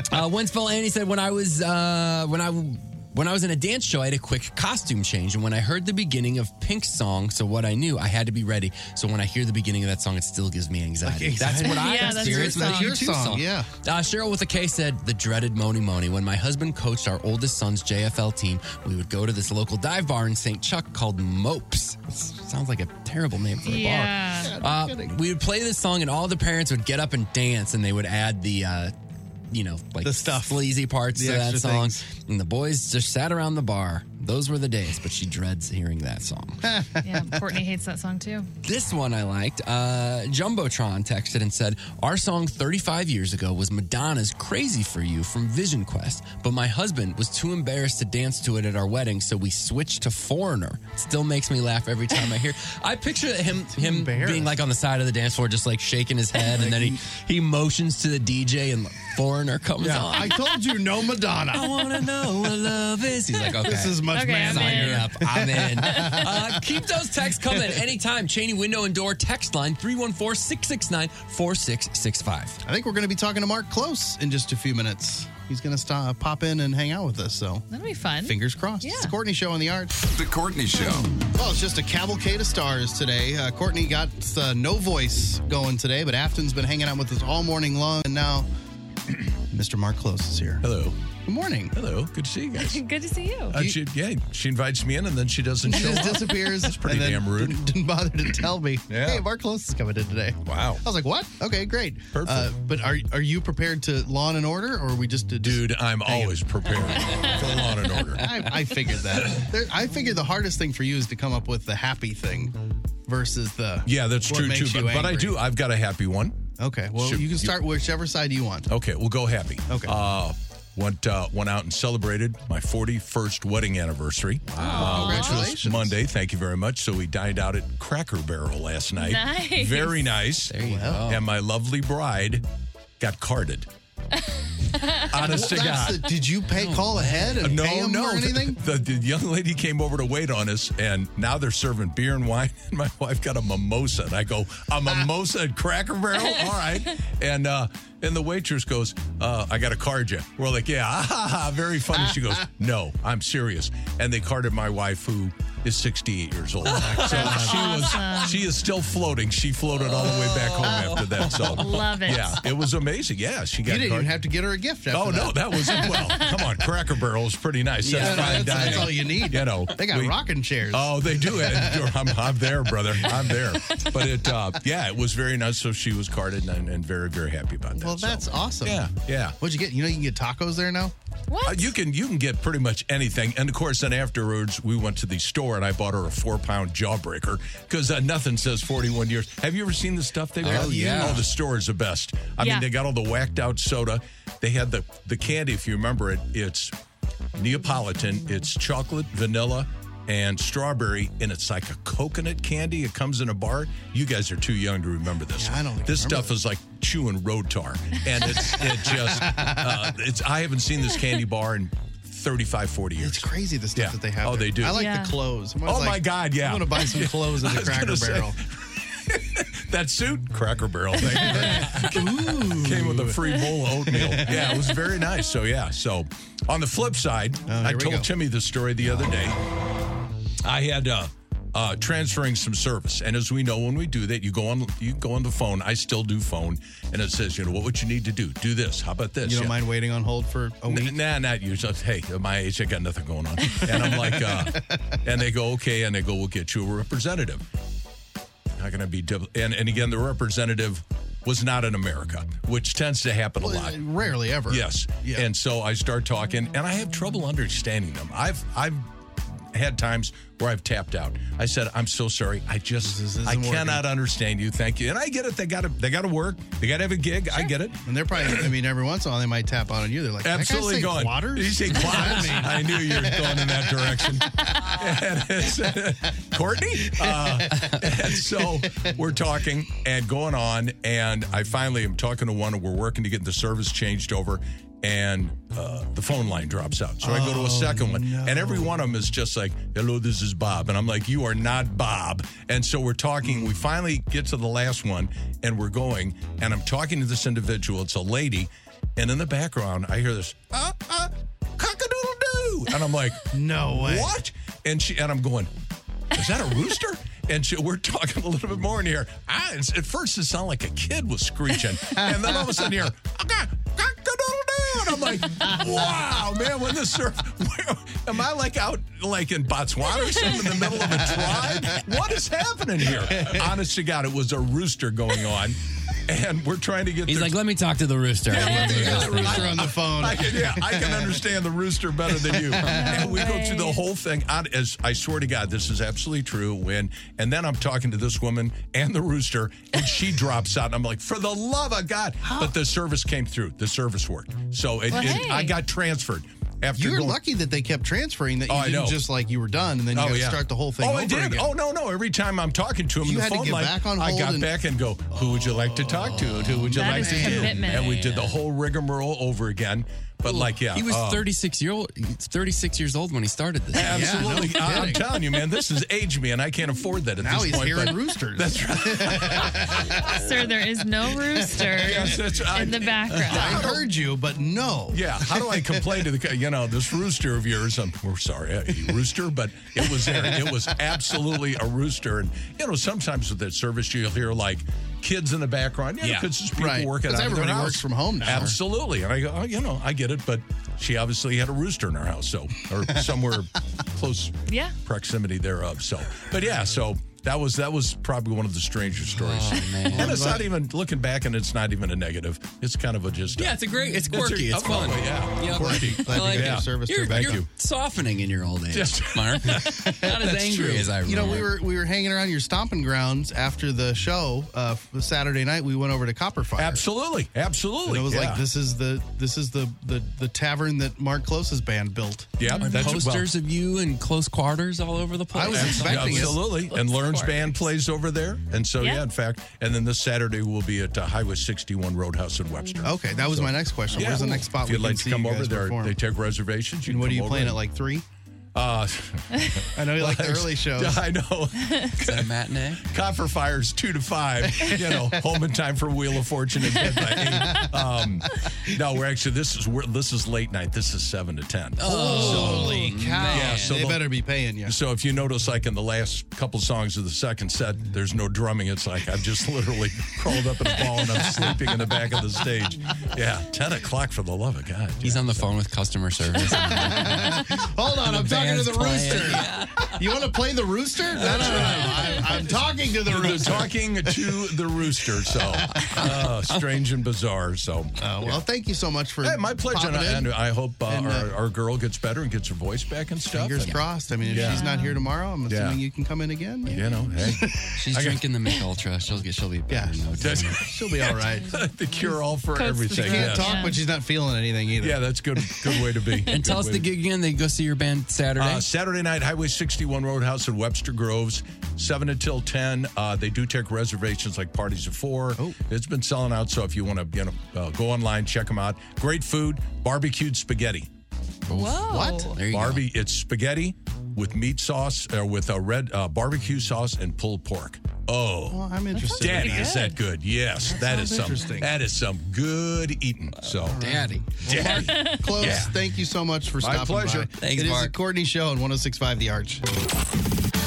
S3: Wentzville Annie said when I was uh, when I. When I was in a dance show, I had a quick costume change. And when I heard the beginning of Pink's song, So What I Knew, I had to be ready. So when I hear the beginning of that song, it still gives me anxiety.
S1: Like
S3: That's
S1: anxiety.
S3: what I
S1: Yeah, that's your
S3: experienced with
S1: song.
S3: the
S1: Your
S3: U2
S1: song,
S3: song.
S1: yeah.
S3: Uh, Cheryl with a K said, the dreaded Money Money. When my husband coached our oldest son's JFL team, we would go to this local dive bar in St. Chuck called Mopes. It sounds like a terrible name for a
S2: Yeah. Yeah,
S3: bar.
S2: no
S3: Uh,
S2: kidding.
S3: we would play this song, and all the parents would get up and dance, and they would add the. Uh, you know, like the stuff, sleazy parts
S1: The
S3: of that
S1: extra
S3: song,
S1: things.
S3: and the boys just sat around the bar. Those were the days, but she dreads hearing that song.
S2: yeah, Courtney hates that song too.
S3: This one I liked. Uh, Jumbotron texted and said, Our song 35 years ago was Madonna's Crazy for You from Vision Quest, but my husband was too embarrassed to dance to it at our wedding, so we switched to Foreigner. It still makes me laugh every time I hear I picture him him being like on the side of the dance floor, just like shaking his head, and then he, he motions to the DJ, and Foreigner comes
S1: Yeah,
S3: on.
S1: I told you no Madonna.
S3: I want to know what love is. He's like, okay.
S1: This is much Okay, I'm
S3: Sign
S1: in.
S3: me up. I'm in. Uh, keep those texts coming anytime. Cheney Window and Door text line 314 669 4665.
S1: I think we're going to be talking to Mark Close in just a few minutes. He's going to stop, pop in and hang out with us. So
S2: That'll be fun.
S1: fingers crossed. It's the Courtney Show on the Arts.
S5: The Courtney Show.
S1: Well, it's just a cavalcade of stars today. Uh, Courtney got uh, no voice going today, but Afton's been hanging out with us all morning long, and now Mr. Mark Close is here.
S20: Hello.
S1: Good morning.
S20: Hello. Good to see you guys.
S2: Good to see you.
S20: Uh, she, yeah, she invites me in and then she doesn't
S1: She
S20: show
S1: just
S20: up.
S1: disappears.
S20: That's pretty
S1: and then
S20: damn rude.
S1: Didn't, didn't bother to tell me.
S20: Yeah.
S1: Hey, Mark Close is coming in today.
S20: Wow.
S1: I was like, what? Okay, great.
S20: Perfect.
S1: Uh, but are are you prepared to Law and Order, or are we just to
S20: dude? I'm always prepared for Law and Order.
S1: I, I figured that. There, I figured the hardest thing for you is to come up with the happy thing versus the
S20: Yeah, that's
S1: what
S20: true
S1: makes
S20: too.
S1: you
S20: But, but I
S1: angry.
S20: do. I've got a happy one.
S1: Okay. Well, you can start whichever side you want.
S20: Okay, we'll go happy. Okay. Uh, went uh, went out and celebrated my 41st wedding anniversary, wow. uh, which was Monday. Thank you very much. So we dined out at Cracker Barrel last night.
S14: Nice.
S20: Very nice. There
S3: you go.
S20: And my lovely bride got carded. Honest to
S1: Well, that's
S20: God.
S1: the- did you pay call ahead and
S20: no,
S1: pay 'em
S20: no.
S1: or anything?
S20: The, the young lady came over to wait on us, and now they're serving beer and wine. And my wife got a mimosa, and I go,
S1: Ah.
S20: a mimosa at Cracker Barrel. All right, and uh, and the waitress goes, uh, I got to card you. We're like, yeah, ah, ha, ha, very funny. She goes, no, I'm serious. And they carded my wife, who is 68 years old. So
S1: Oh,
S14: That's
S20: she was, she is still floating. She floated all the way back home after that. So
S14: Love it.
S20: Yeah, it was amazing. Yeah, she got.
S1: Oh. you didn't
S20: carded.
S1: even have to get her a gift. After
S20: Oh no, that was well. Come on, Cracker Barrel is pretty nice.
S1: Yeah,
S20: That's
S1: no,
S20: fine
S1: that's- that's
S20: dining.
S1: all you need.
S20: You know,
S1: They got rocking chairs.
S20: Oh, they do. it. I'm, I'm there, brother. I'm there. But it, uh, yeah, it was very nice. So she was carded and, and very, very happy about that.
S1: Well, that's awesome.
S20: Yeah, yeah.
S1: What'd you get? You know, you can get tacos there now.
S20: Uh, you can you can get pretty much anything, and of course, then afterwards we went to the store and I bought her a four pound jawbreaker because uh, nothing says forty one years. Have you ever seen the stuff they?
S3: Oh, yeah.
S20: Oh, the store is the best. I
S3: Yeah.
S20: mean, they got all the whacked out soda. They had the the candy. If you remember it, it's Neapolitan. It's chocolate, vanilla, and strawberry, and it's like a coconut candy. It comes in a bar. You guys are too young to remember this. I don't. This stuff is like chewing road tar, and it's it just uh, it's. I haven't seen this candy bar in. 35, 40 years. It's
S1: crazy the stuff that they have.
S20: Oh,
S1: there.
S20: they do.
S1: I like the Yeah. clothes. I'm always
S20: oh,
S1: like,
S20: my God, yeah.
S1: I wanna buy some clothes at the
S20: I was
S1: Cracker
S20: gonna say,
S1: Barrel.
S20: that suit, Cracker Barrel thing. Came with a free bowl of oatmeal. Yeah, it was very nice. So, yeah. So, on the flip side, I
S1: Oh, here we
S20: told
S1: go.
S20: Timmy this story the other day. I had uh, uh, transferring some service, and as we know, when we do that, you go on you go on the phone. I still do phone, and it says, you know, what would you need to do? Do this. How about this?
S1: You don't
S20: Yeah.
S1: mind waiting on hold for a
S20: N-
S1: week?
S20: Nah, not you. Just, hey, at my age, I got nothing going on. And I'm like, uh, and they go, okay. And they go, we'll get you a representative. Not going to be, double- and, and again, the representative was not in America, which tends to happen a lot.
S1: Rarely ever.
S20: Yes. And so I start talking, and I have trouble understanding them. I've I've had times where I've tapped out. I said, "I'm so sorry. I just I
S1: working."
S20: cannot understand you. Thank you." And I get it. They got to they got to work. They got to have a gig. I get it.
S1: And they're probably, I mean, every once in a while they might tap out on you. They're like,
S20: Absolutely
S1: that guy say
S20: going.
S1: Quatters?
S20: Did you say
S1: I
S20: quads?
S1: mean-
S20: I knew you were going in that direction. And it's- Courtney? Uh, and so we're talking and going on, and I finally am talking to one, and we're working to get the service changed over, and uh, the phone line drops out. So I go to a second one, and every one of them is just like, hello, this is Bob. And I'm like, you are not Bob. And so we're talking, we finally get to the last one, and we're going, and I'm talking to this individual. It's a lady, and in the background, I hear this, uh, uh, cock-a-doodle-doo. And I'm like,
S1: no way.
S20: What? And she and I'm going, is that a rooster? And she, we're talking a little bit more in here. I, it's- at first, it sounded like a kid was screeching, and then all of a sudden, here, and I'm like, wow, man, when the surf, where, am I like out like in Botswana or something in the middle of a tribe? What is happening here? Honest to God, it was a rooster going on, and we're trying to get.
S3: He's
S20: their-
S3: like, let me talk to the rooster.
S20: Yeah,
S3: Let me
S20: yeah,
S3: talk
S20: yeah,
S3: to the rooster.
S20: I- I can, yeah, I can understand the rooster better than you.
S3: No
S20: and we go through the whole thing. I, as I swear to God, this is absolutely true. When and then I'm talking to this woman and the rooster, and she drops out, and I'm like, for the love of God! But the service came through. The service worked. So it,
S1: Well,
S20: it-
S1: hey.
S20: I got transferred. After
S1: You're
S20: going-
S1: lucky that they kept transferring, that you
S20: Oh, I
S1: didn't
S20: know.
S1: just like you were done and then you got to start the whole thing
S20: Oh,
S1: over
S20: I did.
S1: again.
S20: Oh no, no. Every time I'm talking to him,
S1: You
S20: on the
S1: had to
S20: phone
S1: get
S20: line,
S1: back on
S20: I
S1: hold
S20: got
S1: and-
S20: back and go, "Who would you like to talk to? And Who would you
S3: That
S20: like
S3: is
S20: to do?"
S3: commitment.
S20: And we did the whole rigmarole over again. But like, yeah,
S3: He was
S20: uh,
S3: 36 year old. 36 years old when he started this.
S20: Absolutely. I- I'm telling you, man, this is age me, and I can't afford that at
S3: Now
S20: this
S3: he's
S20: point.
S3: hearing
S20: but-
S1: roosters.
S20: That's right.
S2: Sir, there is no rooster
S20: Yes, that's right.
S2: in the background.
S20: I
S1: heard you, but no.
S20: Yeah. How do I complain to the co- you know this rooster of yours? I'm, we're sorry, uh, you rooster, but it was there. It was absolutely a rooster, and you know sometimes with that service you'll hear like kids in the background. Yeah,
S1: Yeah.
S20: because people
S1: Right.
S20: working.
S1: Because
S20: out of their
S1: everybody
S20: house.
S1: works from home now.
S20: Absolutely, and I go, oh, you know, I get it, but she obviously had a rooster in her house, so or somewhere close
S2: Yeah.
S20: proximity thereof. So, but yeah, so. That was that was probably one of the stranger stories, and it's not even looking back, and it's not even a negative. It's kind of a just
S3: Yeah, it's a great.
S20: It's
S3: It's
S20: a-
S3: quirky. It's,
S20: oh,
S3: fun.
S20: yeah. Quirky. Glad you
S3: I like
S20: got your
S3: it.
S20: service
S3: You're,
S20: too. Thank
S3: you're
S20: you.
S3: softening in your old age, Mark. Not as
S1: That's
S3: angry
S1: true.
S3: as I remember.
S1: You know, we were we were hanging around your stomping grounds after the show uh, f- Saturday night. We went over to Copperfire.
S20: Absolutely, absolutely.
S1: And it was
S20: Yeah.
S1: like this is the this is the the, the tavern that Mark Close's band built.
S20: Yeah,
S3: Are
S20: that's- well-
S3: posters of you in close quarters all over the place.
S1: I was expecting it.
S20: absolutely. And Learn's band plays over there, and so yeah.
S3: Yeah.
S20: in fact, and then this Saturday we'll be at uh, Highway 61 Roadhouse in Webster.
S1: Okay, that was my next question. Where's the next
S20: If
S1: spot we
S20: you'd
S1: can
S20: like
S1: see
S20: to come
S1: you
S20: over
S1: guys
S20: there,
S1: perform?
S20: they take reservations. You can
S1: And what are
S20: come
S1: you
S20: over
S1: playing
S20: and-
S1: at like three?
S20: Uh,
S1: I know you like the early shows.
S20: I know. Is
S3: that a matinee?
S20: Copper Fire's two to five. You know, home in time for Wheel of Fortune and bed by eight. Um, no, we're actually this is we're, this is late night. This is seven to ten.
S1: Holy cow!
S20: Yeah, so
S1: they
S20: the-
S1: better be paying you.
S20: So if you notice, like in the last couple songs of the second set, there's no drumming. It's like I've just literally crawled up in a ball and I'm sleeping in the back of the stage. Yeah, ten o'clock for the love of God.
S3: He's on the phone with customer service.
S1: Hold on, I'm talking to
S3: band's
S1: the
S3: playing.
S1: rooster. You want to play the rooster? No, no, no. no. I, I'm talking to the
S20: We're
S1: rooster.
S20: talking to the rooster. So uh, strange and bizarre. So
S1: Oh, well, thank you so much for
S20: hey, my pleasure. And, I-
S1: popping in.
S20: and I hope uh,
S1: And, uh,
S20: our, our girl gets better and gets her voice back and stuff.
S1: Fingers
S20: And-
S1: crossed. I mean, if
S20: Yeah.
S1: she's not here tomorrow, I'm
S20: Yeah.
S1: assuming you can come in again.
S20: you know, hey,
S3: She's
S20: I got-
S3: drinking the Mick Ultra. She'll get. She'll be better. Yeah.
S1: She'll be all right.
S20: the cure all for
S3: Coats the
S20: everything.
S3: She can't talk,
S1: but she's not feeling anything either.
S20: Yeah, that's good. Good way to be.
S3: And tell
S20: Good
S3: us
S20: way
S3: the
S20: to-
S3: gig again. They go see your band Saturday.
S20: Uh, Saturday night, Highway 61 Roadhouse in Webster Groves, 7 until 10. Uh, they do take reservations like parties of four.
S3: Oh.
S20: It's been selling out, so if you want to you know, uh, go online, check them out. Great food, barbecued spaghetti.
S2: Whoa. What?
S3: Oh. There you go.
S20: Barbie, it's spaghetti with meat sauce, or with a red uh, barbecue sauce and pulled pork. Oh,
S1: Well, I'm interested.
S20: Daddy, is that good? Yes,
S1: That
S20: that
S1: sounds
S20: is some.
S1: interesting.
S20: That is some good eating. So,
S3: Daddy,
S1: Well, Mark Close.
S20: Yeah.
S1: Thank you so much for
S20: My
S1: stopping
S20: pleasure.
S1: by.
S20: Thanks,
S1: It is the
S20: Mark.
S1: Courtney Show on 1065 The Arch.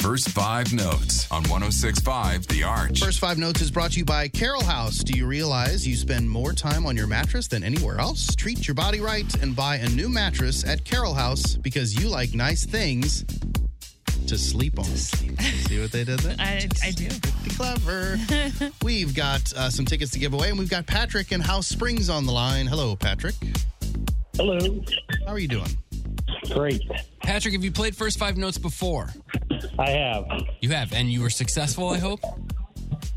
S5: First five notes on 1065 The Arch.
S1: First Five Notes is brought to you by Carol House. Do you realize you spend more time on your mattress than anywhere else? Treat your body right and buy a new mattress at Carol House because you like nice things to sleep on. See what they did there?
S2: I, I do.
S1: Clever. we've got uh, some tickets to give away, and we've got Patrick in House Springs on the line. Hello, Patrick. Hello. How are you doing?
S3: Great.
S1: Uh,
S3: Patrick, have you played first five notes before? I have. You have, and you were successful, I hope?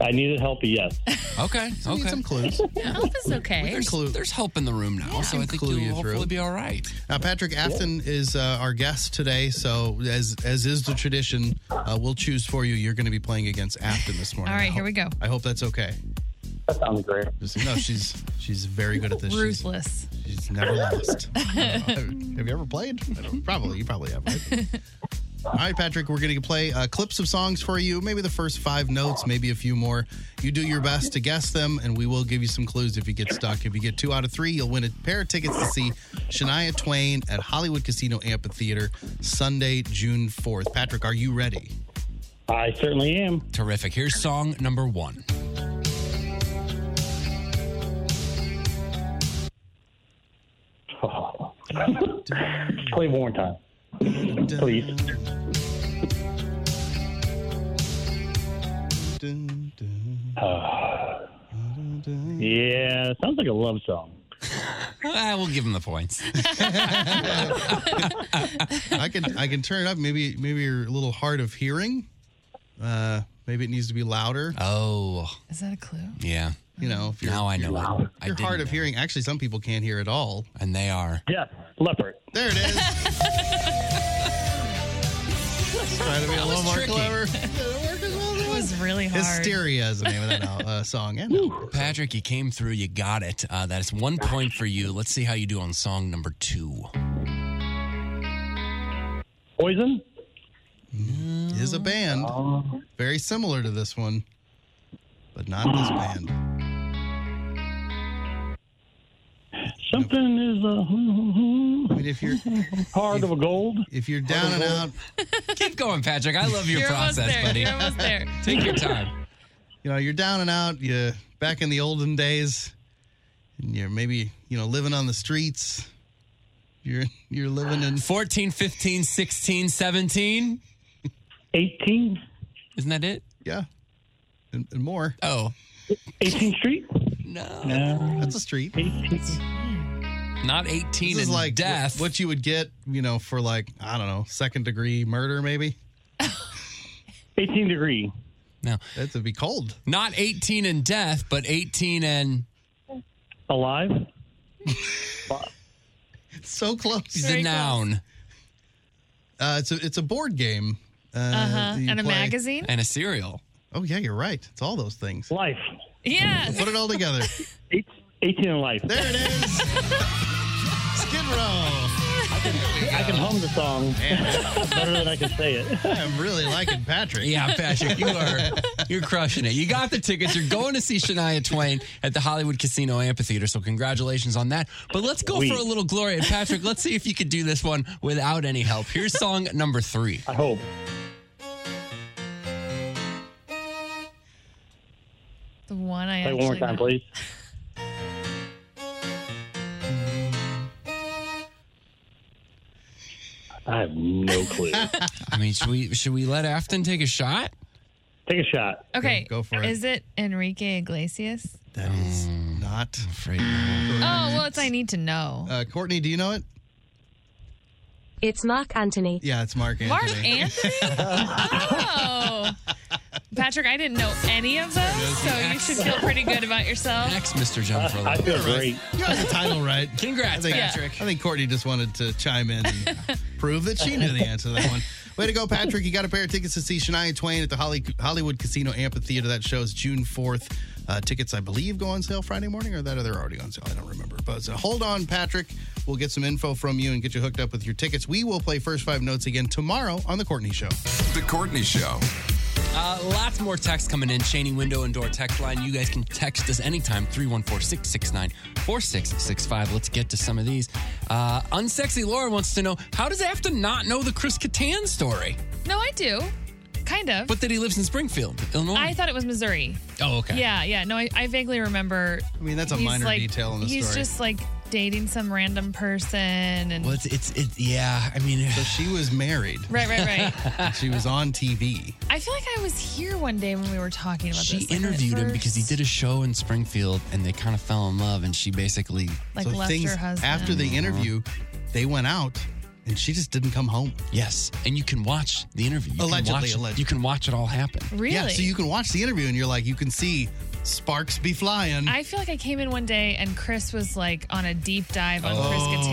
S3: I needed help, yes. Okay.
S1: I need
S3: okay.
S1: some clues.
S2: Hope is okay.
S3: There's, there's hope in the room now, so I think
S1: clue
S3: you'll
S1: you
S3: hopefully
S1: through.
S3: be all right.
S1: Now, Patrick Afton is uh, our guest today. So, as as is the tradition, uh, we'll choose for you. You're going to be playing against Afton this
S2: All
S1: morning. I
S2: right,
S1: hope-
S2: here we go.
S1: I hope that's okay. That sounds great. No, she's she's very good at this. She's,
S2: Ruthless.
S1: she's never lost. Uh, Have you ever played? I don't- Probably. You probably have. Right? All right, Patrick, we're going to play uh, clips of songs for you. Maybe the first five notes, maybe a few more. You do your best to guess them, and we will give you some clues if you get stuck. If you get two out of three, you'll win a pair of tickets to see Shania Twain at Hollywood Casino Amphitheater Sunday, June 4th. Patrick, are you ready?
S3: I certainly am. Terrific. Here's song number one.
S21: Play one more time. Please.
S3: Yeah, sounds like a love song.
S1: Ah,
S3: I will give him the points.
S1: I can I can turn it up. Maybe maybe you're a little hard of hearing. Uh, maybe it needs to be louder.
S3: Oh,
S2: Is that a clue?
S3: yeah.
S1: You know, if you're,
S3: Now I know
S1: you're,
S3: it.
S1: loud.
S3: I
S1: you're
S3: didn't
S1: hard of hearing. Actually, some people can't hear at all.
S3: And they are.
S1: Yeah, leopard. There it is. Try to be a
S2: That
S1: little
S2: was
S1: more
S2: tricky.
S1: clever.
S2: That was really hard.
S1: Hysteria is the name of that al- uh, song. And album.
S3: Patrick, you came through. You got it. Uh, that is one point for you. Let's see how you do on song number two.
S1: Poison Oh. is a band very similar to this one, but not this band.
S21: Something is a.
S7: uh,
S1: I mean, if you're
S21: heart of a gold.
S1: If you're down and out,
S3: Uh-huh. Keep going, Patrick. I love your
S2: You're almost
S3: process,
S2: there.
S3: buddy.
S2: You're almost there.
S3: Take your time.
S1: you know, you're down and out. You back in the olden days, and you're maybe you know living on the streets. You're you're living in
S3: 14, 15, 16, 17,
S21: 18.
S3: Isn't that it?
S1: Yeah. And, and more.
S3: Oh.
S21: 18th Street?
S3: No.
S1: That's a street.
S3: Not 18
S1: This is
S3: and
S1: like
S3: death.
S1: What, what you would get, you know, for like, I don't know, second degree murder maybe.
S21: 18 degree.
S3: No.
S1: That would be cold.
S3: Not 18 and death, but 18 and
S21: alive.
S1: So close.
S3: It's a noun.
S1: Uh, it's a it's a board game. Uh,
S2: Uh-huh.
S1: that you
S2: And a
S1: play.
S2: magazine?
S3: And a cereal.
S1: Oh yeah, you're right. It's all those things.
S21: Life.
S2: Yeah.
S1: Put it all together.
S21: 18 and life.
S1: There it is. Skid Row.
S21: I can hum the song better than I can say it.
S1: I'm really liking Patrick.
S3: Yeah, Patrick, you are you're crushing it. You got the tickets. You're going to see Shania Twain at the Hollywood Casino Amphitheater. So congratulations on that. But let's go for a little glory. And Patrick, let's see if you could do this one without any help. Here's song number three. I
S21: hope.
S2: The one I
S21: Play one more
S2: actually
S21: time,
S2: know.
S21: please. I have no clue.
S3: I mean, should we should we let Afton take a shot?
S21: Take a shot.
S2: Okay.
S3: Go for it.
S2: Is it Enrique Iglesias?
S1: That is
S3: Mm.
S1: not. Afraid.
S2: Oh, well, it's I Need to Know.
S1: Uh, Courtney, do you know it?
S9: It's Mark Antony.
S1: Yeah, it's Mark
S2: Mark Anthony? oh. Patrick, I didn't know any of those, so you should feel pretty good about yourself.
S3: Next, Mr. John Furlow.
S1: I feel great. You got the title right.
S3: Congrats,
S1: I think,
S3: Patrick.
S1: I think Courtney just wanted to chime in and prove that she knew the answer to that one. Way to go, Patrick. You got a pair of tickets to see Shania Twain at the Holly, Hollywood Casino Amphitheater. That show is June 4th. Uh, tickets, I believe, go on sale Friday morning, or that or they're already on sale. I don't remember. But so hold on, Patrick. We'll get some info from you and get you hooked up with your tickets. We will play first five notes again tomorrow on The Courtney Show.
S5: The Courtney Show.
S3: Uh, lots more texts coming in. Cheney window and door text line. You guys can text us anytime 314 669 4665. Let's get to some of these. Uh, unsexy Laura wants to know how does Afton not know the Chris Kattan story?
S2: No, I do. Kind of.
S3: But that he lives in Springfield, Illinois.
S2: I thought it was Missouri.
S3: oh, okay.
S2: Yeah, yeah. No, I, I vaguely remember.
S1: I mean, that's a minor detail in the
S2: he's
S1: story.
S2: just like dating some random person and.
S3: Well, it's, it's, it's yeah. I mean, so
S1: she was married.
S2: Right, right,
S1: right. she was on TV.
S2: I feel like I was here one day when we were talking about
S3: She
S2: this. like,
S3: interviewed
S2: at
S3: him
S2: first.
S3: because he did a show in Springfield and they kind of fell in love and she basically
S2: Like, left her husband.
S1: after the interview, they went out and she just didn't come home.
S3: Yes, and you can watch the interview. You can
S1: allegedly,
S3: watch it-
S1: allegedly.
S3: you can watch it all happen.
S1: Yeah,
S2: Really?
S1: so you can watch the interview and you're like, you can see sparks be flying.
S2: I feel like I came in one day and Chris was like on a deep dive on Chris
S1: Oh,
S2: Kattan,
S1: boy,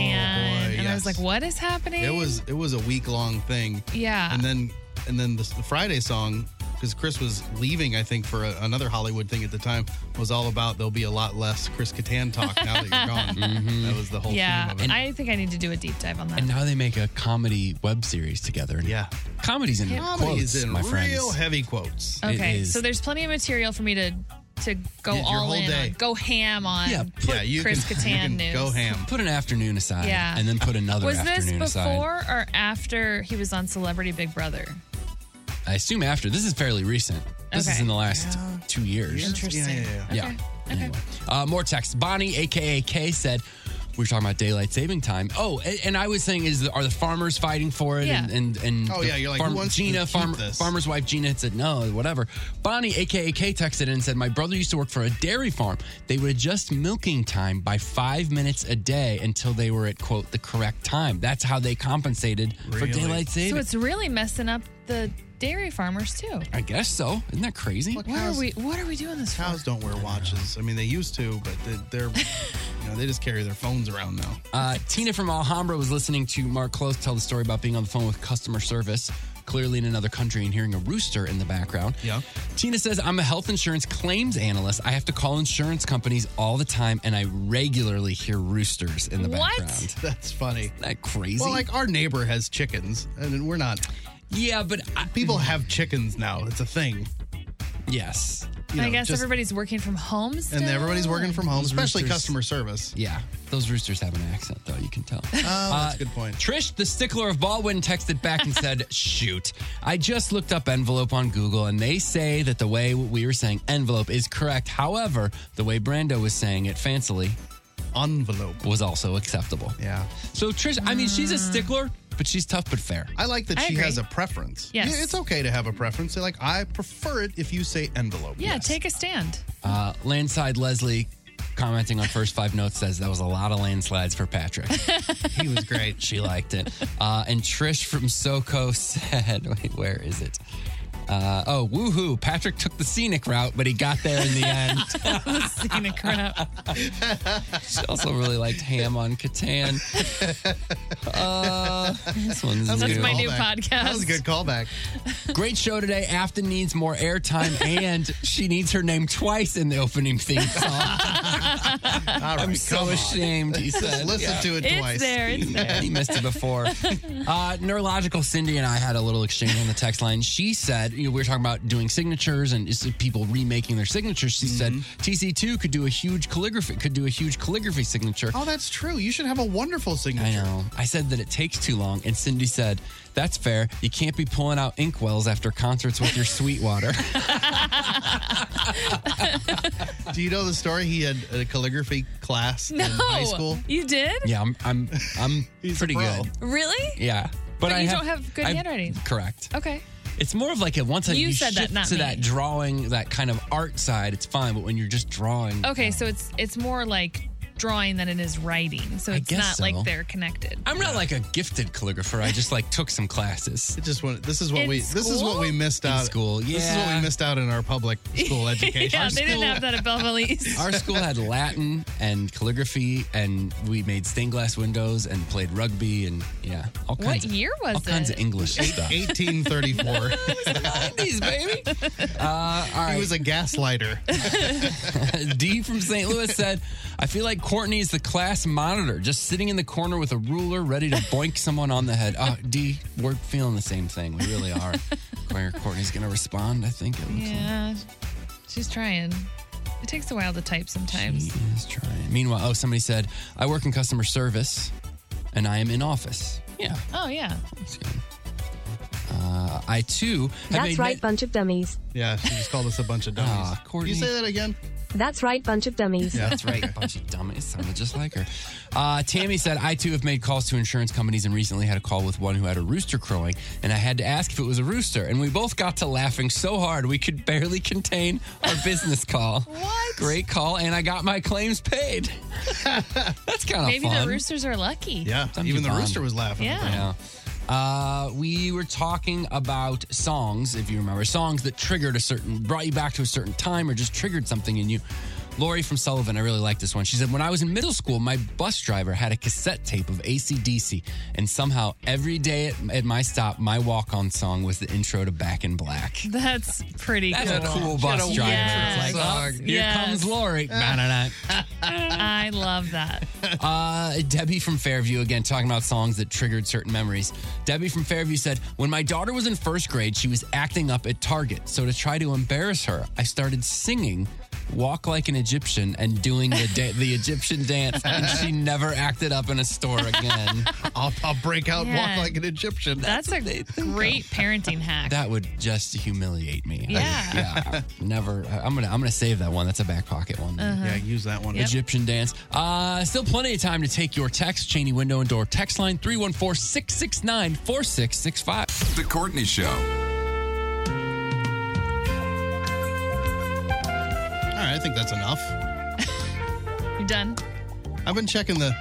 S2: and I
S1: yes.
S2: was like, "What is happening?"
S1: it was it was a week long thing.
S2: Yeah.
S1: and then and then the, the Friday song because Chris was leaving, I think for a, another Hollywood thing at the time was all about there'll be a lot less Chris Kattan talk now that you're gone. That was the whole
S2: Mm-hmm. yeah.
S1: theme of it.
S2: I think I need to do a deep dive on that.
S3: And now they make a comedy web series together. yeah, comedy's in
S1: Comedy is
S3: quotes,
S1: in
S3: my friends.
S1: real heavy quotes.
S2: Okay, so there's plenty of material for me to to go
S3: Yeah, your
S2: all
S3: whole
S2: in,
S3: day.
S2: on, go ham on.
S3: yeah,
S2: put Chris Kattan news.
S3: Put an afternoon aside,
S2: Yeah.
S3: and then put another
S2: was this
S3: afternoon
S2: before
S3: aside.
S2: or after he was on Celebrity Big Brother?
S3: I assume after. This is fairly recent. This is
S2: Okay.
S3: in the last two years.
S2: Interesting. Yeah, yeah,
S3: yeah. Anyway. Uh, more text. Bonnie, aka K, said. We were talking about daylight saving time. Oh, and, and I was saying, is the, are the farmers fighting for it?
S1: Yeah.
S3: And, and and
S1: Oh,
S3: the
S1: yeah, you're like, who wants to
S3: Gina,
S1: keep
S3: farm,
S1: this?
S3: farmer's wife Gina had said no, whatever. Bonnie, aka K, texted in and said, my brother used to work for a dairy farm. They would adjust milking time by five minutes a day until they were at quote the correct time. That's how they compensated for
S2: Really?
S3: daylight saving.
S2: So it's really messing up the dairy farmers too.
S3: I guess so. Isn't that crazy?
S2: What are we? What are we doing this for?
S1: Cows don't wear watches. I mean, they used to, but they, they're, you know, they just carry their phones around now.
S3: Uh, Tina from Alhambra was listening to Mark Close tell the story about being on the phone with customer service, clearly in another country, and hearing a rooster in the background. Yeah. Tina says, I'm a health insurance claims analyst. I have to call insurance companies all the time, and I regularly hear roosters in the
S1: What?
S3: background.
S1: That's funny. Isn't
S3: that crazy?
S1: Well, like our neighbor has chickens, and we're not.
S3: Yeah, but
S1: people have chickens now. It's a thing.
S3: Yes.
S2: I guess everybody's working from home. Still.
S1: And everybody's working from home,
S3: Those
S1: especially
S3: roosters-
S1: customer service.
S3: Yeah. Those roosters have an accent, though, you can tell.
S1: Oh, that's
S3: Uh,
S1: a good point.
S3: Trish, the stickler of Baldwin, texted back and said, Shoot, I just looked up envelope on Google and they say that the way we were saying envelope is correct. However, the way Brando was saying it fancily,
S1: envelope,
S3: was also acceptable.
S1: Yeah.
S3: So, Trish, I mean, she's a stickler, but she's tough but fair.
S1: Ah. I like that
S3: I
S1: she
S3: agree.
S1: has a preference.
S3: Yes.
S1: Yeah, it's okay to have a preference. They're like, I prefer it if you say envelope.
S2: Yeah, take a stand.
S3: Uh, Landside Leslie commenting on first five notes says that was a lot of landslides for Patrick. he was great. She liked it. Uh, and Trish from SoCo said, wait, where is it? Uh, oh, woohoo. Patrick took the scenic route, but he got there in the end.
S2: the scenic route.
S3: she also really liked ham on Catan. Uh, this one's
S2: That's
S3: new.
S2: my new podcast.
S1: That was a good callback.
S3: Great show today. Afton needs more airtime, and she needs her name twice in the opening theme song. I'm so ashamed. He said,
S1: Listen to it
S2: It's twice. there, it's there.
S3: He missed it before. Uh, neurological Cindy and I had a little exchange on the text line. She said, you know, we were talking about doing signatures and is- people remaking their signatures. She said
S2: Mm-hmm.
S3: TC2 could do a huge calligraphy could do a huge calligraphy signature.
S1: Oh, that's true. You should have a wonderful signature.
S3: I know. I said that it takes too long, and Cindy said, "That's fair. You can't be pulling out inkwells after concerts with your Sweetwater."
S1: Do you know the story? He had a calligraphy class
S2: No,
S1: in high school.
S2: you did?
S3: yeah, I'm, I'm, I'm pretty good.
S2: Really?
S3: Yeah.
S2: But,
S3: I
S2: you don't have good
S3: I-
S2: handwriting.
S3: Correct.
S2: Okay.
S3: It's more of like a once I
S2: You said that,
S3: shift
S2: not
S3: to
S2: me.
S3: that drawing, that kind of art side, it's fine. But when you're just drawing,
S2: Okay, so it's it's more like drawing than it is writing. So
S3: I
S2: it's
S3: guess
S2: not like
S3: so.
S2: they're connected.
S3: I'm not like a gifted calligrapher. I just like took some classes. It
S1: just went, this is what
S2: In
S1: we this is what we
S2: school?
S1: missed
S3: In
S1: out
S3: school,
S1: This is what
S3: yeah.
S1: we missed out in our public school education.
S2: yeah,
S1: Our
S2: they didn't
S1: school-
S2: have that at Belvalley's.
S3: Our school had Latin and calligraphy, and we made stained glass windows and played rugby, and yeah, all
S2: What
S3: kinds.
S2: year was
S3: of, all kinds
S2: it?
S3: of English stuff.
S1: 1834.
S3: Nineties, baby. Uh,
S1: He was a gaslighter.
S3: D from St. Louis said, I feel like Courtney is the class monitor, just sitting in the corner with a ruler ready to boink someone on the head. Oh, D, we're feeling the same thing. We really are. Courtney- Courtney's going to respond, I think. It looks
S2: Yeah. She's trying. It takes a while to type sometimes.
S3: She's trying. Meanwhile, oh, somebody said, I work in customer service and I am in office. Yeah.
S2: Oh yeah.
S3: Uh, I too have
S9: That's
S3: made Ah,
S9: right, bunch of dummies.
S1: Yeah, she just called us a bunch of dummies.
S3: Courtney.
S1: You say that again?
S9: That's right, bunch of dummies.
S3: Yeah, that's right. Bunch of dummies. Sounded just like her. Uh, Tammy said, I too have made calls to insurance companies and recently had a call with one who had a rooster crowing, and I had to ask if it was a rooster. And we both got to laughing so hard we could barely contain our business call. what? Great call, and I got my claims paid. that's kind of
S2: Maybe
S3: fun.
S2: the roosters are lucky.
S3: Even
S1: the rooster was laughing.
S2: Yeah.
S3: Uh, we were talking about songs, if you remember, songs that triggered a certain, brought you back to a certain time or just triggered something in you. Lori from Sullivan, I really like this one. She said, When I was in middle school, my bus driver had a cassette tape of ACDC, and somehow every day at, at my stop, my walk on song was the intro to Back in Black.
S2: That's pretty
S3: That's a
S2: cool.
S3: cool bus driver.
S2: Yes.
S3: It's like, oh, here
S2: Yes.
S3: comes Lori. Ba-da-da.
S2: I love that.
S3: Uh, Debbie from Fairview, again, talking about songs that triggered certain memories. Debbie from Fairview said, When my daughter was in first grade, she was acting up at Target. So to try to embarrass her, I started singing Walk Like an Egyptian and doing the, da- the Egyptian dance. And she never acted up in a store again.
S1: I'll, I'll break out
S2: Man.
S1: walk like an Egyptian.
S2: That's, a great parenting hack.
S3: That would just humiliate me. I-
S2: Yeah.
S3: yeah. Never. I'm gonna. I'm gonna save that one. That's a back pocket one.
S2: Uh-huh. Yeah,
S1: use that one.
S2: Yep.
S3: Egyptian dance. Uh, still plenty of time to take your text. Cheney window and door text line 314-669-4665.
S5: The Courtney Show.
S1: All right, I think that's enough.
S2: You done?
S1: I've been checking the.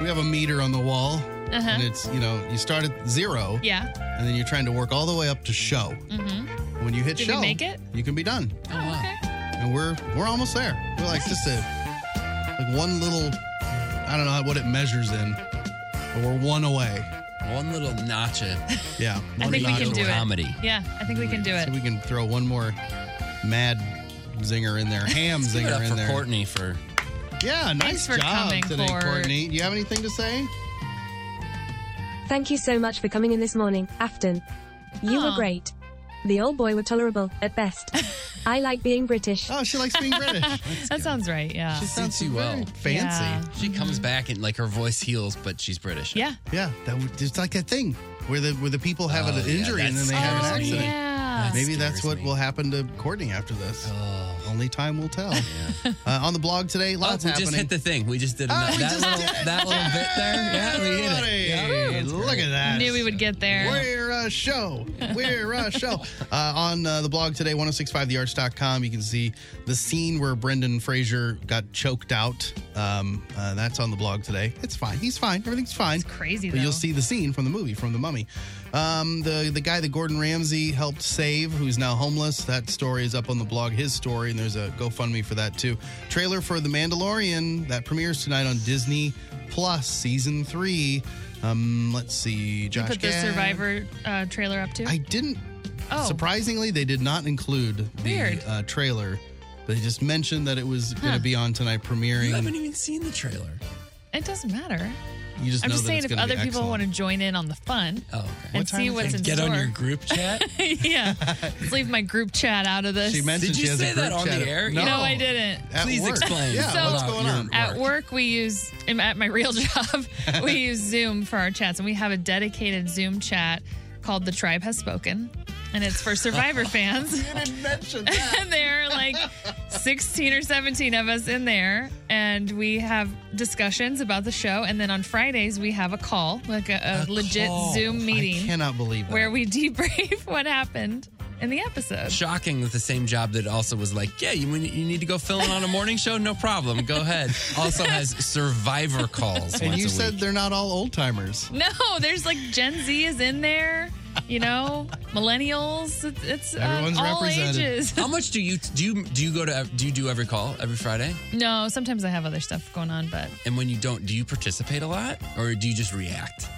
S1: We have a meter on the wall,
S3: Uh-huh.
S1: and it's you know you start at
S3: Oh.
S1: zero,
S2: Yeah.
S1: and then you're trying to work all the way up to show.
S2: Mm-hmm.
S1: When you hit
S2: Did we
S1: show,
S2: make it?
S1: you can be done,
S2: Oh, okay.
S1: and we're we're almost there. We're like just a like one little. I don't know what it measures in, but we're one away.
S3: One little notch.
S1: Yeah,
S2: I
S1: one
S2: think we
S1: notch
S2: can
S1: away.
S2: do it. Yeah, I think we can do
S1: So
S2: it.
S1: we can throw one more mad zinger in there, ham
S3: Let's give it
S1: zinger
S3: up
S1: in
S3: for
S1: there.
S3: Courtney for
S1: Yeah, nice
S2: Thanks for
S1: job
S2: coming,
S1: today,
S2: Court.
S1: Courtney. Do you have anything to say?
S9: Thank you so much for coming in this morning, Afton. You were great. The old boy were tolerable, at best. I like being British.
S1: Oh, she likes being British.
S2: That sounds right. Yeah.
S3: She suits you well.
S1: Fancy. Yeah.
S3: She comes back and like her voice heals, but she's British.
S2: Yeah.
S1: Yeah, that would, it's like that thing where the where the people have
S3: Oh,
S1: an
S3: yeah,
S1: injury and
S3: that
S1: then they have an
S3: scares me.
S1: accident.
S2: Oh, Yeah.
S1: oh, Maybe that's what will happen to Courtney after this. Only time will tell. Uh, on the blog today,
S3: Oh, we
S1: lots
S3: just
S1: happening.
S3: hit the thing. We just did
S1: Oh,
S3: another-
S1: we
S3: that,
S1: just
S3: little,
S1: did it.
S3: that little bit there. Yeah, we hit it. Yeah.
S1: Everybody, look at that.
S2: Knew we would get there.
S1: We're a show. We're a show. Uh, on uh, the blog today, 1065thearch.com, you can see the scene where Brendan Fraser got choked out. Um, uh, that's on the blog today. It's fine. He's fine. Everything's fine. It's
S2: crazy,
S1: But
S2: though.
S1: you'll see the scene from the movie, from The Mummy. Um, the, the guy that Gordon Ramsay helped save, who's now homeless, that story is up on the blog, his story, and there's a GoFundMe for that, too. Trailer for The Mandalorian, that premieres tonight on Disney Plus, Season 3. Um, let's see.
S2: You
S1: Josh
S2: put the
S1: Gad-
S2: Survivor uh, trailer up too.
S1: I didn't.
S2: Oh.
S1: Surprisingly, they did not include
S2: Weird.
S1: the uh, trailer. They just mentioned that it was going
S2: Huh.
S1: to be on tonight, premiering.
S3: You haven't even seen the trailer.
S2: It doesn't matter.
S1: You just
S2: I'm
S1: know
S2: just
S1: that
S2: saying
S1: it's
S2: if
S1: gonna be
S2: other people
S1: excellent. Uh,
S2: want to join in on the fun
S3: Oh, okay.
S2: and see what's in
S3: Get
S2: store.
S3: on your group chat.
S2: yeah. Let's leave my group chat out of this.
S1: She mentioned
S3: Did you
S1: she has a
S3: say
S1: group
S3: that on
S1: chat
S3: the
S1: of-
S3: air?
S2: No, I didn't.
S1: At
S3: Please
S1: work.
S3: explain.
S1: Yeah,
S2: So-
S1: what's going on?
S2: At work, we use in- at my real job, we use Zoom for our chats, and we have a dedicated Zoom chat called "The Tribe Has Spoken." and it's for Survivor fans. you
S1: didn't mention
S2: that. and there are like 16 or 17 of us in there, and we have discussions about the show. And then on Fridays, we have a call, like a, a legit
S1: call.
S2: Zoom meeting.
S1: Oh, I cannot believe that.
S2: Where we debrief what happened in the episode.
S3: Shocking that the same job that also was like, yeah, you, you need to go fill in on a morning show? No problem. Go ahead. Also has survivor calls.
S1: And
S3: once
S1: you
S3: a
S1: said they're not all old timers.
S2: No, there's like Gen Z is in there, you know, millennials. It's, it's uh, all ages.
S3: How much do you do? You, do you go to do you do every call every Friday?
S2: No, sometimes I have other stuff going on, but
S3: And when you don't, do you participate a lot or do you just react?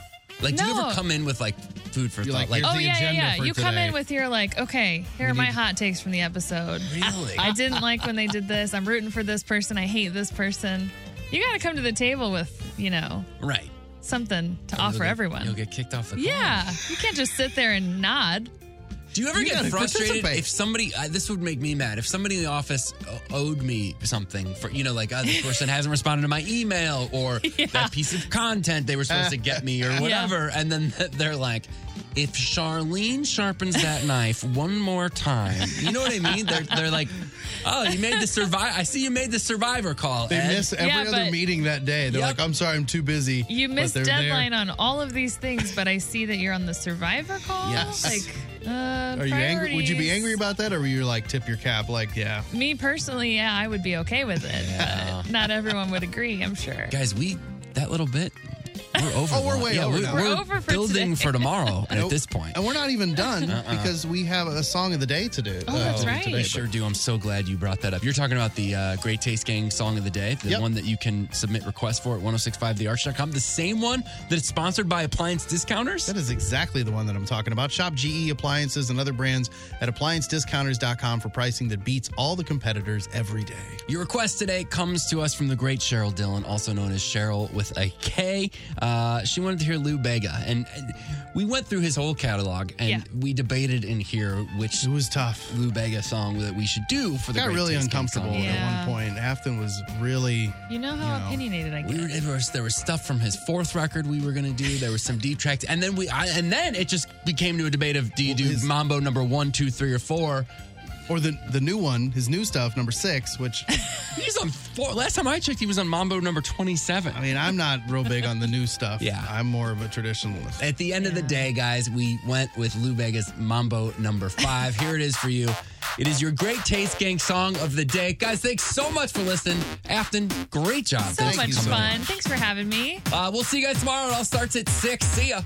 S3: Like, do you
S2: No.
S3: ever come in with like food for thought?
S2: oh yeah, yeah, yeah. You come in with your like, okay, here
S3: We
S2: are my
S3: need-
S2: hot takes from the episode.
S3: Really?
S2: I didn't like when they did this. I'm rooting for this person. I hate this person. You got to come to the table with, you know,
S3: right
S2: something to
S3: You'll
S2: offer
S3: get-
S2: everyone.
S3: You'll get kicked off the. call.
S2: Yeah, you can't just sit there and nod.
S3: Do you ever
S2: You
S3: get
S2: gotta
S3: frustrated
S2: participate.
S3: if somebody? Uh, this would make me mad if somebody in the office o- owed me something for you know, like uh, this person hasn't responded to my email or that piece of content they were supposed to get me or
S20: Yeah.
S3: whatever, and then they're like, "If Charlene sharpens that knife one more time, you know what I mean?" They're they're like, "Oh, you made the survivor. I see you made the survivor call."
S1: They
S3: Ed."
S1: miss every other meeting that day. They're like, I'm sorry, I'm too busy.
S2: You
S1: But
S2: missed
S1: they're there.
S2: deadline on all of these things, but I see that you're on the survivor call.
S1: Yes.
S2: Like, uh,
S1: Are you angry? Would you be
S2: priorities.
S1: angry about that, or were you like tip your cap? Like, yeah,
S2: Me personally, yeah, I would be okay with it. But not everyone would agree, I'm sure.
S3: Guys, we that little bit. We're over.
S1: Oh, we're
S3: that.
S1: way
S3: yeah,
S1: over
S3: We're,
S1: now.
S3: we're
S1: We're over for
S3: building
S1: today.
S3: for tomorrow at
S1: Nope.
S3: this point.
S1: and we're not even done
S3: Uh-uh.
S1: because we have a song of the day to do. uh, to do today,
S3: Oh, We
S1: but-
S3: sure do. I'm so glad you brought that up. You're talking about the uh, Great Taste Gang song of the day, the
S1: Yep.
S3: one that you can submit requests for at 1065thearch.com, the same one that is sponsored by Appliance Discounters.
S1: That is exactly the one that I'm talking about. Shop GE appliances and other brands at appliancediscounters.com for pricing that beats all the competitors every day.
S3: Your request today comes to us from the great Cheryl Dillon, also known as Cheryl with a K. Uh, she wanted to hear Lou Bega, and and we went through his whole catalog, and
S1: Yeah.
S3: we debated in here which it
S1: was tough
S3: Lou Bega song that we should do for the
S1: Got
S3: Great
S1: really
S3: Taste Gang song
S1: uncomfortable
S3: of the day.
S1: at one point. Afton was really
S2: You know how opinionated I get.
S3: We were, there, was, there was stuff from his fourth record we were going to do. There was some deep tracks, and then we I, and then it just became to a debate of do you do Mambo number one, two, three, or four,
S1: or the the new one, his new stuff, number six, which
S3: he's on four. Last time I checked, he was on Mambo number twenty-seven. I
S1: mean, I'm not real big on the new stuff. Yeah, I'm more of a traditionalist.
S3: At the end of the day, guys, we went with Lou Vega's Mambo number five. Here it is for you. It is your great taste gang song of the day. Guys, thanks so much for listening. Afton, great job.
S2: So
S3: Thank
S2: much
S3: you
S2: fun. Thanks for having me.
S3: Uh, we'll see you guys tomorrow. It all starts at 6. See ya.